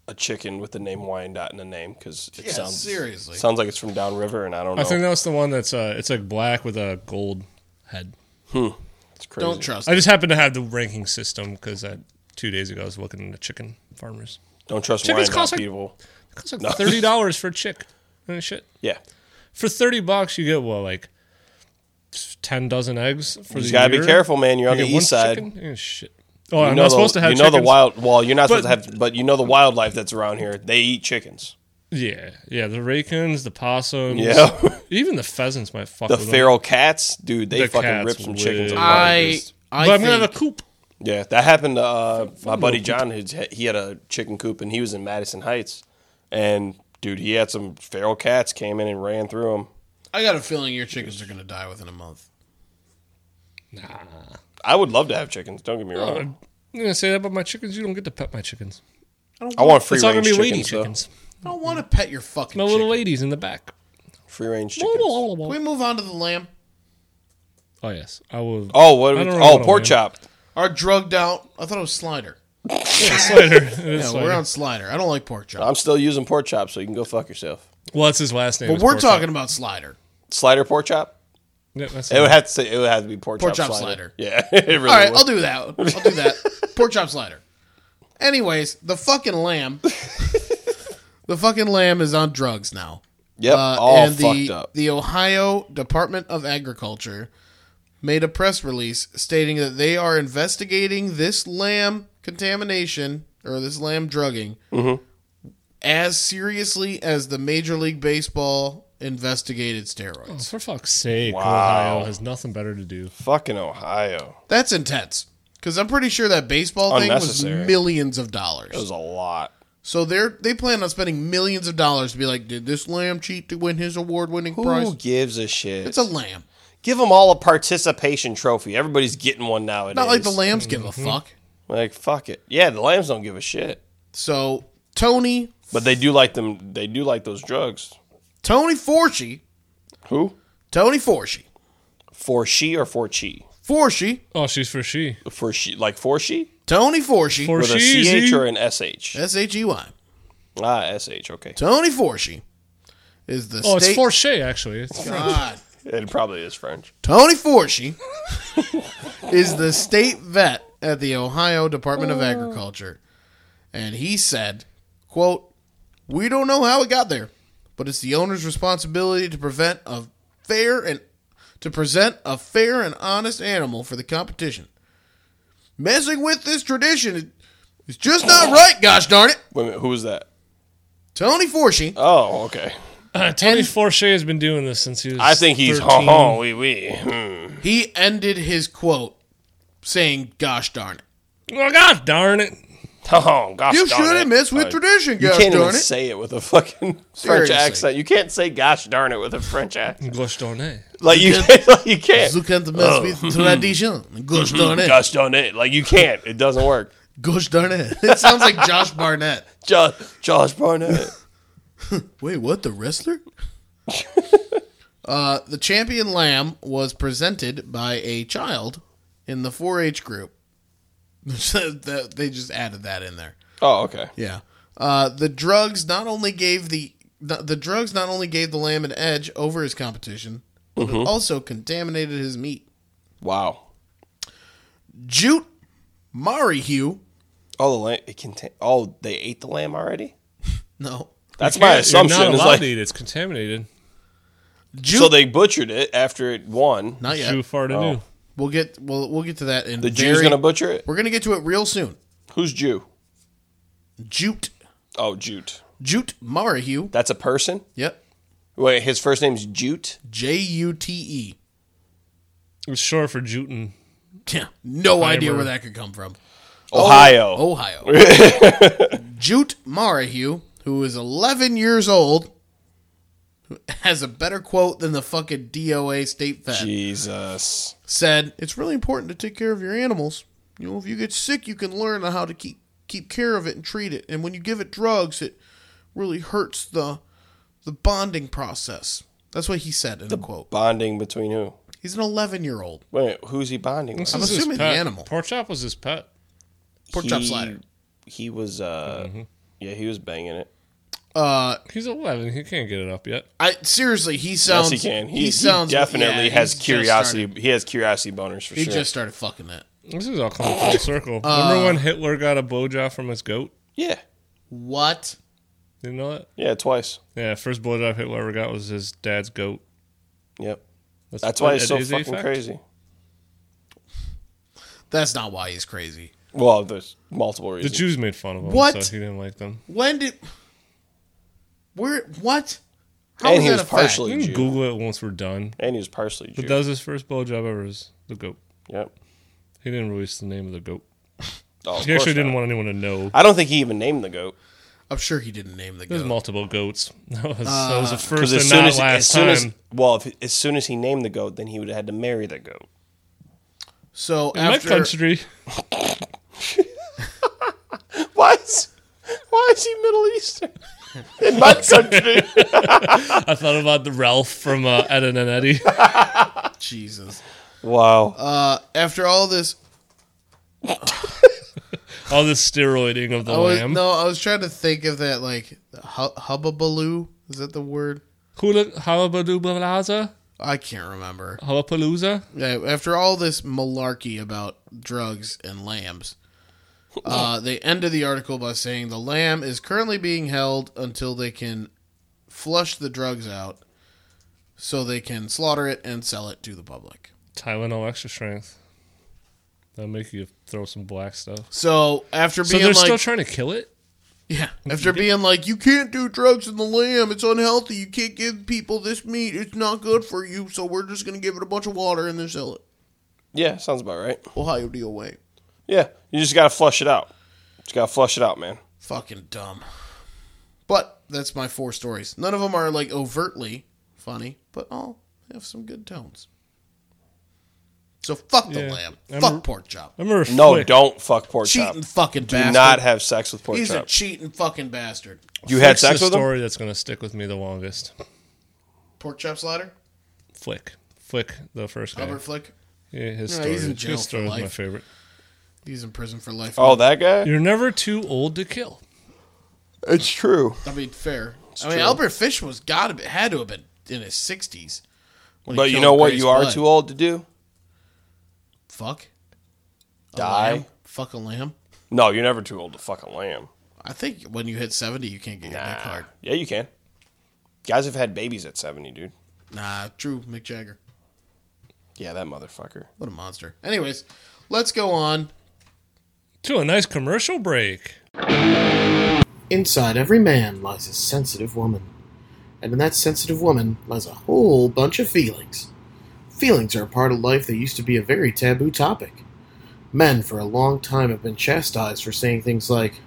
S2: a chicken with the name Wyandotte in the name because it sounds
S3: seriously.
S2: sounds like it's from downriver, and I don't know.
S1: I think that's the one that's uh, it's like black with a gold head.
S2: it's crazy.
S3: Don't trust
S1: I
S3: it.
S1: just happen to have the ranking system because two days ago I was looking at chicken farmers.
S2: Don't trust
S1: Chickens
S2: Wyandotte
S1: cost like-
S2: people.
S1: It costs like thirty dollars for a chick. And shit.
S2: Yeah,
S1: For thirty bucks you get what like ten dozen eggs for
S2: you
S1: the
S2: just gotta
S1: year?
S2: be careful, man. You're on
S1: You
S2: the
S1: get one
S2: east side.
S1: chicken? Yeah, shit. Oh,
S2: You
S1: I'm not
S2: know the-
S1: supposed to have
S2: you know the
S1: chickens?
S2: wild. Well, you're not
S1: But-
S2: supposed to have, but you know the wildlife that's around here. They eat chickens.
S1: Yeah, yeah. The raccoons, the possums,
S2: Yeah,
S1: even the pheasants might fuck
S2: the
S1: with 'em.
S2: feral cats, dude. They
S1: The
S2: fucking
S1: cats
S2: rip some
S1: would.
S2: chickens. apart.
S3: I,
S2: Just-
S3: I
S1: But I'm
S3: think
S1: gonna have a coop.
S2: Yeah, that happened to uh, my buddy John. Who's, he had a chicken coop, and he was in Madison Heights. And dude, he had some feral cats came in and ran through him.
S3: I got a feeling your chickens are gonna die within a month.
S2: I would love to have chickens. Don't get me wrong.
S1: I'm gonna say that about my chickens. You don't get to pet my chickens.
S2: I want free
S1: It's all gonna
S2: range
S1: be
S2: chickens.
S1: lady
S2: though.
S1: chickens.
S3: I don't want to pet your fucking
S1: My
S3: chicken.
S1: little ladies in the back.
S2: Free range chickens.
S1: Oh
S3: Can we move on to the lamb?
S1: yes, I will.
S2: Oh, what?
S1: I
S2: Are we,
S1: don't really
S2: oh,
S1: wanna
S2: pork
S1: win.
S2: chop.
S3: Our drugged out. I thought it was slider.
S1: Slider. It is
S3: Yeah,
S1: Slider.
S3: we're on slider. I don't like pork chop.
S2: I'm still using pork chop, so you can go fuck yourself.
S1: Well, that's his last name.
S3: But
S1: is
S3: we're
S1: Pork Chop.
S3: talking about slider.
S2: Slider pork chop.
S1: Yeah, that's
S2: It would have to say it would have to be pork,
S3: Pork
S2: chop,
S3: chop slider.
S2: slider. Yeah, it really
S3: All right, uh,
S2: would.
S3: I'll do that. I'll do that. pork chop slider. Anyways, the fucking lamb. the fucking lamb is on drugs now.
S2: Yep,
S3: Uh,
S2: all
S3: and
S2: fucked
S3: the,
S2: up.
S3: the Ohio Department of Agriculture made a press release stating that they are investigating this lamb contamination or this lamb drugging
S2: Mm-hmm.
S3: as seriously as the Major League Baseball investigated steroids.
S1: For fuck's sake,
S2: Wow.
S1: Ohio has nothing better to do.
S2: Fucking Ohio.
S3: That's intense. Because I'm pretty sure that baseball thing was
S2: Unnecessary.
S3: millions of dollars.
S2: It was a lot.
S3: So they're they plan on spending millions of dollars to be like, did this lamb cheat to win his award winning
S2: Who
S3: prize?
S2: gives a shit?
S3: It's a lamb.
S2: Give them all a participation trophy. Everybody's getting one nowadays.
S3: Not like the lambs give
S2: Mm-hmm.
S3: a fuck.
S2: Like fuck it. Yeah, the lambs don't give a shit,
S3: So Tony
S2: but they do like them. They do like those drugs.
S3: Tony Forshee
S2: Who?
S3: Tony Forshee
S2: For she or for chi?
S3: Forshee
S1: Oh, she's for she.
S2: For she, like for she
S3: Tony Forshee
S1: For
S2: with a
S1: she.
S2: ch or an sh.
S3: S H E Y
S2: Ah, sh. Okay,
S3: Tony Forshee is the
S1: Oh,
S3: state
S1: it's for she actually. It's
S3: God.
S2: it probably is French.
S3: Tony Forshee is the state vet at the Ohio Department of Agriculture. And he said, quote, We don't know how it got there, but it's the owner's responsibility to prevent a fair and to present a fair and honest animal for the competition. Messing with this tradition is just not right, gosh darn it.
S2: Wait a minute, who was that?
S3: Tony Forshee.
S2: Oh, okay.
S1: Uh, Tony Forche has been doing this since he was.
S2: I think he's
S1: 13.
S2: ha ha wee wee. Hmm.
S3: He ended his quote saying, Gosh darn it.
S1: Oh God, darn it!
S2: Ha ha. Gosh,
S3: You
S2: darn it.
S3: shouldn't mess with
S2: Like,
S3: tradition,
S2: You
S3: gosh
S2: can't
S3: darn
S2: even
S3: it.
S2: say it with a fucking French
S3: Seriously.
S2: accent. You can't say "gosh darn it" with a French accent.
S1: Gosh darn it!
S2: Like you, like you can't.
S3: You can't mess with tradition. Gosh darn
S2: Oh.
S3: it.
S2: Mm-hmm. Gosh darn it! Like you can't. It doesn't work.
S3: Gosh darn it. It sounds like Josh Barnett.
S2: Josh, Josh Barnett.
S3: Wait, what? The wrestler? uh, the champion lamb was presented by a child in the 4 H group. So that- they just added that in there.
S2: Oh, okay.
S3: Yeah. Uh, the drugs not only gave the the the drugs not only gave the lamb an edge over his competition, but
S2: Mm-hmm.
S3: it also contaminated his meat.
S2: Wow.
S3: Jute Marihue.
S2: Oh, the lamb. It contain. Oh, they ate the lamb already.
S3: No.
S2: That's my assumption.
S1: You're not
S2: It's
S1: allowed
S2: like,
S1: to eat. It's contaminated.
S3: Jute.
S2: so they butchered it after it won.
S3: not yet.
S1: Too far to do.
S3: We'll get we'll we'll get to that in
S2: The Jew's gonna butcher it.
S3: We're gonna get to it real soon.
S2: Who's Jew?
S3: Jute
S2: Oh, Jute.
S3: Jute Marahue.
S2: That's a person.
S3: Yep.
S2: Wait, his first name's Jute.
S3: J U T
S1: It's short for Jutin.
S3: E. No idea
S1: Heimer.
S3: where that could come from.
S2: Ohio.
S3: Ohio. Jute Marahue, who is 11 years old, has a better quote than the fucking DOA state vet.
S2: Jesus.
S3: said, "It's really important to take care of your animals. You know, if you get sick, you can learn how to keep keep care of it and treat it. And when you give it drugs, it really hurts the the bonding process." That's what he said in the, quote.
S2: Bonding between who?
S3: He's an 11 year old.
S2: Wait, who's he bonding with?
S1: This is his
S3: assuming the
S1: pet.
S3: animal.
S1: Pork chop was his pet.
S3: Pork
S2: He-
S3: chop slider.
S2: He was, uh,
S1: Mm-hmm.
S2: yeah, he was banging it.
S3: Uh,
S1: He's 11. He can't get it up yet.
S3: I seriously, he sounds.
S2: yes, he can. He,
S3: he
S2: he
S3: sounds yeah,
S2: definitely
S3: he's
S2: has
S3: just
S2: curiosity.
S3: started-
S2: He has curiosity boners for
S3: He
S2: sure.
S3: just started fucking that.
S1: This is all coming full circle.
S3: Uh,
S1: Remember when Hitler got a blowjob from his goat?
S2: yeah,
S3: What?
S1: You know that?
S2: yeah, twice.
S1: Yeah, first blowjob Hitler ever got was his dad's goat.
S2: Yep. That's why
S1: what
S2: it's so
S1: it is, the
S2: fucking
S1: effect.
S2: crazy.
S3: That's not why he's crazy.
S2: Well, there's multiple
S1: The
S2: reasons.
S1: Jews made fun of him,
S3: What?
S1: so he didn't like them.
S3: When did? Where? What? How
S2: and
S3: is
S2: he
S3: that
S2: was
S3: a fact?
S2: partially
S1: You can
S2: Jew.
S1: Google it once we're done.
S2: and he was partially Jew.
S1: But that was his first blowjob ever was the goat.
S2: yep.
S1: He didn't release the name of the goat.
S2: Oh, of
S1: He actually
S2: course not.
S1: didn't want anyone to know.
S2: I don't think he even named the goat.
S3: I'm sure he didn't name the
S1: There's
S3: guy.
S1: multiple goats. That was, that
S3: Uh,
S1: was the first
S2: Because
S1: and
S2: as soon
S1: not
S2: as,
S1: last
S2: as soon
S1: time.
S2: as well, if, as soon as he named the goat, then he would have had to marry the goat.
S3: So
S1: In my
S3: after
S1: country,
S2: Why is why is he Middle Eastern in my country?
S1: I thought about the Ralph from uh, Ed and Eddie.
S3: Jesus.
S2: wow.
S3: Uh, after all this,
S1: All the steroiding of the
S3: I was,
S1: lamb.
S3: no, I was trying to think of that like hu- hubbabaloo. Is that the word?
S1: Hula Halabadubalaza?
S3: I can't remember.
S1: Halapalooza?
S3: Yeah, After all this malarkey about drugs and lambs, uh, they ended the article by saying the lamb is currently being held until they can flush the drugs out, so they can slaughter it and sell it to the public.
S1: Tylenol extra strength. That'll make you throw some black stuff.
S3: So after
S1: So
S3: being
S1: they're
S3: like,
S1: still trying to kill it?
S3: Yeah. After being like, you can't do drugs in the lamb. It's unhealthy. You can't give people this meat. It's not good for you. So we're just going to give it a bunch of water and then sell it.
S2: yeah, sounds about right.
S3: Ohio DOA.
S2: Yeah, you just gotta flush it out. Just gotta flush it out, man.
S3: Fucking dumb. But that's my four stories. None of them are like overtly funny, but all have some good tones. So fuck the
S1: Yeah.
S3: lamb.
S1: I'm
S3: fuck
S1: a-
S3: pork chop.
S1: I remember
S2: No,
S1: Flick-
S2: don't fuck pork chop.
S3: Cheating fucking
S2: Do
S3: bastard.
S2: not have sex with pork
S3: He's a
S2: chop.
S3: cheating fucking bastard.
S2: you had
S1: Flick's
S2: sex
S1: the
S2: with him?
S1: story that's going to stick with me the longest.
S3: Pork chop slider?
S1: Flick. Flick, the first guy.
S3: Albert Flick?
S1: Yeah, his
S3: No,
S1: story.
S3: he's in jail
S1: his
S3: for
S1: story is my
S3: life.
S1: favorite.
S3: He's in prison for life.
S2: Oh, that guy?
S1: You're never too old to kill.
S2: It's true.
S3: I mean, fair. I mean, Albert Fish was got to be, had to have been in his sixties.
S2: But you know what? You are too old to do.
S3: Fuck. A
S2: Die.
S3: lamb? Fuck a lamb.
S2: No, you're never too old to fuck a lamb.
S3: I think when you hit seventy, you can't get your neck hard.
S2: Yeah, you can. Guys have had babies at seventy, dude.
S3: Nah, Drew Mick Jagger.
S2: Yeah, that motherfucker.
S3: What a monster. Anyways, let's go on.
S1: To a nice commercial break.
S5: Inside every man lies a sensitive woman. And in that sensitive woman lies a whole bunch of feelings. Feelings are a part of life that used to be a very taboo topic. Men for a long time have been chastised for saying things like,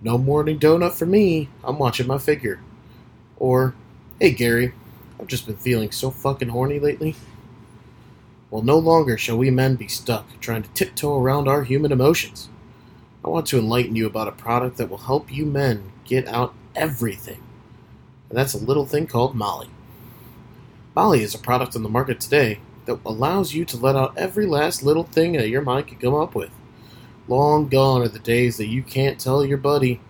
S5: No morning donut for me, I'm watching my figure. Or, Hey Gary, I've just been feeling so fucking horny lately. Well, no longer shall we men be stuck trying to tiptoe around our human emotions. I want to enlighten you about a product that will help you men get out everything. And that's a little thing called Molly. Molly is a product on the market today that allows you to let out every last little thing that your mind could come up with. Long gone are the days that you can't tell your buddy,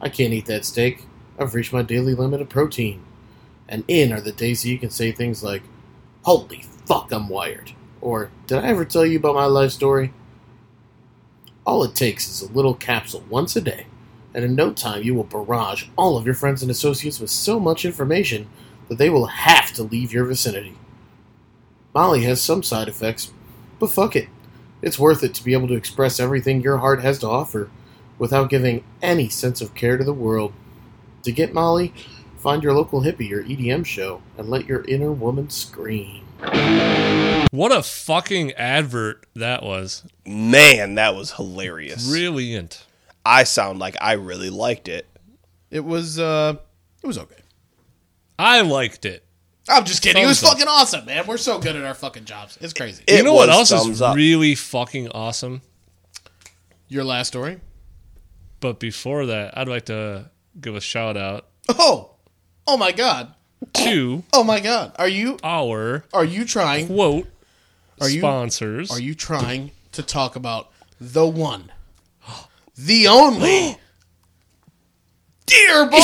S5: I can't eat that steak. I've reached my daily limit of protein. And in are the days that you can say things like, Holy fuck, I'm wired. Or, Did I ever tell you about my life story? All it takes is a little capsule once a day, and in no time you will barrage all of your friends and associates with so much information that they will have to leave your vicinity. Molly has some side effects, but fuck it. It's worth it to be able to express everything your heart has to offer without giving any sense of care to the world. To get Molly, find your local hippie or EDM show and let your inner woman scream.
S1: What a fucking advert that was.
S2: Man, that was hilarious.
S1: Brilliant.
S2: I sound like I really liked it.
S3: It was uh, it was okay.
S1: I liked it.
S3: I'm just kidding. It was
S1: Thumbs up.
S3: fucking awesome, man. We're so good at our fucking jobs. It's crazy.
S2: It
S1: you know what
S2: was
S1: else
S2: thumbs
S1: is
S2: up.
S1: really fucking awesome?
S3: Your last story?
S1: But before that, I'd like to give a shout out
S3: Oh, oh my god.
S1: to
S3: Oh my god. Are you
S1: our
S3: are you trying?
S1: quote
S3: Are you-
S1: sponsors.
S3: Are you trying to talk about the one, the only? Dearborn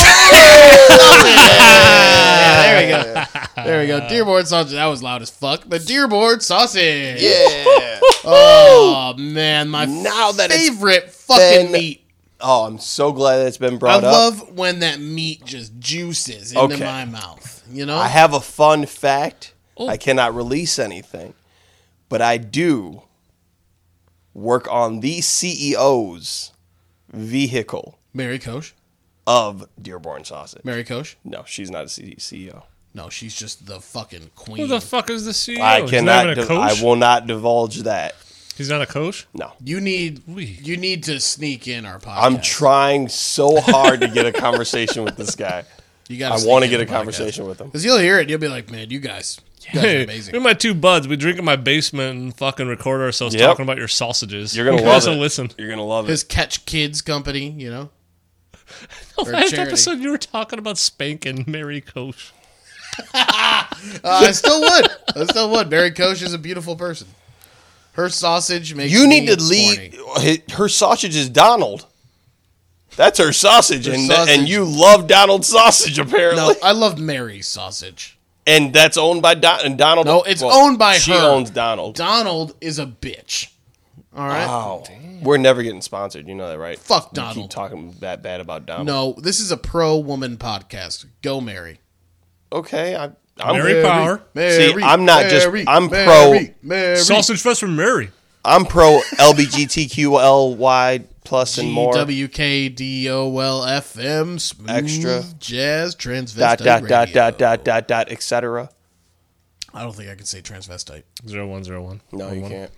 S3: sausage. Yeah, there we go. There we go. Dearborn sausage. That was loud as fuck. But Dearborn sausage.
S2: Yeah.
S3: Oh man, my
S2: Now that it's
S3: favorite fucking
S2: been
S3: meat.
S2: oh, I'm so glad that it's been
S3: I
S2: brought up.
S3: love when that meat just juices into
S2: Okay.
S3: my mouth. You know,
S2: I have a fun fact.
S1: Oh.
S2: I cannot release anything, but I do work on the CEO's vehicle
S3: Mary Koch.
S2: of Dearborn Sausage.
S3: Mary Koch.
S2: No, she's not a C- E
S1: E
S2: CEO.
S3: No, she's just the fucking queen.
S1: Who the fuck is the CEO?
S2: I
S1: He's not
S2: cannot.
S1: even a
S2: div-
S1: coach.
S2: I will not divulge that.
S1: He's not a coach.
S2: No,
S3: you need
S1: We-
S3: you need to sneak in our podcast.
S2: I'm trying so hard to get a conversation with this guy.
S3: You got.
S2: I want to get a conversation with him.
S3: because you'll hear it. You'll be like, man, you guys, you guys are
S1: Hey,
S3: amazing.
S1: we're my two buds. We drink in my basement and fucking record ourselves
S2: Yep.
S1: talking about your sausages.
S2: You're gonna
S1: You
S2: love
S1: also
S2: it.
S1: listen.
S2: You're gonna love
S3: His
S2: it.
S3: Catch Kids company. You know, a
S1: Last
S3: charity.
S1: episode, you were talking about spanking Mary Coach.
S3: Uh, I still would. I still would. Mary Koch is a beautiful person. Her sausage makes
S2: You need
S3: me
S2: to leave.
S3: horny.
S2: Her sausage is Donald. That's her sausage,
S3: Her
S2: and
S3: sausage.
S2: and you love Donald's sausage apparently.
S3: No, I love Mary's sausage.
S2: and that's owned by Don- and Donald.
S3: No, it's owned by
S2: she
S3: her.
S2: owns Donald.
S3: Donald is a bitch. All right.
S2: Wow. We're never getting sponsored. You know that, right?
S3: Oh, Fuck
S2: You
S3: Donald.
S2: keep talking that bad about Donald.
S3: No, this is a pro woman podcast. Go Mary.
S2: Okay, I, I'm
S1: Mary Power.
S2: See, I'm not just- I'm pro-
S3: Mary.
S1: Sausage Fest from Mary.
S2: I'm pro LBGTQLY plus and more.
S3: GWKDOLFM smooth
S2: Extra.
S3: jazz transvestite
S2: Dot dot dot
S3: radio.
S2: dot dot dot dot etc.
S3: I don't think I can say transvestite.
S1: Zero one zero one.
S2: No, you can't.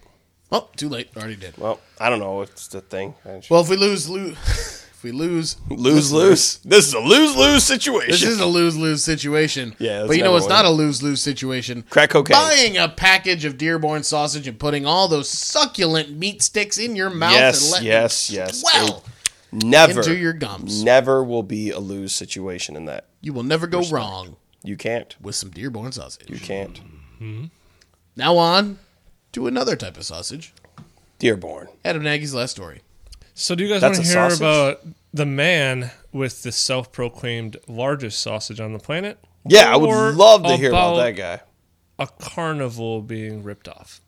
S3: Well, too late. Already did.
S2: Well, I don't know. It's the thing.
S3: Well, if we lose, lose. if we lose,
S2: lose lose. This is a lose lose situation.
S3: this is a lose lose situation.
S2: Yeah, that's
S3: but you know
S2: never
S3: it's
S2: win.
S3: not a lose lose situation.
S2: Crack cocaine.
S3: Buying a package of Dearborn sausage and putting all those succulent meat sticks in your mouth and
S2: yes,
S3: letting
S2: yes,
S3: it
S2: yes.
S3: swell
S2: never
S3: into your gums.
S2: never will be a lose situation in that.
S3: You will never go wrong
S2: You can't.
S3: with some Dearborn
S2: You
S3: sausage.
S2: can't.
S3: Now on to another type of sausage.
S2: Dearborn.
S3: Adam Nagy's last story.
S1: So, do you guys want
S2: That's
S1: to
S2: a
S1: hear
S2: sausage?
S1: about the man with the self-proclaimed largest sausage on the planet?
S2: Yeah, I would
S1: Or
S2: love to hear about that
S1: about-
S2: guy.
S1: A carnival being ripped off.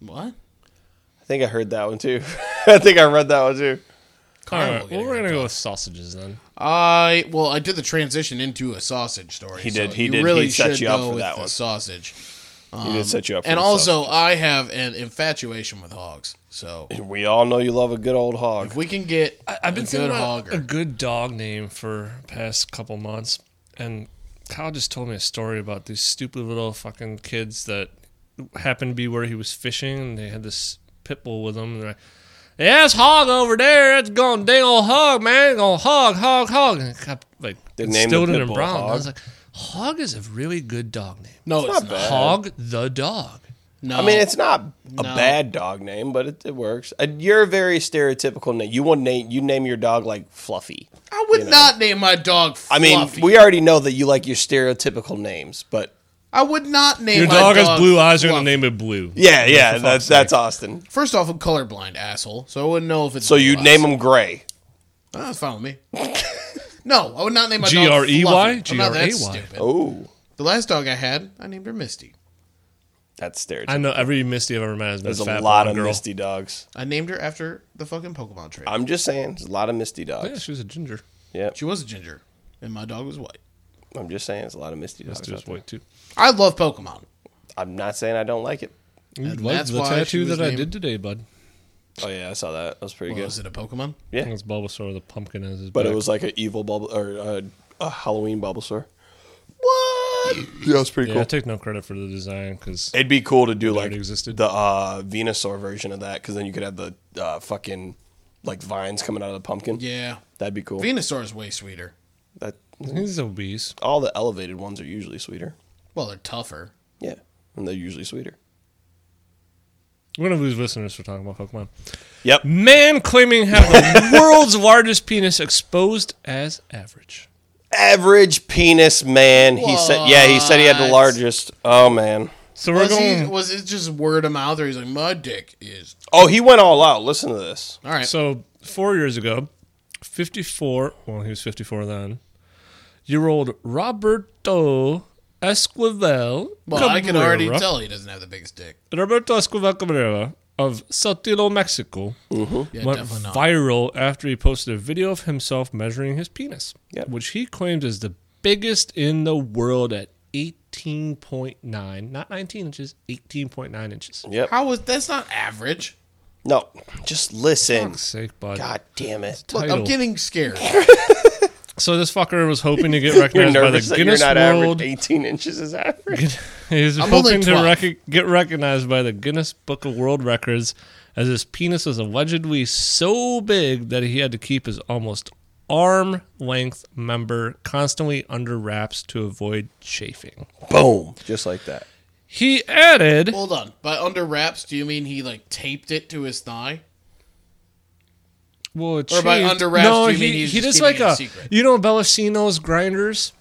S3: What?
S2: I think I heard that one too. I think I read that one too.
S1: All right,
S3: Carnival
S1: well,
S3: getting
S1: we're gonna go with sausages then.
S3: I well, I did the transition into a sausage story. He
S2: did, he did, he set you up for that one.
S3: sausage.
S2: he did set you up. For
S3: Um, and
S2: the
S3: also, I have an infatuation with hogs. So
S2: sausage. we all know you love a good old hog.
S3: if we can get
S1: I've been
S3: a
S1: thinking
S3: good
S1: about a
S3: hogger,
S1: good dog name for past couple months, and Kyle just told me a story about these stupid little fucking kids that happened to be where he was fishing, and they had this pit bull with them, and they're like, "Yeah, it's hog over there. That's going dang old hog, man. Going hog, hog, hog." And I kept, like
S2: They named the
S1: instilled
S2: pit
S1: it in
S2: bull
S1: Brown. I
S2: Hog?
S1: was like, "Hog is a really good dog name.
S3: no, it's,
S2: not
S3: not.
S2: bad.
S1: Hog the dog."
S3: No,
S2: I mean, it's not a
S3: No.
S2: bad dog name, but it, it works. Uh, You're a very stereotypical name. You will name you name your dog like Fluffy.
S3: I would not name my dog.
S2: I mean,
S3: Fluffy.
S2: we already know that you like your stereotypical names, but
S3: I would not name
S1: Your
S3: my
S1: dog has blue eyes. You're gonna
S3: Fluffy.
S1: name it Blue.
S2: yeah, yeah, that's that's Austin.
S3: First off, I'm colorblind, asshole. So I wouldn't know if it's.
S2: So you
S3: blue
S2: name
S3: eyes.
S2: him Gray.
S3: Oh, that's fine with me. no, I would not name my
S1: G R
S3: dog.
S1: E Y?
S3: Fluffy. I'm not that
S1: G R A Y.
S3: stupid.
S2: Oh,
S3: The last dog I had, I named her Misty.
S2: that's
S1: I
S2: stereotypical.
S1: know every Misty I've ever met has been
S2: There's
S1: fat
S2: a lot
S1: blonde
S2: of
S1: girl.
S2: misty dogs.
S3: I named her after the fucking Pokemon trade.
S2: I'm just saying, there's a lot of misty
S1: Oh, Yeah,
S2: dogs.
S1: she was a ginger.
S2: Yeah,
S3: she was a ginger, and my dog was white.
S2: I'm just saying, there's a lot of misty dogs.
S1: Misty
S2: out
S1: was
S2: there.
S1: white too.
S3: I love Pokemon.
S2: I'm not saying I don't like it.
S1: You
S3: And
S1: like
S3: that's
S1: the
S3: why she
S1: tattoo
S3: was
S1: that I
S3: named-
S1: did today, bud.
S2: Oh yeah, I saw that. That was pretty
S3: Well,
S2: good.
S3: is it a Pokemon?
S1: I think it's Bulbasaur the pumpkin as his
S2: But
S1: back.
S2: it was like an evil bubble or a, a Halloween Bulbasaur. What? Yeah, it's pretty
S1: yeah,
S2: cool.
S1: I take no credit for the design because
S2: It'd be cool to do like
S1: already existed.
S2: the uh, Venusaur version of that because then you could have the uh, fucking like vines coming out of the pumpkin.
S3: Yeah.
S2: that'd be cool.
S3: Venusaur is way sweeter.
S2: that
S1: He's obese.
S2: All the elevated ones are usually sweeter.
S3: Well, they're tougher.
S2: Yeah, and they're usually sweeter.
S1: We're gonna lose listeners for talking about Pokemon.
S2: Yep.
S1: Man claiming to have the world's largest penis exposed as average.
S2: Average penis man. He said, yeah, he said he had the
S3: What?
S2: largest. Oh man.
S1: So we're
S3: Was, he,
S1: going.
S3: was it just word of mouth, or he's like, my dick is
S2: Oh, he went all out. Listen to this.
S3: all right?
S1: So four years ago, fifty-four. Well, he was fifty-four then. Year old Roberto Esquivel.
S3: well, I can already
S1: Cabrera-
S3: tell he doesn't have the biggest dick.
S1: Roberto Esquivel Cabrera of Saltillo, Mexico,
S3: Yeah,
S1: went
S3: definitely not.
S1: viral after he posted a video of himself measuring his penis,
S2: Yep.
S1: which he claims is the biggest in the world at 18.9, not 19 inches, 18.9 inches.
S2: Yep.
S3: How was that's not average?
S2: No, just listen.
S1: Fuck's sake, bud.
S2: God damn it.
S3: Look, I'm
S1: Title.
S3: getting scared.
S1: So this fucker was hoping to get recognized by the Guinness World.
S2: 18 inches is average.
S1: He was
S3: I'm only
S1: hoping to
S3: 12.
S1: rec- get recognized by the Guinness Book of World Records as his penis was allegedly so big that he had to keep his almost arm length member constantly under wraps to avoid chafing.
S2: Boom. Just like that.
S1: He added,
S3: Hold on. By under wraps, do you mean he like taped it to his thigh?
S1: well, it
S3: Or by
S1: chafed-
S3: under wraps,
S1: no,
S3: do you
S1: he,
S3: mean he's
S1: he
S3: just
S1: does like
S3: keeping it
S1: a,
S3: a secret?
S1: you know, Bellacino's grinders,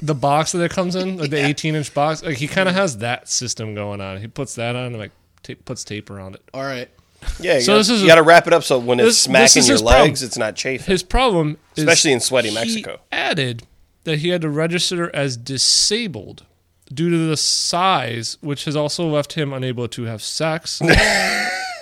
S1: the box that it comes in, like the 18 inch box. Like he kind of has that system going on. He puts that on and like ta- puts tape around it.
S3: All right.
S2: Yeah, you,
S1: So
S2: gotta,
S1: this is
S2: you
S1: a-
S2: gotta wrap it up so when
S1: This-
S2: it's smacking
S1: this is
S2: your
S1: his problem.
S2: legs, it's not chafing.
S1: His problem, is
S2: Especially in sweaty
S1: he
S2: Mexico.
S1: added that he had to register as disabled due to the size, which has also left him unable to have sex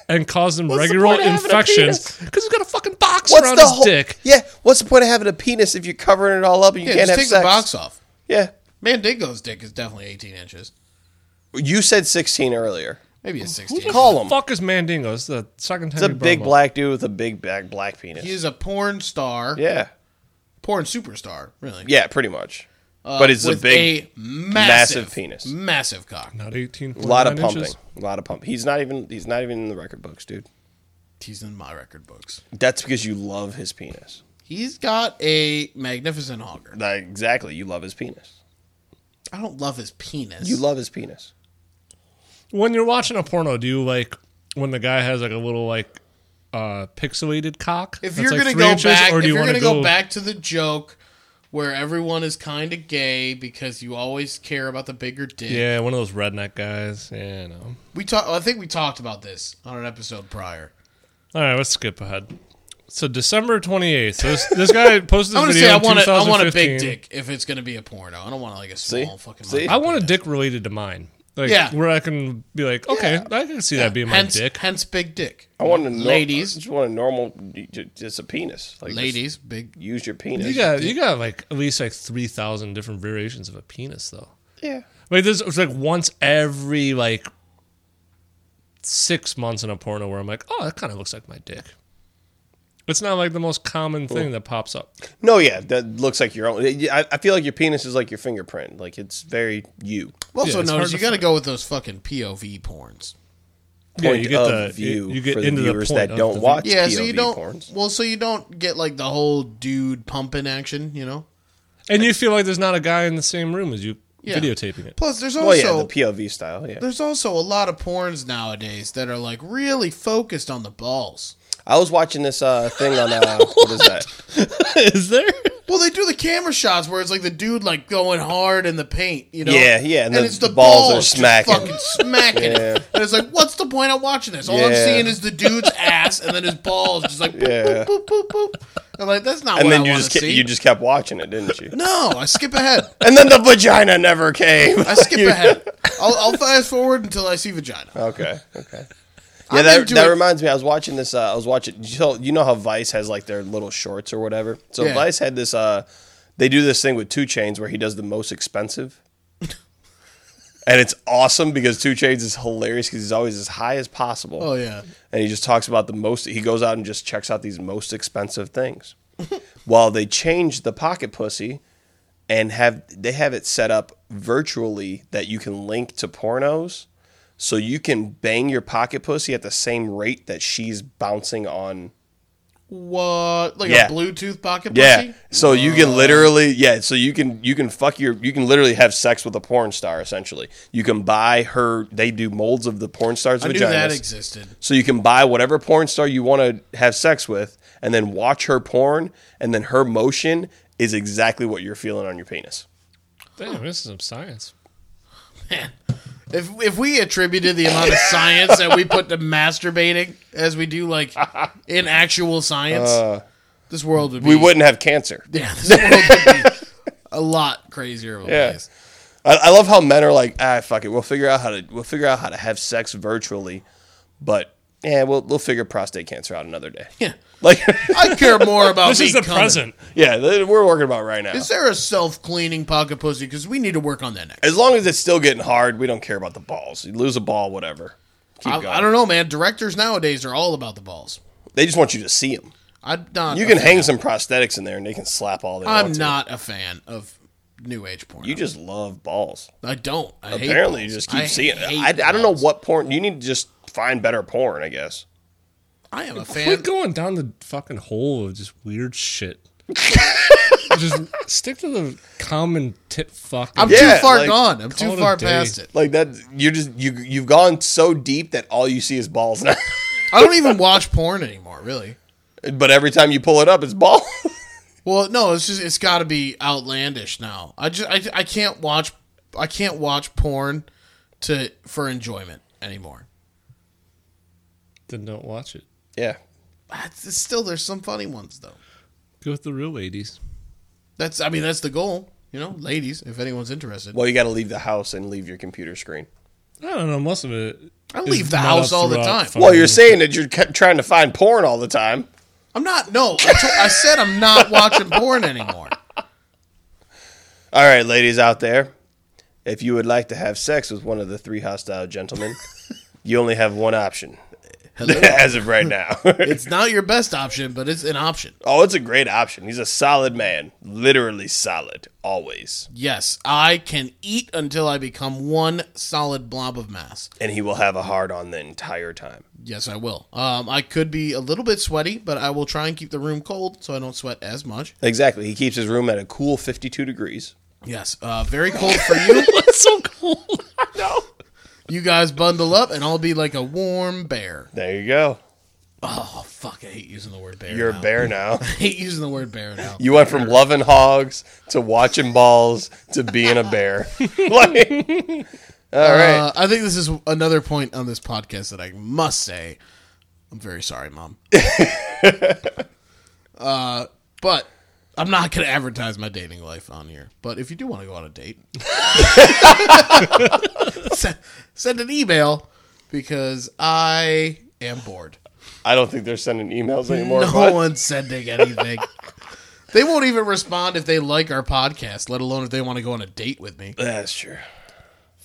S1: and caused him
S2: the
S1: regular
S2: point of having a
S1: infections because he's got a fucking box
S2: What's
S1: around
S2: the
S1: his
S2: whole,
S1: dick.
S2: Yeah, what's the point of having a penis if you're covering it all up and you
S3: Yeah,
S2: can't
S3: just
S2: have
S3: take
S2: sex?
S3: the box off.
S2: Yeah.
S3: Mandingo's dick is definitely 18 inches.
S2: You said 16 earlier.
S3: Maybe it's 16.
S2: Call him.
S1: Fuck is Mandingo? It's the second time.
S2: It's a
S1: you brought
S2: big
S1: him up.
S2: black dude with a big black, black penis.
S3: He is a porn star.
S2: yeah.
S3: Porn superstar, really.
S2: Yeah, pretty much. but it's a
S3: Uh, With
S2: big,
S3: a massive,
S2: massive penis.
S3: Massive cock.
S1: Not eighteen.
S2: a lot of
S1: 49
S2: pumping.
S1: inches.
S2: A lot of pumping. He's not even he's not even in the record books, dude.
S3: He's in my record books.
S2: That's because you love his penis.
S3: He's got a magnificent hogger.
S2: Like, exactly. You love his penis.
S3: I don't love his penis.
S2: You love his penis.
S1: When you're watching a porno, do you like when the guy has like a little like uh pixelated cock?
S3: if
S1: that's,
S3: you're
S1: like,
S3: gonna
S1: three
S3: go
S1: inches,
S3: back,
S1: or
S3: if
S1: do you
S3: you are
S1: wanna
S3: gonna go, back to the joke where everyone is kind of gay because you always care about the bigger dick.
S1: Yeah, one of those redneck guys. Yeah, no.
S3: We talk. I think we talked about this on an episode prior.
S1: All right, let's skip ahead. So December twenty eighth. So this, this guy posted. this
S3: I want to
S1: video
S3: say I
S1: in
S3: want a, I want a
S1: 2015.
S3: big dick if it's gonna be a porno. I don't want like a
S2: See?
S3: small fucking.
S2: See?
S1: I want a dick related to mine. Like,
S3: Yeah.
S1: where I can be like, okay, I can see that being my
S3: hence,
S1: dick.
S3: Hence, big dick.
S2: I want a nor-
S3: Ladies.
S2: I just want a normal, j- just a penis. Like just
S3: Ladies, big.
S2: use your penis.
S1: You got you got like at least like three thousand different variations of a penis though.
S2: yeah.
S1: Like there's it's like once every like six months in a porno where I'm like, oh, that kind of looks like my dick. It's not like the most common thing that pops up.
S2: No, yeah, that looks like your own. I, I feel like your penis is like your fingerprint. Like it's very you.
S3: Well,
S1: Yeah,
S3: also
S1: it's hard
S3: notice
S1: to
S3: you got to go with those fucking POV porns.
S1: Yeah,
S2: Point
S1: you get
S2: of
S1: the
S2: view
S1: view. You, get
S2: for the
S1: into the
S2: viewers
S1: point
S2: that
S1: of
S2: don't
S1: the
S2: watch.
S3: Yeah, so you
S2: POV
S3: don't.
S2: porns.
S3: Well, so you don't get like the whole dude pumping action, you know.
S1: and you feel like there's not a guy in the same room as you
S3: Yeah.
S1: videotaping it.
S3: Plus, there's also
S2: Well, yeah, the POV style. Yeah,
S3: there's also a lot of porns nowadays that are like really focused on the balls.
S2: I was watching this uh, thing on uh, what is that?
S1: Is there?
S3: Well, they do the camera shots where it's like the dude like going hard in the paint, you know?
S2: Yeah, yeah, and the balls are
S3: just
S2: smacking.
S3: fucking smacking. it.
S2: Yeah.
S3: And it's like, what's the point of watching this? All I'm
S2: Yeah.
S3: seeing is the dude's ass and then his balls just like boop,
S2: Yeah.
S3: boop, boop, boop, boop. And like that's not
S2: And
S3: what
S2: then
S3: I
S2: you
S3: want
S2: just
S3: to
S2: ke-
S3: see.
S2: you just kept watching it, didn't you?
S3: no, I skip ahead.
S2: And then the vagina never came.
S3: I skip ahead. I'll, I'll fast forward until I see vagina.
S2: Okay. Okay.
S3: I'm
S2: Yeah, that,
S3: into
S2: that
S3: it.
S2: reminds me. I was watching this. Uh, I was watching. So you know how Vice has like their little shorts or whatever. So
S3: Yeah.
S2: Vice had this. Uh, they do this thing with Two Chains where he does the most expensive, and it's awesome because Two Chains is hilarious because he's always as high as possible.
S3: Oh yeah.
S2: and he just talks about the most. He goes out and just checks out these most expensive things. While they change the pocket pussy, and have they have it set up virtually that you can link to pornos, so you can bang your pocket pussy at the same rate that she's bouncing on
S3: What? Like
S2: Yeah.
S3: a Bluetooth pocket pussy?
S2: Yeah. So you can literally yeah, so you can you can fuck your you can literally have sex with a porn star essentially. You can buy her they do molds of the porn star's
S3: I knew
S2: vaginas.
S3: that existed.
S2: so you can buy whatever porn star you want to have sex with and then watch her porn and then her motion is exactly what you're feeling on your penis.
S1: Damn, this is some science.
S3: If if we attributed the amount of science that we put to masturbating as we do like in actual science, this world would be
S2: Uh, We wouldn't have cancer.
S3: Yeah, this world would be a lot crazier of a
S2: Yeah.
S3: place.
S2: I, I love how men are like, ah, fuck it. We'll figure out how to we'll figure out how to have sex virtually, but yeah, we'll we'll figure prostate cancer out another day.
S3: Yeah.
S2: Like,
S3: I care more about
S1: This
S3: me
S1: is the
S3: coming.
S1: present.
S2: yeah, th- we're working about right now.
S3: Is there a self cleaning pocket pussy? Because we need to work on that next.
S2: As long as it's still getting hard, we don't care about the balls. You lose a ball, whatever. Keep
S3: I,
S2: going.
S3: I don't know, man. Directors nowadays are all about the balls.
S2: They just want you to see them.
S3: I'm not.
S2: You
S3: a
S2: can
S3: fan.
S2: hang some prosthetics in there, and they can slap all they
S3: I'm
S2: want to.
S3: not a fan of new age porn.
S2: You just love balls.
S3: I don't. I hate
S2: Apparently, you
S3: balls.
S2: just keep
S3: I
S2: seeing it.
S3: hate
S2: I, I don't know
S3: balls.
S2: what porn. You need to just find better porn, I guess.
S3: I am a
S1: We're
S3: fan.
S1: going down the fucking hole of just weird shit. just stick to the common tit fuck.
S3: I'm
S2: Yeah,
S3: too far
S2: like,
S3: gone. I'm
S1: call
S3: too
S1: it a
S3: far
S1: day.
S3: past it.
S2: Like that, you're just you you've gone so deep that all you see is balls now.
S3: I don't even watch porn anymore, really.
S2: but every time you pull it up, it's ball.
S3: Well, no, it's just it's got to be outlandish now. I just I, I can't watch I can't watch porn to for enjoyment anymore.
S1: Then don't watch it.
S2: yeah,
S3: It's, it's still there's some funny ones though.
S1: Go with the real ladies.
S3: That's I mean that's the goal, you know, ladies. If anyone's interested,
S2: well, you got to leave the house and leave your computer screen.
S1: I don't know. Most of it.
S3: I
S1: is
S3: leave the
S1: not
S3: house
S1: up
S3: all the
S1: throughout
S3: time.
S1: fucking-
S2: Well, you're saying that you're c- trying to find porn all the time.
S3: I'm not. No, I, to- I said I'm not watching porn anymore.
S2: All right, ladies out there, if you would like to have sex with one of the three hostile gentlemen, you only have one option
S3: Hello.
S2: as of right now.
S3: It's not your best option, but it's an option.
S2: oh, it's a great option. He's a solid man, literally solid, always.
S3: Yes, I can eat until I become one solid blob of mass.
S2: And he will have a hard on the entire time.
S3: Yes, I will. Um, I could be a little bit sweaty, but I will try and keep the room cold so I don't sweat as much.
S2: Exactly. He keeps his room at a cool 52 degrees.
S3: Yes, uh, very cold for you.
S1: It's so cold.
S3: You guys bundle up, and I'll be like a warm bear.
S2: There you go.
S3: Oh fuck! I hate using the word bear.
S2: You're
S3: now.
S2: a bear now.
S3: I hate using the word bear now.
S2: You went from loving hogs to watching balls to being a bear. Like- all right.
S3: Uh, I think this is another point on this podcast that I must say. I'm very sorry, mom. uh, but I'm not going to advertise my dating life on here. But if you do want to go on a date, send, send an email because I am bored.
S2: I don't think they're sending emails anymore.
S3: no
S2: but-
S3: one's sending anything. they won't even respond if they like our podcast, let alone if they want to go on a date with me.
S2: That's true.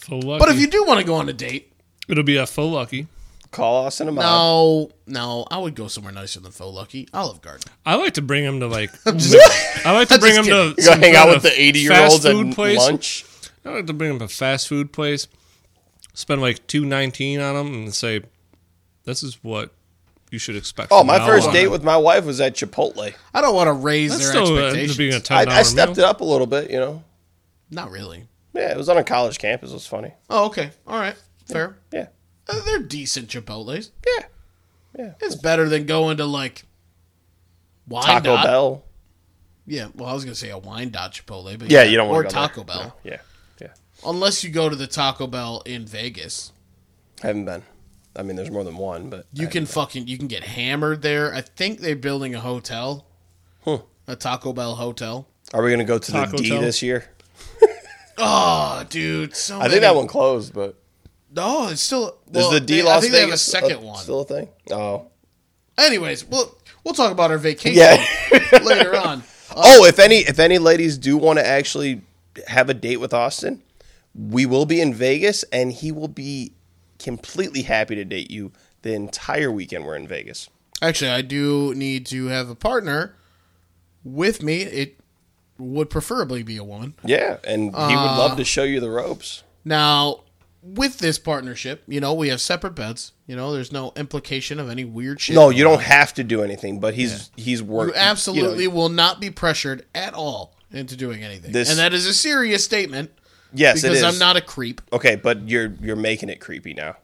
S3: But if you do want to go on a date,
S1: it'll be a full lucky.
S2: Call us in a mile.
S3: No, no, I would go somewhere nicer than Faux Lucky. Olive Garden.
S1: I like to bring him to like. I like to bring him
S3: just
S1: to
S2: You gonna
S1: some
S2: hang out
S1: kind
S2: with
S1: of
S2: the eighty year olds
S1: fast food
S2: at
S1: place.
S2: lunch?
S1: I like to bring him to a fast food place. Spend like two nineteen on them and say, "This is what you should expect."
S2: Oh,
S1: from
S2: my
S1: now
S2: first
S1: on."
S2: date with my wife was at Chipotle.
S3: I don't want to raise
S1: That's
S3: their
S1: still uh, ends
S3: expectations.
S1: up being a
S2: I,
S1: ten dollar
S2: I stepped it up a little bit, you know.
S3: Not really.
S2: Yeah, it was on a college campus. It was funny.
S3: Oh, okay. All right. Fair.
S2: Yeah,
S3: Uh, they're decent Chipotle's.
S2: yeah.
S3: It's better than going to like Wine
S2: Taco
S3: Dot.
S2: Bell.
S3: Yeah. Well, I was gonna say a Wine Dot Chipotle, but
S2: Yeah, you don't want
S3: or
S2: to go
S3: Taco
S2: there.
S3: Bell,
S2: No, Yeah, yeah.
S3: unless you go to the Taco Bell in Vegas.
S2: Haven't been. I mean, there's more than one, but
S3: You can fucking you can get hammered there. I think they're building a hotel,
S2: Huh.
S3: a Taco Bell hotel.
S2: are we gonna go to
S1: Taco
S2: the D
S1: Tell?
S2: this year?
S3: Oh, dude! So
S2: I think
S3: many-
S2: that one closed, but
S3: No, it's still.
S2: is
S3: Well,
S2: the D
S3: they-
S2: Las
S3: I think
S2: Vegas
S3: they have a second
S2: uh,
S3: one.
S2: still a thing? Oh,
S3: Anyways, we'll we'll talk about our vacation
S2: yeah.
S3: later on. Uh,
S2: oh, if any if any ladies do want to actually have a date with Austin, we will be in Vegas and he will be completely happy to date you the entire weekend we're in Vegas.
S3: actually, I do need to have a partner with me. It would preferably be a woman.
S2: Uh, Yeah, and he would love to show you the ropes.
S3: Now, with this partnership, you know, we have separate beds. You know, there's no implication of any weird shit.
S2: No, you don't have to do anything, but he's he's
S3: You
S2: working.
S3: absolutely will not be pressured at all into doing anything.
S2: This-
S3: and that is a serious statement
S2: yes, it
S3: because
S2: is.
S3: I'm not a creep.
S2: okay, but you're you're making it creepy now.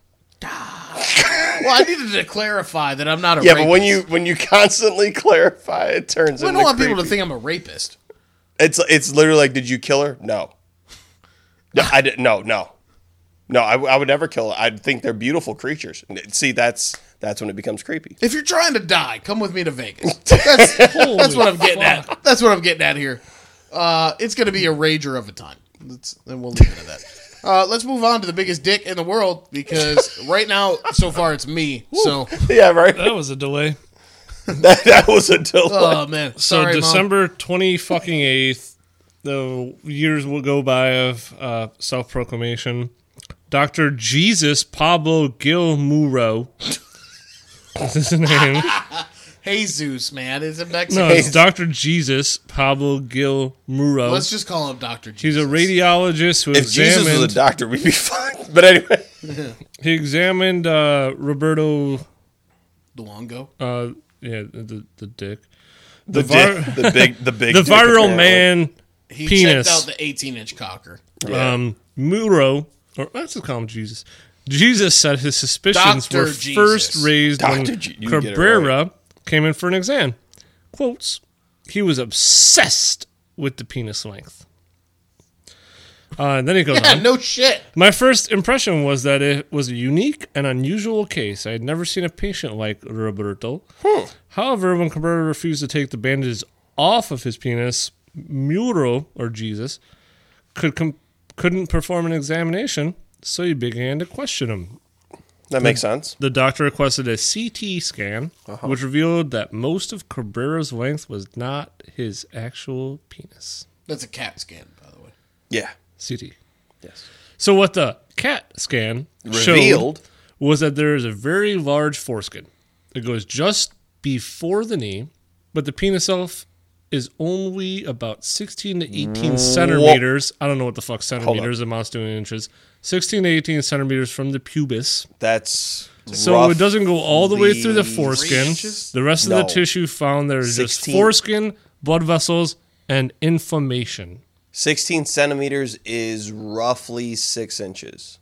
S3: Well, I needed to clarify that I'm not a
S2: Yeah,
S3: rapist.
S2: but when you when you constantly clarify, it turns.
S3: I
S2: into
S3: don't want
S2: creepy.
S3: people to think I'm a rapist.
S2: It's it's literally like, did you kill her? No. No, I did. No, no, no. I, w- I would never kill her. I think they're beautiful creatures. And it- See, that's that's when it becomes creepy.
S3: If you're trying to die, come with me to Vegas. That's, that's what I'm getting at. That's what I'm getting at here. Uh, it's going to be a rager of a time. Let's, and we'll leave it at that. Uh, let's move on to the biggest dick in the world because right now, so far, it's me. So,
S2: Yeah, right.
S1: That was a delay.
S2: That, that was a delay.
S3: oh man,
S1: So
S3: sorry, Mom.
S1: December twenty fucking eighth, the years will go by of uh, self proclamation. Doctor Jesus Pablo Gil Muro. Is his name?
S3: Hey Zeus, man, is it Mexican?
S1: No, it's Doctor Jesus Pablo Gil Muro.
S3: Let's just call him Doctor Jesus.
S1: He's a radiologist who
S2: If Jesus
S1: examined.
S2: was a doctor, we'd be fine. But anyway,
S1: he examined uh, Roberto.
S3: Luongo.
S1: Uh, yeah, the, the dick.
S2: the,
S1: vir-
S2: dick- the big, the big,
S1: The
S2: dick,
S1: viral
S2: apparently.
S1: man.
S3: He
S1: penis.
S3: checked out the 18 inch cocker.
S1: Um, Muro, or let's just call him Jesus. Jesus said his suspicions
S3: Dr.
S1: were
S3: Jesus.
S1: first raised
S2: Dr.
S1: when
S2: Je- you get it
S1: Cabrera came in for an exam. Quotes: He was obsessed with the penis length. Uh, and then he goes
S3: Yeah,
S1: on.
S3: no shit.
S1: My first impression was that it was a unique and unusual case. I had never seen a patient like Roberto. However, when Cabrera refused to take the bandages off of his penis, Muro, or Jesus, could com- couldn't perform an examination, so he began to question him.
S2: That makes sense.
S1: The doctor requested a CT scan, which revealed that most of Cabrera's length was not his actual penis.
S3: That's a cat scan, by the way.
S2: Yeah,
S1: CT. Yes. So what the CAT scan
S2: Revealed.
S1: showed was that there is a very large foreskin. It goes just before the knee, but the penis itself is only about 16 to 18 centimeters. I don't know what the fuck centimeters amounts to in inches. 16 to 18 centimeters from the pubis.
S2: that's
S1: So it doesn't go all the way through the foreskin.
S3: inches?
S1: The rest of
S2: No.
S1: the tissue found there is just
S2: 16.
S1: foreskin, blood vessels, and inflammation.
S2: 16 centimeters is roughly six inches.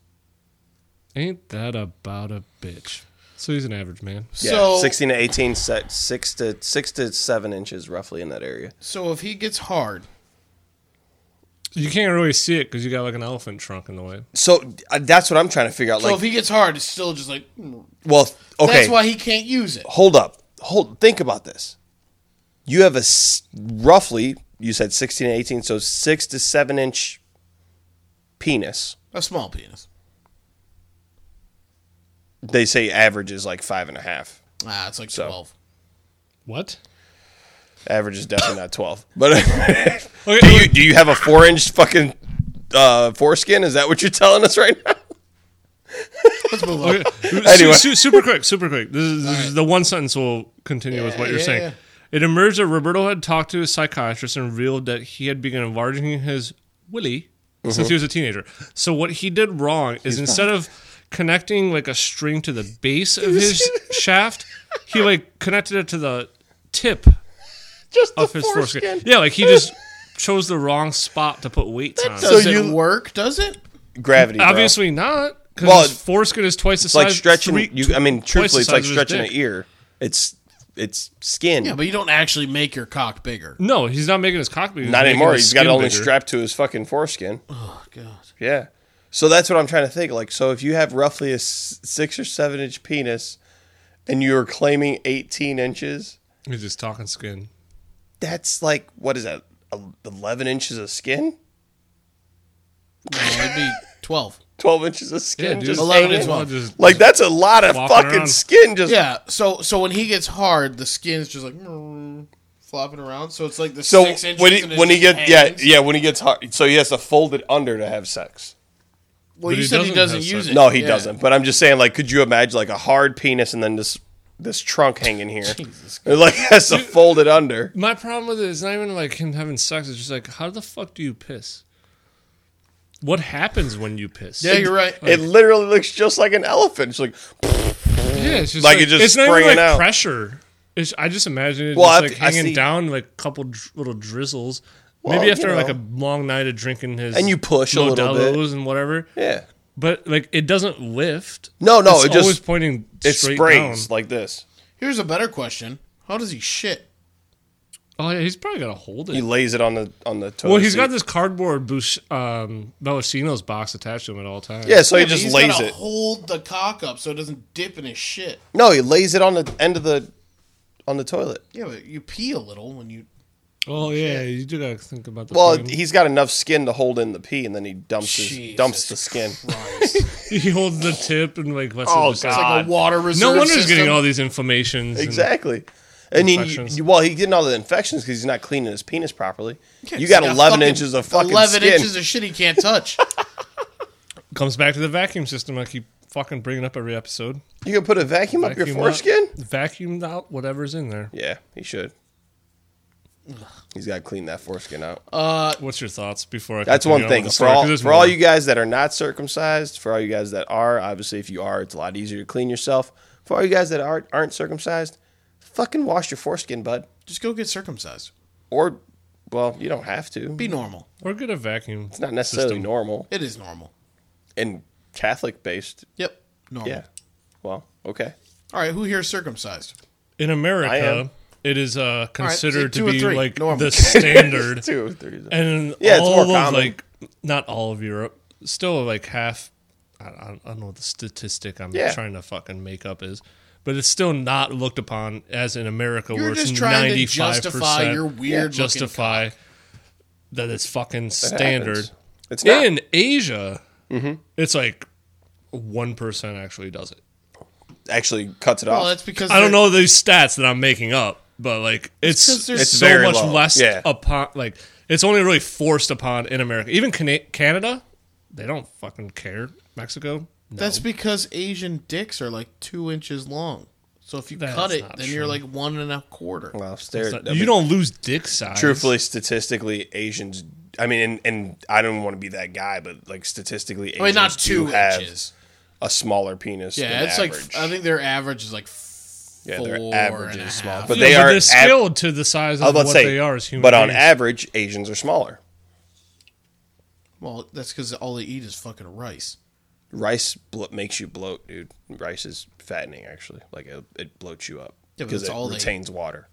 S1: Ain't that about a bitch? So he's an average man.
S2: Yeah,
S3: So,
S2: 16 to 18, se- six to six to seven inches, roughly in that area.
S3: so if he gets hard,
S1: You can't really see it because you got like an elephant trunk in the way.
S2: So uh, that's what I'm trying to figure out.
S3: so
S2: Like,
S3: if he gets hard, it's still just like mm.
S2: well, th- okay.
S3: that's why he can't use it.
S2: hold up. Hold. Think about this. You have a s- roughly you said 16 to 18, so six to seven inch penis.
S3: A small penis.
S2: They say average is like five and a half.
S3: Ah, it's like
S2: So.
S3: twelve.
S1: What?
S2: Average is definitely not 12. But
S1: Okay,
S2: do you do you have a four inch fucking uh, foreskin? Is that what you're telling us right now?
S3: Let's move on.
S2: Anyway.
S1: anyway. super quick, super quick. This is, this is the one sentence will continue with what you're
S3: yeah,
S1: saying.
S3: yeah.
S1: It emerged that Roberto had talked to his psychiatrist and revealed that he had begun enlarging his willy since
S3: Mm-hmm.
S1: he was a teenager. So what he did wrong is instead of connecting like a string to the base of his shaft, he like connected it to the tip
S2: Just the
S1: of his foreskin. Yeah, like he just chose the wrong spot to put weights on.
S3: Does
S2: So
S3: it
S2: you-
S3: work? Does it?
S2: Gravity. bro.
S1: Obviously not. Because
S2: Well,
S1: his foreskin is twice the
S2: It's
S1: size.
S2: like stretching.
S1: three-
S2: you, I mean,
S1: twice the
S2: truthfully, it's
S1: size
S2: like
S1: of his
S2: stretching an
S1: dick.
S2: ear. It's it's skin.
S3: Yeah, but you don't actually make your cock bigger.
S1: No, he's not making his cock bigger.
S2: Not
S1: making
S2: anymore.
S1: his
S2: He's got it
S1: skin
S2: only
S1: bigger.
S2: strapped to his fucking foreskin.
S3: Oh god.
S2: Yeah. So that's what I'm trying to think. Like, so if you have roughly a s- six or seven inch penis, and you're claiming 18 inches,
S1: He's just talking skin.
S2: that's like what is that? el- 11 inches of skin?
S3: No, it'd be twelve.
S2: 12 inches of skin?
S1: Yeah, dude.
S2: just
S3: Eleven
S2: hanging?
S3: is one.
S1: Just-
S2: Like that's a lot of
S1: Walking
S2: fucking
S1: around.
S2: skin. Just
S3: Yeah. So so when he gets hard, the skin's just like mm, flopping around. So it's like the
S2: so
S3: six inches.
S2: when he
S3: and it
S2: when he
S3: just
S2: gets yeah
S3: hangs.
S2: yeah when he gets hard, so he has to fold it under to have sex.
S3: Well,
S1: But he
S3: you said he
S1: doesn't
S3: doesn't
S1: have
S3: use
S1: sex.
S3: it.
S2: No, he
S3: Yeah.
S2: doesn't. But I'm just saying, like, could you imagine like a hard penis and then this this trunk hanging here? It, like has to fold it under.
S1: My problem with it is not even like him having sex. It's just like, how the fuck do you piss? what happens when you piss?
S3: Yeah, you're right.
S2: It literally looks just like an elephant. It's like,
S1: Yeah, it's just
S2: Like it just
S1: it's not even like
S2: spraying out.
S1: pressure. It's, I just imagine it
S2: Well,
S1: just
S2: I-
S1: like
S2: I
S1: hanging
S2: see-
S1: down like a couple dr- little drizzles.
S2: Well,
S1: Maybe
S2: you
S1: after like a
S2: know.
S1: long night of drinking his
S2: And you push a little bit.
S1: Modelo's and whatever,
S2: yeah.
S1: but like it doesn't lift.
S2: No, no,
S1: it's
S2: it just-
S1: always pointing
S2: It
S1: straight
S2: sprays
S1: down.
S2: like this.
S3: Here's a better question: How does he shit?
S1: Oh yeah, he's probably gotta hold it.
S2: He lays it on the on the toe.
S1: well,
S2: he
S1: he's
S2: seat.
S1: got this cardboard Bush, um, Bellicino's box attached to him at all times.
S2: Yeah, so
S3: Yeah,
S2: he
S3: but
S2: just
S3: he's
S2: lays
S3: gotta
S2: it.
S3: Hold the cock up so it doesn't dip in his shit.
S2: No, he lays it on the end of the on the toilet.
S3: Yeah, but you pee a little when you.
S1: Oh yeah, you do gotta think about the.
S2: Well,
S1: Well,
S2: he's got enough skin to hold in the pee, and then he dumps his,
S3: Jesus
S2: dumps the skin.
S1: he holds the tip and like lets
S2: Oh,
S1: it just
S2: God.
S3: It's like a water reserve.
S1: No wonder he's
S3: system.
S1: getting all these inflammations. and-
S2: Exactly. And then you,
S1: Mm-hmm. Infections.
S2: you- well, he's getting all the infections because he's not cleaning his penis properly. you
S3: He's
S2: got, eleven
S3: fucking-
S2: inches of fucking
S3: eleven
S2: skin.
S3: inches of shit he can't touch.
S1: comes back to the vacuum system. I keep fucking bringing up every episode.
S2: you can put a vacuum up your
S1: Vacuum
S2: foreskin.
S1: Out, vacuum out whatever's in there.
S2: Yeah, he should. He's got to clean that foreskin out.
S1: What's your thoughts before I?
S2: That's
S1: continue
S2: one
S1: on
S2: thing
S1: with the
S2: for
S1: story? 'Cause
S2: all
S1: there's
S2: for all
S1: more.
S2: you guys that are not circumcised. For all you guys that are, obviously, if you are, it's a lot easier to clean yourself. For all you guys that aren't aren't circumcised, fucking wash your foreskin, bud.
S3: Just go get circumcised.
S2: Or, well, you don't have to.
S3: Be normal.
S1: Or get a vacuum.
S2: It's not necessarily
S1: system.
S2: normal
S3: It is normal.
S2: and Catholic based.
S3: Yep, normal.
S2: Yeah. Well, okay.
S3: All right, who here is circumcised?
S1: In
S2: I
S1: America,
S2: am.
S1: it is uh, considered
S3: two
S1: to
S3: or
S1: be
S3: three,
S1: like
S3: normal.
S1: the standard,
S2: Two, three.
S1: and
S2: Yeah, it's
S1: all
S2: more
S1: of
S2: common.
S1: like not all of Europe, still like half. I, I don't- I don't know what the statistic I'm
S2: Yeah.
S1: trying to fucking make up is, but it's still not looked upon as in America
S3: You're
S1: where
S3: just
S1: it's
S3: trying to
S1: 95
S3: justify your weird
S1: justify that it's fucking standard.
S2: happens. It's not.
S1: In Asia, it's like one percent actually does it.
S2: Actually, cuts it
S3: Looking, well,
S2: off.
S3: that's because
S1: I don't
S3: they're-
S1: know these stats that I'm making up, but like it's
S3: 'cause
S1: it's,
S3: there's- It's
S1: so
S2: very
S1: much
S2: low.
S1: less
S2: Yeah.
S1: upon like it's only really forced upon in America. Even Cana- Canada, they don't fucking care. Mexico, no.
S3: That's because Asian dicks are like two inches long. So if you
S1: That's
S3: cut it,
S1: not
S3: then you're
S1: true.
S3: like one and a quarter.
S2: Well, stare-
S1: It's not-
S2: I
S1: you
S2: mean,
S1: don't lose dick size.
S2: Truthfully, statistically, Asians. I mean, and, and I don't want to be that guy, but like statistically, Asians
S3: I mean, not
S2: do
S3: two
S2: have
S3: inches.
S2: a smaller penis.
S3: Yeah,
S2: than
S3: it's
S2: average.
S3: like I think their average is like
S2: yeah,
S3: four
S2: their
S3: and
S2: average
S3: a
S2: is small,
S3: half.
S2: but
S1: Yeah,
S2: they
S1: but
S2: are
S1: they're
S2: ab-
S1: scaled to the size
S2: I was
S1: of
S2: about
S1: what
S2: to say,
S1: they are as human
S2: but on
S1: beings.
S2: average, Asians are smaller.
S3: Well, that's because all they eat is fucking rice.
S2: Rice blo- makes you bloat, dude. Rice is fattening, actually. Like it, it bloats you up
S3: Yeah, but
S2: because
S3: it's all
S2: it
S3: they-
S2: retains water.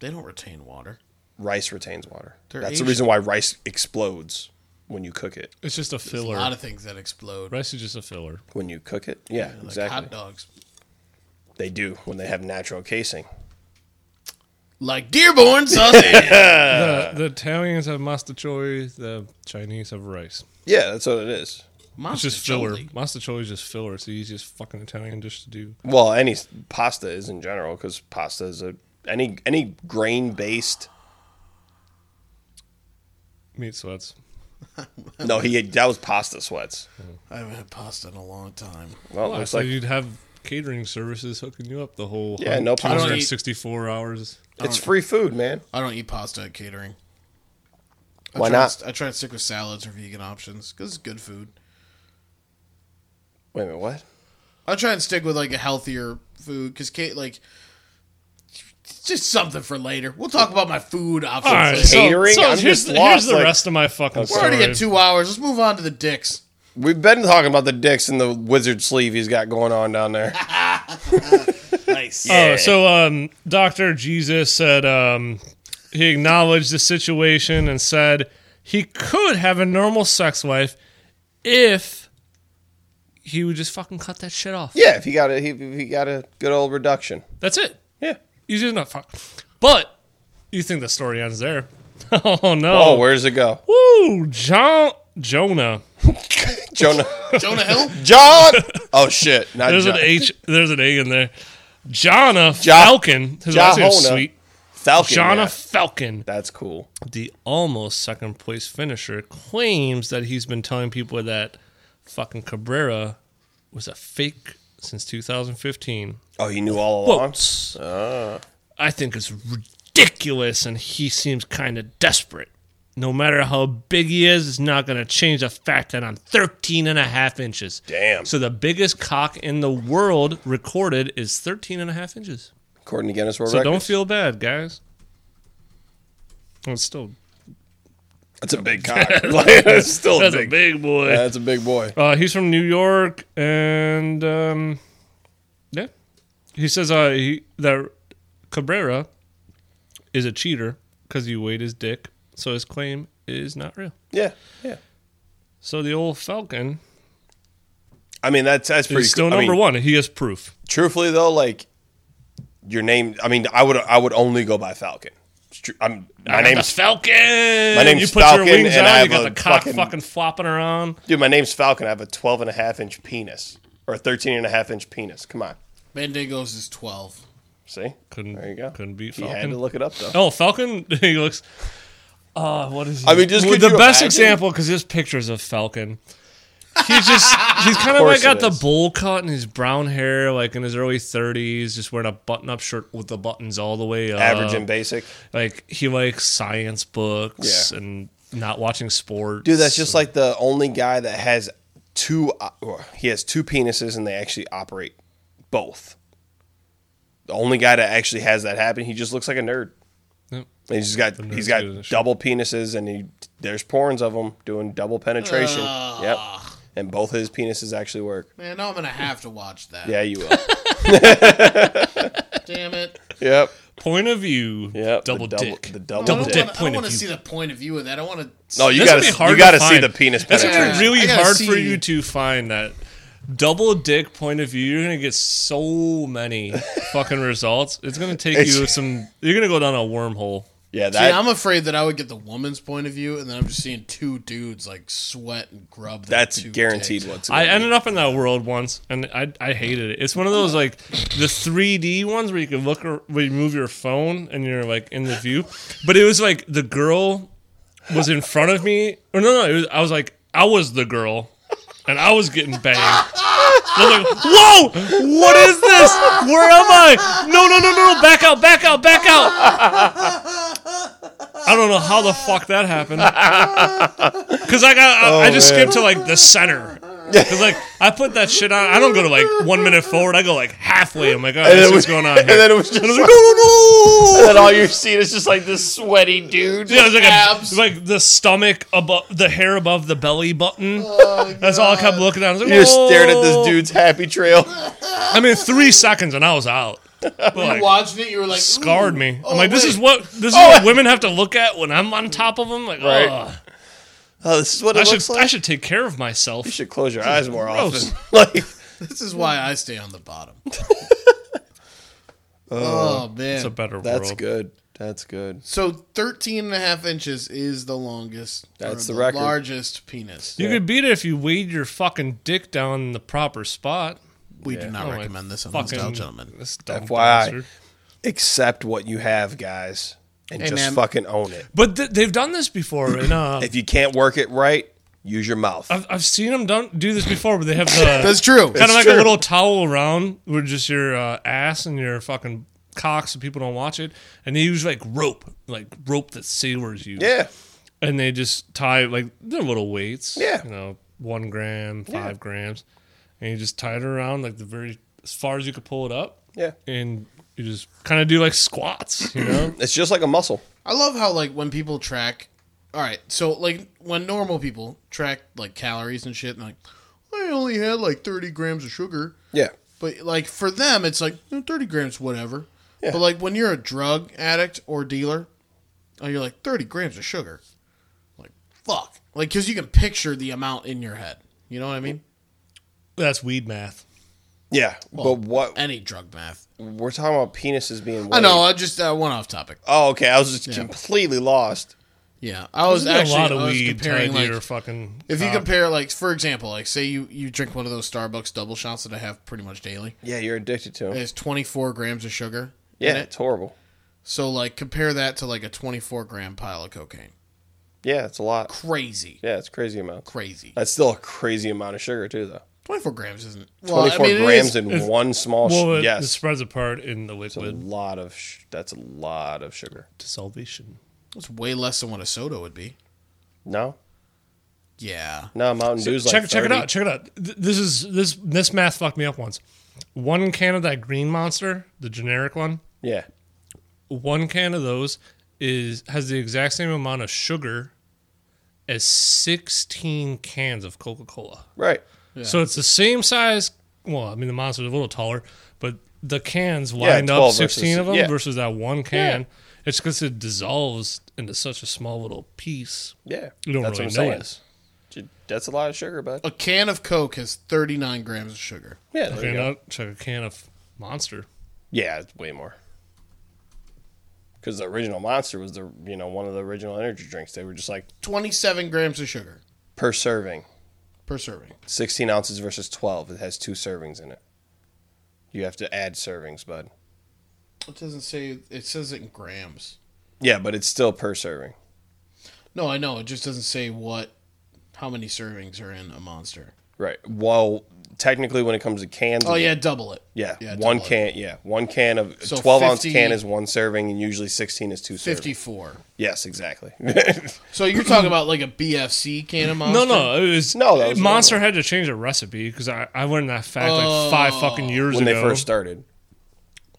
S3: They don't retain water.
S2: Rice retains water.
S3: They're
S2: That's
S3: Asian.
S2: the reason why rice explodes when you cook it.
S1: it's just a
S3: A
S1: filler.
S3: lot of things that explode.
S1: Rice is just a filler.
S2: When you cook it, yeah,
S3: Like
S2: exactly.
S3: hot dogs.
S2: They do when they have natural casing.
S3: Like Dearborn sausage.
S1: the,
S2: Uh,
S1: the Italians have mastichoi. The Chinese have rice.
S2: Yeah, that's what it is.
S1: It's just filler. Mastichoi is just filler. It's the easiest fucking Italian dish to do.
S2: Well, any s- pasta is in general because pasta is a any any grain based.
S1: Meat sweats.
S2: No, he had, that was pasta sweats.
S3: I haven't had pasta in a long time.
S2: Well, it
S1: Well,
S2: looks
S1: so
S2: like
S1: you'd have catering services hooking you up the whole
S2: Yeah, no problem.
S3: I don't eat-
S1: 64 hours.
S2: it's free food, man.
S3: I don't eat pasta at catering. I
S2: Why
S3: try
S2: not?
S3: To, I try to stick with salads or vegan options because it's good food.
S2: Wait a minute, what?
S3: I try and stick with like a healthier food because Kate like it's just something for later. We'll talk about my food options. later.
S2: so- Catering? I'm
S1: here's,
S2: just
S1: the,
S2: lost,
S1: here's the
S2: like-
S1: rest of my fucking
S3: We're
S1: story.
S3: already at two hours. Let's move on to the dicks.
S2: We've been talking about the dicks and the wizard sleeve he's got going on down there.
S5: Nice.
S1: Oh, so um, Dr. Jesus said um, he acknowledged the situation and said he could have a normal sex life if he would just fucking cut that shit off.
S2: Yeah, if he got a he, if he got a good old reduction.
S1: That's it.
S2: Yeah.
S1: Easy enough. Fuck. But you think the story ends there. oh,
S2: Oh,
S1: no.
S2: where does it go?
S1: Woo, John, Jonah.
S2: Jonah.
S3: Jonah Hill.
S2: John. Oh shit. Not
S1: There's
S2: John.
S1: an H. There's an A in there. Jonna
S2: Ja-
S1: Falcon. His last name's
S2: Jahona.
S1: sweet.
S2: Falcon.
S1: Jonna
S2: yeah.
S1: Falcon.
S2: That's cool.
S1: The almost second place finisher claims that he's been telling people that fucking Cabrera was a fake since 2015.
S2: Oh, he knew all along.
S1: Quotes. Ah. I think it's ridiculous, and he seems kind of desperate. No matter how big he is, it's not going to change the fact that I'm 13 and a half inches.
S2: Damn.
S1: So the biggest cock in the world recorded is 13 and a half inches.
S2: According to Guinness World
S1: So
S2: Records.
S1: don't feel bad, guys. Well, it's still
S2: That's a big cock. like, that's still
S1: that's
S2: a
S1: a
S2: Oh, big.
S1: big boy.
S2: That's a big boy.
S1: Uh, he's from New York, and um, yeah, he says uh, he, that Cabrera is a cheater because he weighed his dick, so his claim is not real.
S2: Yeah, yeah.
S1: So the old Falcon
S2: I mean, that's that's pretty.
S1: is still
S2: cool. I mean,
S1: number one. He has proof.
S2: Truthfully though, like your name. I mean, I would I would only go by Falcon. It's true. I'm my
S1: I'm the
S2: name's
S1: Falcon.
S2: my name's
S1: You put
S2: Falcon,
S1: your wings
S2: and
S1: out.
S2: I
S1: you
S2: have
S1: got the
S2: a
S1: cock
S2: fucking-
S1: fucking, flopping around.
S2: dude. My name's Falcon. I have a 12 and a half inch penis or a 13 and a half inch penis. Come on,
S3: Mandingo's is 12.
S2: see.
S1: Couldn't
S2: There you go.
S1: Couldn't beat
S2: You had to
S1: Falcon.
S2: look it up though.
S1: Oh, Falcon. he looks. Uh, what is?
S2: I mean, just
S1: Well,
S2: could
S1: the
S2: you
S1: best
S2: imagine?
S1: example because there's pictures of Falcon. He's just he's kind of
S2: course
S1: like got
S2: it
S1: the
S2: is.
S1: bowl cut and his brown hair, like in his early 30s, just wearing a button-up shirt with the buttons all the way up.
S2: Average and basic,
S1: like he likes science books
S2: Yeah.
S1: and not watching sports.
S2: dude. That's just like the only guy that has two. o- He has two penises, and they actually operate both. The only guy that actually has that happen, he just looks like a nerd.
S1: Yep.
S2: And he's got he's got
S1: good as shit.
S2: double penises, and he there's porns of him doing double penetration. Yep, and both his penises actually work.
S3: Man, now I'm going to have to watch that.
S2: Yeah, you will.
S3: Damn it.
S2: yep,
S1: point of view.
S2: yep.
S1: double
S2: the
S1: dick.
S2: The double,
S1: Double
S3: I don't
S2: dick.
S1: dick.
S3: wanna- I
S1: point
S3: don't
S1: of
S3: want to
S1: view.
S3: see the point of view of that. I want to.
S2: No, you
S1: That's
S2: gotta
S1: gonna be hard
S2: you gotta
S1: to
S2: see
S1: find.
S2: the penis
S1: That's gonna be
S2: penetration.
S1: really
S3: I gotta
S1: hard for
S3: see-
S1: you to find that double dick point of view. You're gonna get so many fucking results. It's gonna take
S2: It's-
S1: you some. You're gonna go down a wormhole.
S2: Yeah, that.
S3: See, I'm afraid that I would get the woman's point of view, and then I'm just seeing two dudes like sweat and grub. their
S2: that's
S3: two
S2: guaranteed.
S3: dicks.
S2: What's
S1: I
S2: gonna be.
S1: ended up in that world once, and I I hated it. It's one of those like the 3D ones where you can look or where you move your phone and you're like in the view. But it was like the girl was in front of me, or no, no, it was, I was like I was the girl, and I was getting banged. And I'm like, whoa, what is this? Where am I? No, no, no, no, no, back out, back out, back out. I don't know how the fuck that happened. Cause I got, I, I just
S2: Oh,
S1: skipped
S2: man.
S1: to like the center. Cause like I put that shit on. I don't go to like one minute forward. I go like halfway. I'm like, oh,
S2: then
S1: this
S2: it
S1: what's
S2: was-
S1: going on. Here.
S2: and then it was just
S1: I was
S2: like-
S1: like, no, no, no.
S2: and all you're seeing is just like this sweaty dude.
S1: Yeah, it was like,
S3: Abs.
S1: a, like the stomach above the hair above the belly button.
S3: Oh,
S1: That's all I kept looking at. I was like,
S2: You just stared at
S1: "Whoa."
S2: this dude's happy trail.
S1: I mean, three seconds and I was out. But,
S3: You
S1: like,
S3: watched it, you were like,
S1: scarred
S3: "Ooh,
S1: me. I'm
S3: oh,
S1: like, this
S3: wait."
S1: is what this is what women have to look at when I'm on top of them. Like,
S2: Oh, Right.
S1: ugh.
S2: Oh, this is what it
S1: I should
S2: looks like.
S1: I should take care of myself.
S2: You should close your eyes more
S1: gross.
S2: often. Like,
S3: This is why I stay on the bottom.
S2: Uh,
S3: oh
S1: It's a
S3: man!
S1: better
S2: that's
S1: world.
S2: good. That's good.
S3: So 13 and a half inches is the longest.
S2: That's
S3: or
S2: the record.
S3: Largest penis.
S1: You could beat it if you weighed your fucking dick down in the proper spot.
S3: We do not
S1: Oh, my
S3: recommend this on
S1: Fucking
S3: Hostile Gentlemen.
S1: This dumb
S2: FYI.
S1: bastard.
S2: Accept what you have, guys, and
S3: Hey,
S2: just
S3: man.
S2: fucking own it.
S1: But th- they've done this before, and uh,
S2: If you can't work it right, use your mouth.
S1: I've, I've seen them done, do this before. Where they have the
S3: That's true.
S1: kind of like
S2: true.
S1: a little towel around with just your uh, ass and your fucking cock, so people don't watch it. And they use like rope, like rope that sailors use.
S2: yeah.
S1: and they just tie like their little weights.
S2: Yeah.
S1: You know, one gram, five grams. And you just tie it around like the very as far as you could pull it up.
S2: Yeah.
S1: And you just kind of do like squats, you know?
S2: It's just like a muscle.
S3: I love how like when people track. All right, so like when normal people track like calories and shit, and like I only had like 30 grams of sugar.
S2: Yeah.
S3: But like for them, it's like "Eh, thirty grams, whatever. But like when you're a drug addict or dealer, oh, you're like thirty grams of sugar. Like fuck, like because you can picture the amount in your head. You know what I mean?
S1: That's weed math.
S2: Yeah. but
S1: Uh,
S2: what
S3: Any drug math.
S2: we're talking about penises being weighed.
S3: I know. I just uh, went off topic.
S2: Oh, okay. I was just completely lost.
S3: Yeah, I was
S1: There's
S3: actually
S1: a lot of
S3: I was
S1: weed tied
S3: comparing
S1: to
S3: like
S1: your fucking.
S3: if you
S2: Um,
S1: cock.
S3: compare like for example like say you you drink one of those Starbucks double shots that I have pretty much daily.
S2: Yeah, you're addicted to
S3: It
S2: them.
S3: has twenty four grams of sugar.
S2: Yeah,
S3: in it.
S2: it's horrible.
S3: So like compare that to like a twenty four gram pile of cocaine.
S2: Yeah, it's a lot.
S3: Crazy.
S2: Yeah, it's crazy amount.
S3: crazy.
S2: That's still a crazy amount of sugar too, though.
S3: 24 grams isn't. Well,
S2: 24
S3: I mean,
S2: grams
S3: it is,
S2: in one small. Sh-
S1: well, it, it
S2: yes,
S1: spreads apart in the
S2: a
S1: liquid
S2: lot of. Sh- that's a lot of sugar.
S1: to salvation.
S3: it's way less than what a soda would be.
S2: No,
S3: Yeah.
S2: no, Mountain Dew's like
S1: check check it
S2: 30.
S1: out. Check it out. Th- This is this this math fucked me up once. One can of that green monster, the generic one.
S2: Yeah,
S1: One can of those is has the exact same amount of sugar as 16 cans of Coca-Cola.
S2: right.
S1: So it's the same size. Well, I mean the monster's a little taller, but the cans
S2: Yeah,
S1: lined up
S2: 12
S1: 16
S2: versus-
S1: of them
S2: yeah.
S1: versus that one can. It's because it dissolves into such a small little piece.
S2: Yeah,
S1: You don't
S2: that's
S1: really
S2: what I'm
S1: notice.
S2: saying. That's a lot of sugar, bud.
S3: A can of Coke has 39 grams of sugar.
S2: Yeah, there you
S1: Can
S2: go.
S1: out, check a can of Monster.
S2: yeah, it's way more. Because the original Monster was the you know one of the original energy drinks. They were just like
S3: 27 grams of sugar
S2: per serving,
S3: per serving.
S2: sixteen ounces versus twelve. It has two servings in it. You have to add servings, bud.
S3: It doesn't say, it says it in grams.
S2: Yeah, but it's still per serving.
S3: No, I know. It just doesn't say what, how many servings are in a monster.
S2: Right. Well, technically, when it comes to cans,
S3: Oh, yeah, double it.
S2: yeah,
S3: yeah,
S2: one
S3: double it.
S2: can, yeah, one can of
S3: So
S2: twelve ounce
S3: 50
S2: can is one serving, and usually sixteen is two servings.
S3: 54.
S2: Yes, exactly.
S3: So you're talking about like a BFC can of monster?
S1: No, no, it was
S2: No, that was
S1: Monster had to change a recipe because I, I learned that fact like five fucking years
S2: when they
S1: ago,
S2: first started.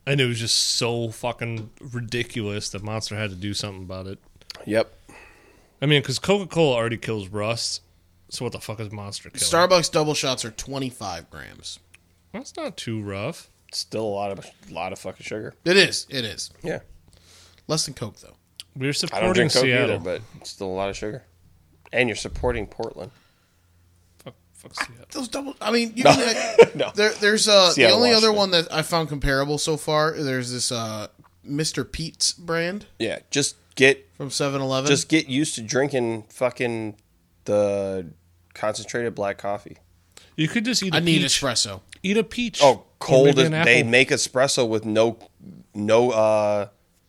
S1: and it was just so fucking ridiculous that Monster had to do something about it.
S2: Yep.
S1: I mean, because Coca Cola already kills rust, so what the fuck is Monster killing?
S3: Starbucks double shots are 25 grams.
S1: That's not too rough.
S2: Still a lot of lot of fucking sugar.
S3: It is. It is.
S2: Yeah.
S3: Less than Coke, though.
S1: We We're
S2: I don't
S1: supporting
S2: drink Coke
S1: Seattle.
S2: either, but it's still a lot of sugar. And you're supporting Portland.
S1: fuck, fuck Seattle.
S3: Those double. I mean, you can.
S2: no.
S3: There, there's uh, the
S2: Seattle,
S3: only other
S2: Washington.
S3: one that I found comparable so far. There's this uh, Mr. Pete's brand
S2: Yeah. Just get
S3: from 7-Eleven.
S2: just get used to drinking fucking the concentrated black coffee.
S1: You could just eat. a
S3: I need
S1: peach.
S3: espresso.
S1: Eat a peach.
S2: Oh, cold
S1: maybe
S2: as
S1: an
S2: they
S1: apple.
S2: make espresso with no no uh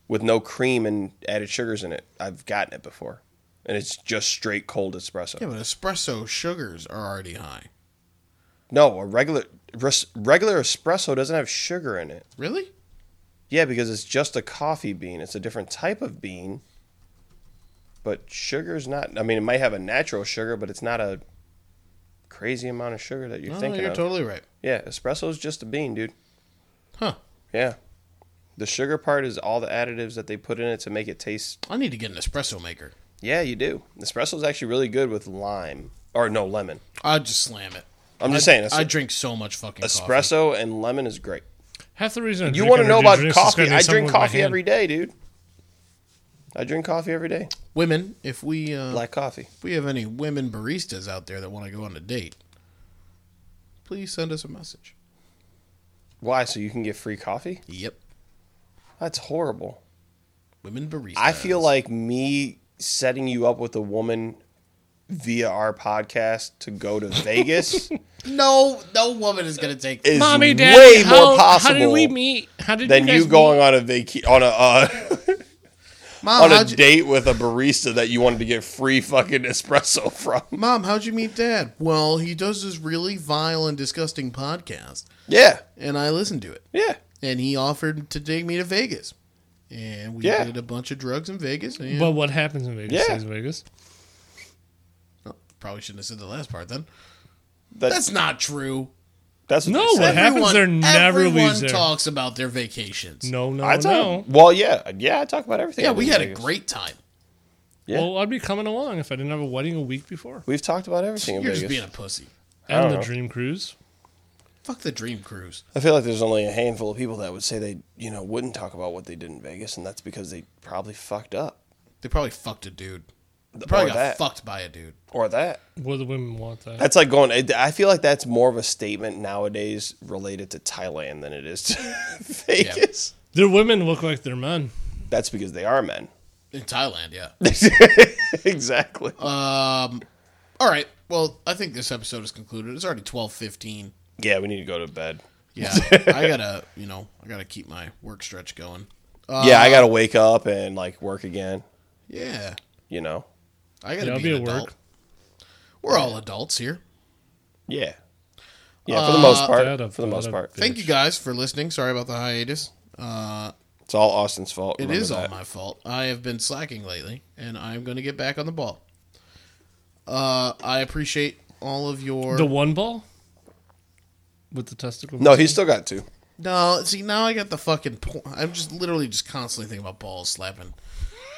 S2: with no cream and added sugars in it. I've gotten it before. And it's just straight cold espresso.
S3: Yeah, but espresso sugars are already high.
S2: No, a regular res, regular espresso doesn't have sugar in it.
S3: Really?
S2: Yeah, because it's just a coffee bean. It's a different type of bean. But sugar's not. I mean, it might have a natural sugar, but it's not a crazy amount of sugar that you're
S3: No,
S2: thinking
S3: Oh, you're
S2: of.
S3: totally right.
S2: yeah, espresso's just a bean, dude.
S3: Huh.
S2: Yeah. The sugar part is all the additives that they put in it to make it taste.
S3: I need to get an espresso maker.
S2: Yeah, you do. Espresso's actually really good with lime or no lemon.
S3: I'd just slam it.
S2: I'm just
S3: I-
S2: saying,
S3: I
S2: es-
S3: drink so much fucking espresso.
S2: espresso and lemon is great.
S1: Half the reason I
S2: You
S1: drink
S2: want to know
S1: energy
S2: about
S1: drinks is 'cause
S2: coffee?
S1: need
S2: I
S1: something
S2: drink
S1: with my
S2: coffee
S1: hand.
S2: every day, dude. I drink coffee every day.
S3: Women, if we
S1: Oh.
S3: uh,
S2: Black coffee.
S3: if we have any women baristas out there that want to go on a date, please send us a message.
S2: Why? So you can get free coffee?
S3: Yep.
S2: That's horrible.
S3: Women baristas.
S2: I feel like me setting you up with a woman via our podcast to go to Vegas
S3: no, no woman is gonna take.
S2: is
S1: Mommy,
S2: way
S1: Daddy,
S2: more
S1: how,
S2: possible
S1: How did we meet? How did
S2: than
S1: you, guys
S2: you going on a vaca- on a uh,
S3: Mom,
S2: on a
S3: how'd you-
S2: date with a barista that you wanted to get free fucking espresso from.
S3: Mom, how'd you meet Dad? Well, he does this really vile and disgusting podcast,
S2: Yeah,
S3: and I listened to it.
S2: yeah.
S3: And he offered to take me to Vegas, and we
S2: Yeah.
S3: did a bunch of drugs in Vegas. And
S1: Meet? But what happens in Vegas?
S2: Yeah.
S1: Is Vegas.
S3: Oh, probably shouldn't have said the last part then.
S2: That's
S3: That's not true.
S2: that's what
S1: No,
S2: they
S1: what
S2: said.
S1: happened? happens there never
S3: everyone
S1: leaves there.
S3: talks about their vacations.
S1: No, no,
S2: I talk.
S1: no.
S2: Well, yeah, yeah. I talk about everything.
S3: Yeah,
S2: I do
S3: we
S2: in
S3: had a
S2: Vegas.
S3: great time.
S2: Yeah.
S1: Well, I'd be coming along if I didn't have a wedding a week before.
S2: We've talked about everything in
S3: You're just
S2: Vegas.
S3: being a pussy.
S1: And the dream cruise.
S3: Fuck the dream cruise.
S2: I feel like there's only a handful of people that would say they, you know, wouldn't talk about what they did in Vegas, and that's because they probably fucked up
S3: They probably fucked a dude. They probably
S2: or
S3: got
S2: that.
S3: fucked by a dude.
S2: or that.
S1: Will the women want that?
S2: That's like going. I- I feel like that's more of a statement nowadays related to Thailand than it is to Vegas.
S1: Their women look like their men.
S2: That's because they are men.
S3: In Thailand, yeah.
S2: exactly.
S3: Um, all right. Well, I think this episode is concluded. It's already twelve fifteen.
S2: yeah, we need to go to bed.
S3: Yeah, I gotta, you know, I gotta keep my work stretch going. Uh,
S2: yeah, I gotta wake up and like work again.
S3: Yeah,
S2: You know.
S3: I gotta
S1: Yeah, I'll
S3: be,
S1: be
S3: an
S1: at work.
S3: adult. We're all adults here.
S2: Yeah. Yeah, for the
S3: Uh,
S2: most
S1: That a-
S2: part. For the
S1: that
S2: most
S1: a
S2: part,
S3: Thank you guys for listening. Sorry about the hiatus. Uh,
S2: it's all Austin's fault.
S3: it
S2: Remember
S3: is all
S2: that.
S3: my fault. I have been slacking lately, and I'm going to get back on the ball. Uh, I appreciate all of your.
S1: The one ball with the testicle.
S2: No, he's still got two.
S3: no, see now I got the fucking. Po- I'm just literally just constantly thinking about balls slapping.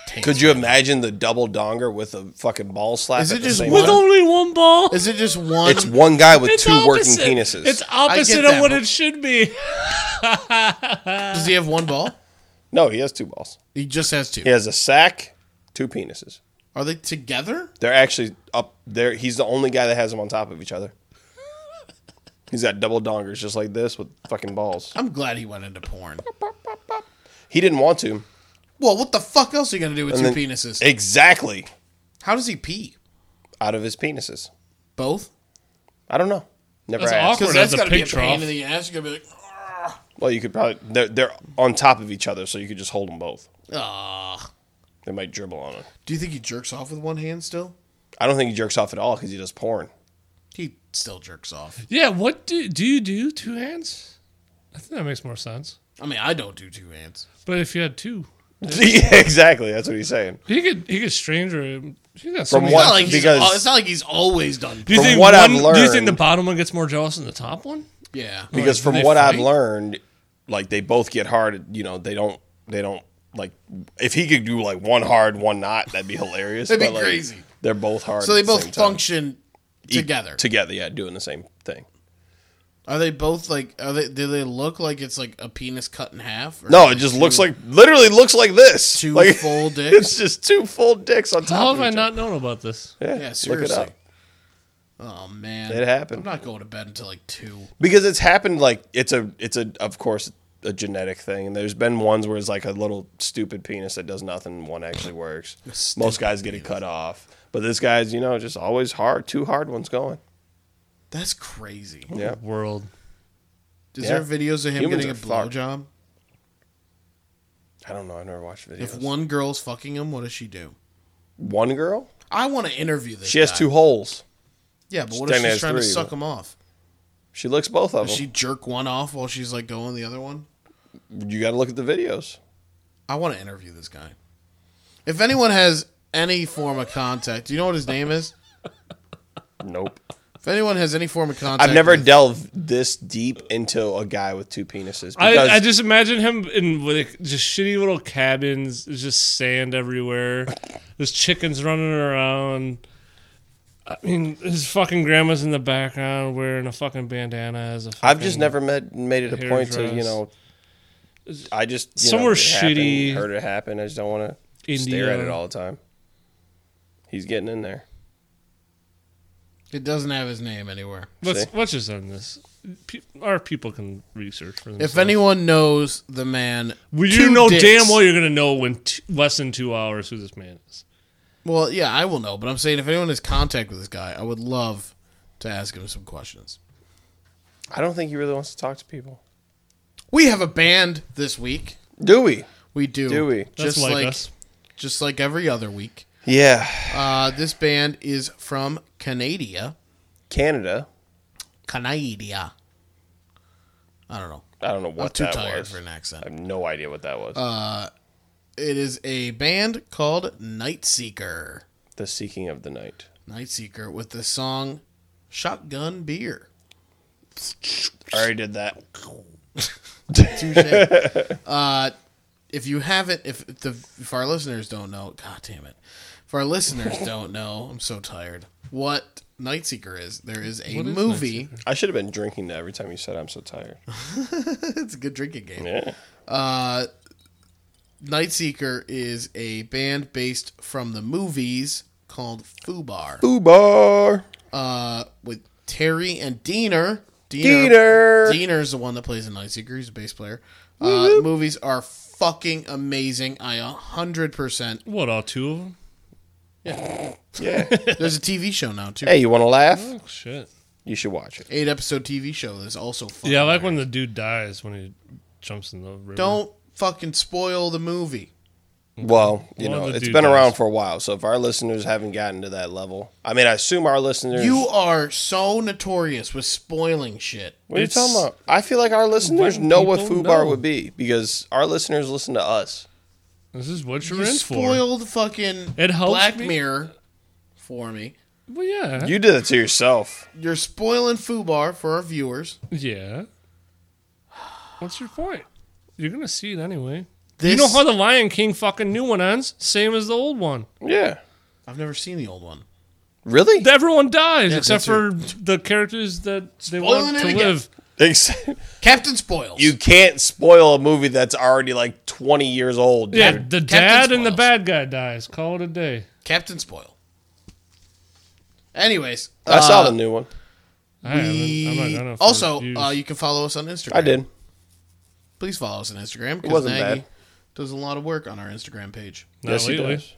S3: Taint
S2: Could you imagine the double donger with a fucking ball slap?
S3: Is
S2: at
S3: it
S2: the
S3: just
S2: same
S3: one-
S2: time?
S1: only one ball.
S3: Is it just one?
S2: It's one guy with
S1: It's
S2: two
S1: opposite.
S2: working penises.
S1: It's opposite
S3: that,
S1: of what
S3: but-
S1: it should be.
S3: does he have one ball?
S2: no, he has two balls.
S3: He just has two.
S2: He has a sack, two penises.
S3: Are they together?
S2: They're actually up there. He's the only guy that has them on top of each other. He's got double dongers just like this with fucking balls.
S3: I'm glad he went into porn.
S2: He didn't want to.
S3: Well, what the fuck else are you gonna do with two
S2: And then-
S3: penises?
S2: Exactly.
S3: How does he pee?
S2: Out of his penises.
S3: Both?
S2: I don't know. Never
S1: That's
S2: asked.
S1: awkward as a
S3: gotta
S1: pig
S3: pain
S1: trough.
S3: in the ass. You're gonna be like,
S2: Well, you could probably. They're, they're on top of each other, so you could just hold them both.
S3: ah.
S2: They might dribble on him.
S3: Do you think he jerks off with one hand still?
S2: I don't think he jerks off at all because he does porn.
S3: He still jerks off.
S1: Yeah, what do do you do? Two hands? I think that makes more sense.
S3: I mean, I don't do two hands.
S1: But if you had two,
S2: yeah, exactly. That's what he's saying.
S1: he could he could stranger. He got so
S2: From
S1: many-
S2: what-
S3: Not like he's-
S2: Because-
S3: oh, it's not like he's always done.
S1: Do you
S2: From
S1: think
S2: what I've
S1: one, Do you think the
S2: learned-
S1: bottom one gets more jealous than the top one?
S3: Yeah.
S2: Because
S1: do
S2: from
S1: they
S2: what I've
S1: fight?
S2: learned, like they both get hard. You know, they don't. They don't like. If he could do like one hard, one not, that'd be hilarious.
S3: That'd be
S2: but, like,
S3: crazy.
S2: They're both hard.
S3: So they
S2: at the same
S3: both
S2: time. e-
S3: function
S2: Eat-
S3: together.
S2: Together, yeah, doing the same thing.
S3: Are they both like? Are they? Do they look like it's like a penis cut in half? Or
S2: No, it just looks like literally looks like this.
S3: two
S2: Like,
S3: full dicks.
S2: It's just two full dicks on top.
S1: How
S2: of
S1: have I
S2: each
S1: not known about this?
S2: other. Yeah,
S3: Yeah,
S2: Look it
S3: seriously.
S2: up.
S3: Oh man,
S2: It happened.
S3: I'm not going to bed until like two.
S2: because it's happened like it's a it's a of course a genetic thing and there's been ones where it's like a little stupid penis that does nothing and one actually works most guys get it cut off but this guy's you know just always hard two hard ones going
S3: That's crazy.
S2: yeah
S1: World.
S3: Is
S2: Yeah.
S3: there videos of him
S2: Humans
S3: getting a
S2: are fucked.
S3: blowjob?
S2: i don't know i've never watched videos
S3: If one girl's fucking him, what does she do?
S2: one girl
S3: I want to interview this.
S2: she has
S3: guy.
S2: two holes
S3: Yeah, but what
S2: She technically
S3: if she's
S2: has
S3: trying to
S2: three,
S3: suck
S2: but-
S3: him off?
S2: she looks both of
S3: Does
S2: them
S3: she jerk one off while she's like going the other one?
S2: you got to look at the videos
S3: I want to interview this guy. If anyone has any form of contact, do you know what his name is?
S2: nope
S3: If anyone has any form of contact,
S2: i've never
S3: with-
S2: delved this deep into a guy with two penises
S1: I,
S2: because
S1: I just imagine him in like just shitty little cabins, there's just sand everywhere. There's chickens running around. I mean, his fucking grandma's in the background wearing a fucking bandana as a fucking,
S2: I've just never met made it a
S1: hair
S2: point to you
S1: dress.
S2: know. I just you know,
S1: Somewhere
S2: it happened,
S1: shitty.
S2: heard it happen. I just don't want to stare
S1: India.
S2: at it all the time. He's getting in there.
S3: It doesn't have his name anywhere.
S1: Let's
S2: See?
S1: let's just end this. Pe- our people can research for themselves.
S3: If anyone knows the man,
S1: Well,
S3: two
S1: you know
S3: dicks-
S1: damn well you're gonna know when t- less than two hours who this man is.
S3: Well, yeah, I will know, but I'm saying if anyone has contact with this guy, I would love to ask him some questions.
S2: I don't think he really wants to talk to people.
S3: We have a band this week.
S2: Do we?
S3: We do.
S2: Do we?
S1: That's
S3: Just
S1: like,
S3: like,
S1: us.
S3: just like every other week.
S2: Yeah,
S3: Uh, this band is from Canada.
S2: Canada.
S3: Canada. I don't know.
S2: I don't know what
S3: I'm too
S2: that
S3: tired
S2: was.
S3: for an accent.
S2: I have no idea what that was.
S3: It is a band called Night Seeker.
S2: the seeking of the night.
S3: Night Seeker with the song Shotgun Beer.
S2: I already did that.
S3: Touche. uh, if you haven't, if the if our listeners don't know, god damn it, if our listeners don't know, I'm so tired. What Night Seeker is? There is a movie.
S2: I should have been drinking that every time you said I'm so tired.
S3: it's a good drinking game.
S2: Yeah.
S3: Night Seeker is a band based from the movies called Fubar
S2: Boobar.
S3: uh, with Terry and Diener.
S2: Diener.
S3: Diener's the one that plays in Night Seeker. He's a bass player. Uh, the movies are fucking amazing. I 100%.
S1: What all two of them?
S2: Yeah.
S3: There's a TV show now, too.
S2: hey, you want to laugh?
S1: Oh shit!
S2: You should watch it.
S3: Eight episode TV show that's also fucking.
S1: Yeah, I like when the dude dies when he jumps in the river.
S3: Don't fucking spoil the movie.
S2: Well, you
S1: One of
S2: know,
S1: the
S2: it's
S1: dude
S2: been around
S1: does.
S2: for a while. So if our listeners haven't gotten to that level, I mean, I assume our listeners.
S3: You are so notorious with spoiling shit.
S2: what are you
S1: it's-
S2: talking about? I feel like our listeners know what
S1: people
S2: Fubar
S1: know.
S2: would be because our listeners listen to us.
S1: This is what you're
S3: You
S1: in for.
S3: spoiled fucking
S1: It helps
S3: Black
S1: me.
S3: Mirror for me.
S1: Well, yeah,
S2: You did it to yourself.
S3: You're spoiling Fubar for our viewers.
S1: yeah. What's your point? You're gonna see it anyway.
S3: This,
S1: You know how the Lion King fucking new one ends, same as the old one.
S2: Yeah.
S3: I've never seen the old one.
S2: Really?
S1: Everyone dies except
S3: that's your-
S1: for the characters that they
S3: Spoiling
S1: want
S3: it
S1: to
S3: again.
S1: live.
S2: Except
S3: Captain Spoils.
S2: you can't spoil a movie that's already like 20 years old.
S1: Yeah,
S2: dude.
S1: the dad and the
S3: Spoils.
S1: bad guy dies. Call it a day.
S3: Captain Spoil. Anyways,
S2: I saw
S3: uh,
S2: the new one.
S1: I haven't. I'm not
S3: we-
S1: gonna.
S3: also,
S1: refuse.
S3: uh, you can follow us on Instagram.
S2: I did.
S3: Please follow us on Instagram. 'cause
S2: wasn't
S3: Nagy
S2: bad.
S3: Does a lot of work on our Instagram page.
S1: not
S2: yes, he
S1: lately.
S2: does.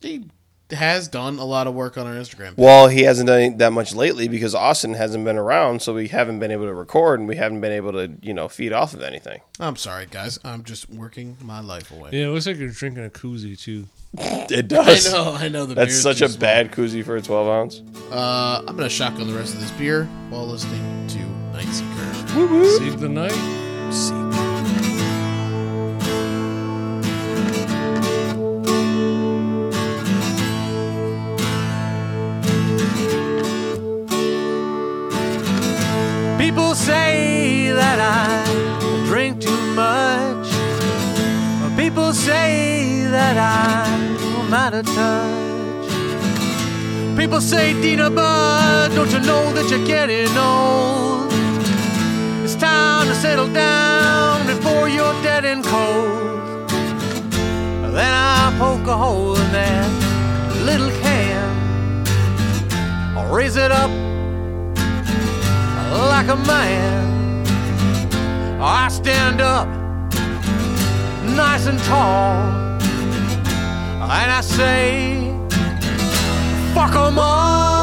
S3: He has done a lot of work on our Instagram. Page.
S2: Well, he hasn't done that much lately because Austin hasn't been around, so we haven't been able to record and we haven't been able to, you know, feed off of anything.
S3: I'm sorry, guys. I'm just working my life away.
S1: Yeah, it looks like you're drinking a koozie too.
S2: It
S3: I
S2: does.
S3: know. I know. The
S2: That's
S3: beer's
S2: such
S3: too
S2: a
S3: small.
S2: bad koozie for a 12 ounce.
S3: Uh, I'm gonna shotgun the rest of this beer while listening to Night Seeker.
S1: Save the night.
S6: People say that I drink too much. People say that I'm out of touch. People say, Dina Bud, don't you know that you're getting old? It's time to settle down before you're dead and cold. Then I poke a hole in that little can. I'll raise it up like a man. I stand up nice and tall, and I say, fuck 'em all.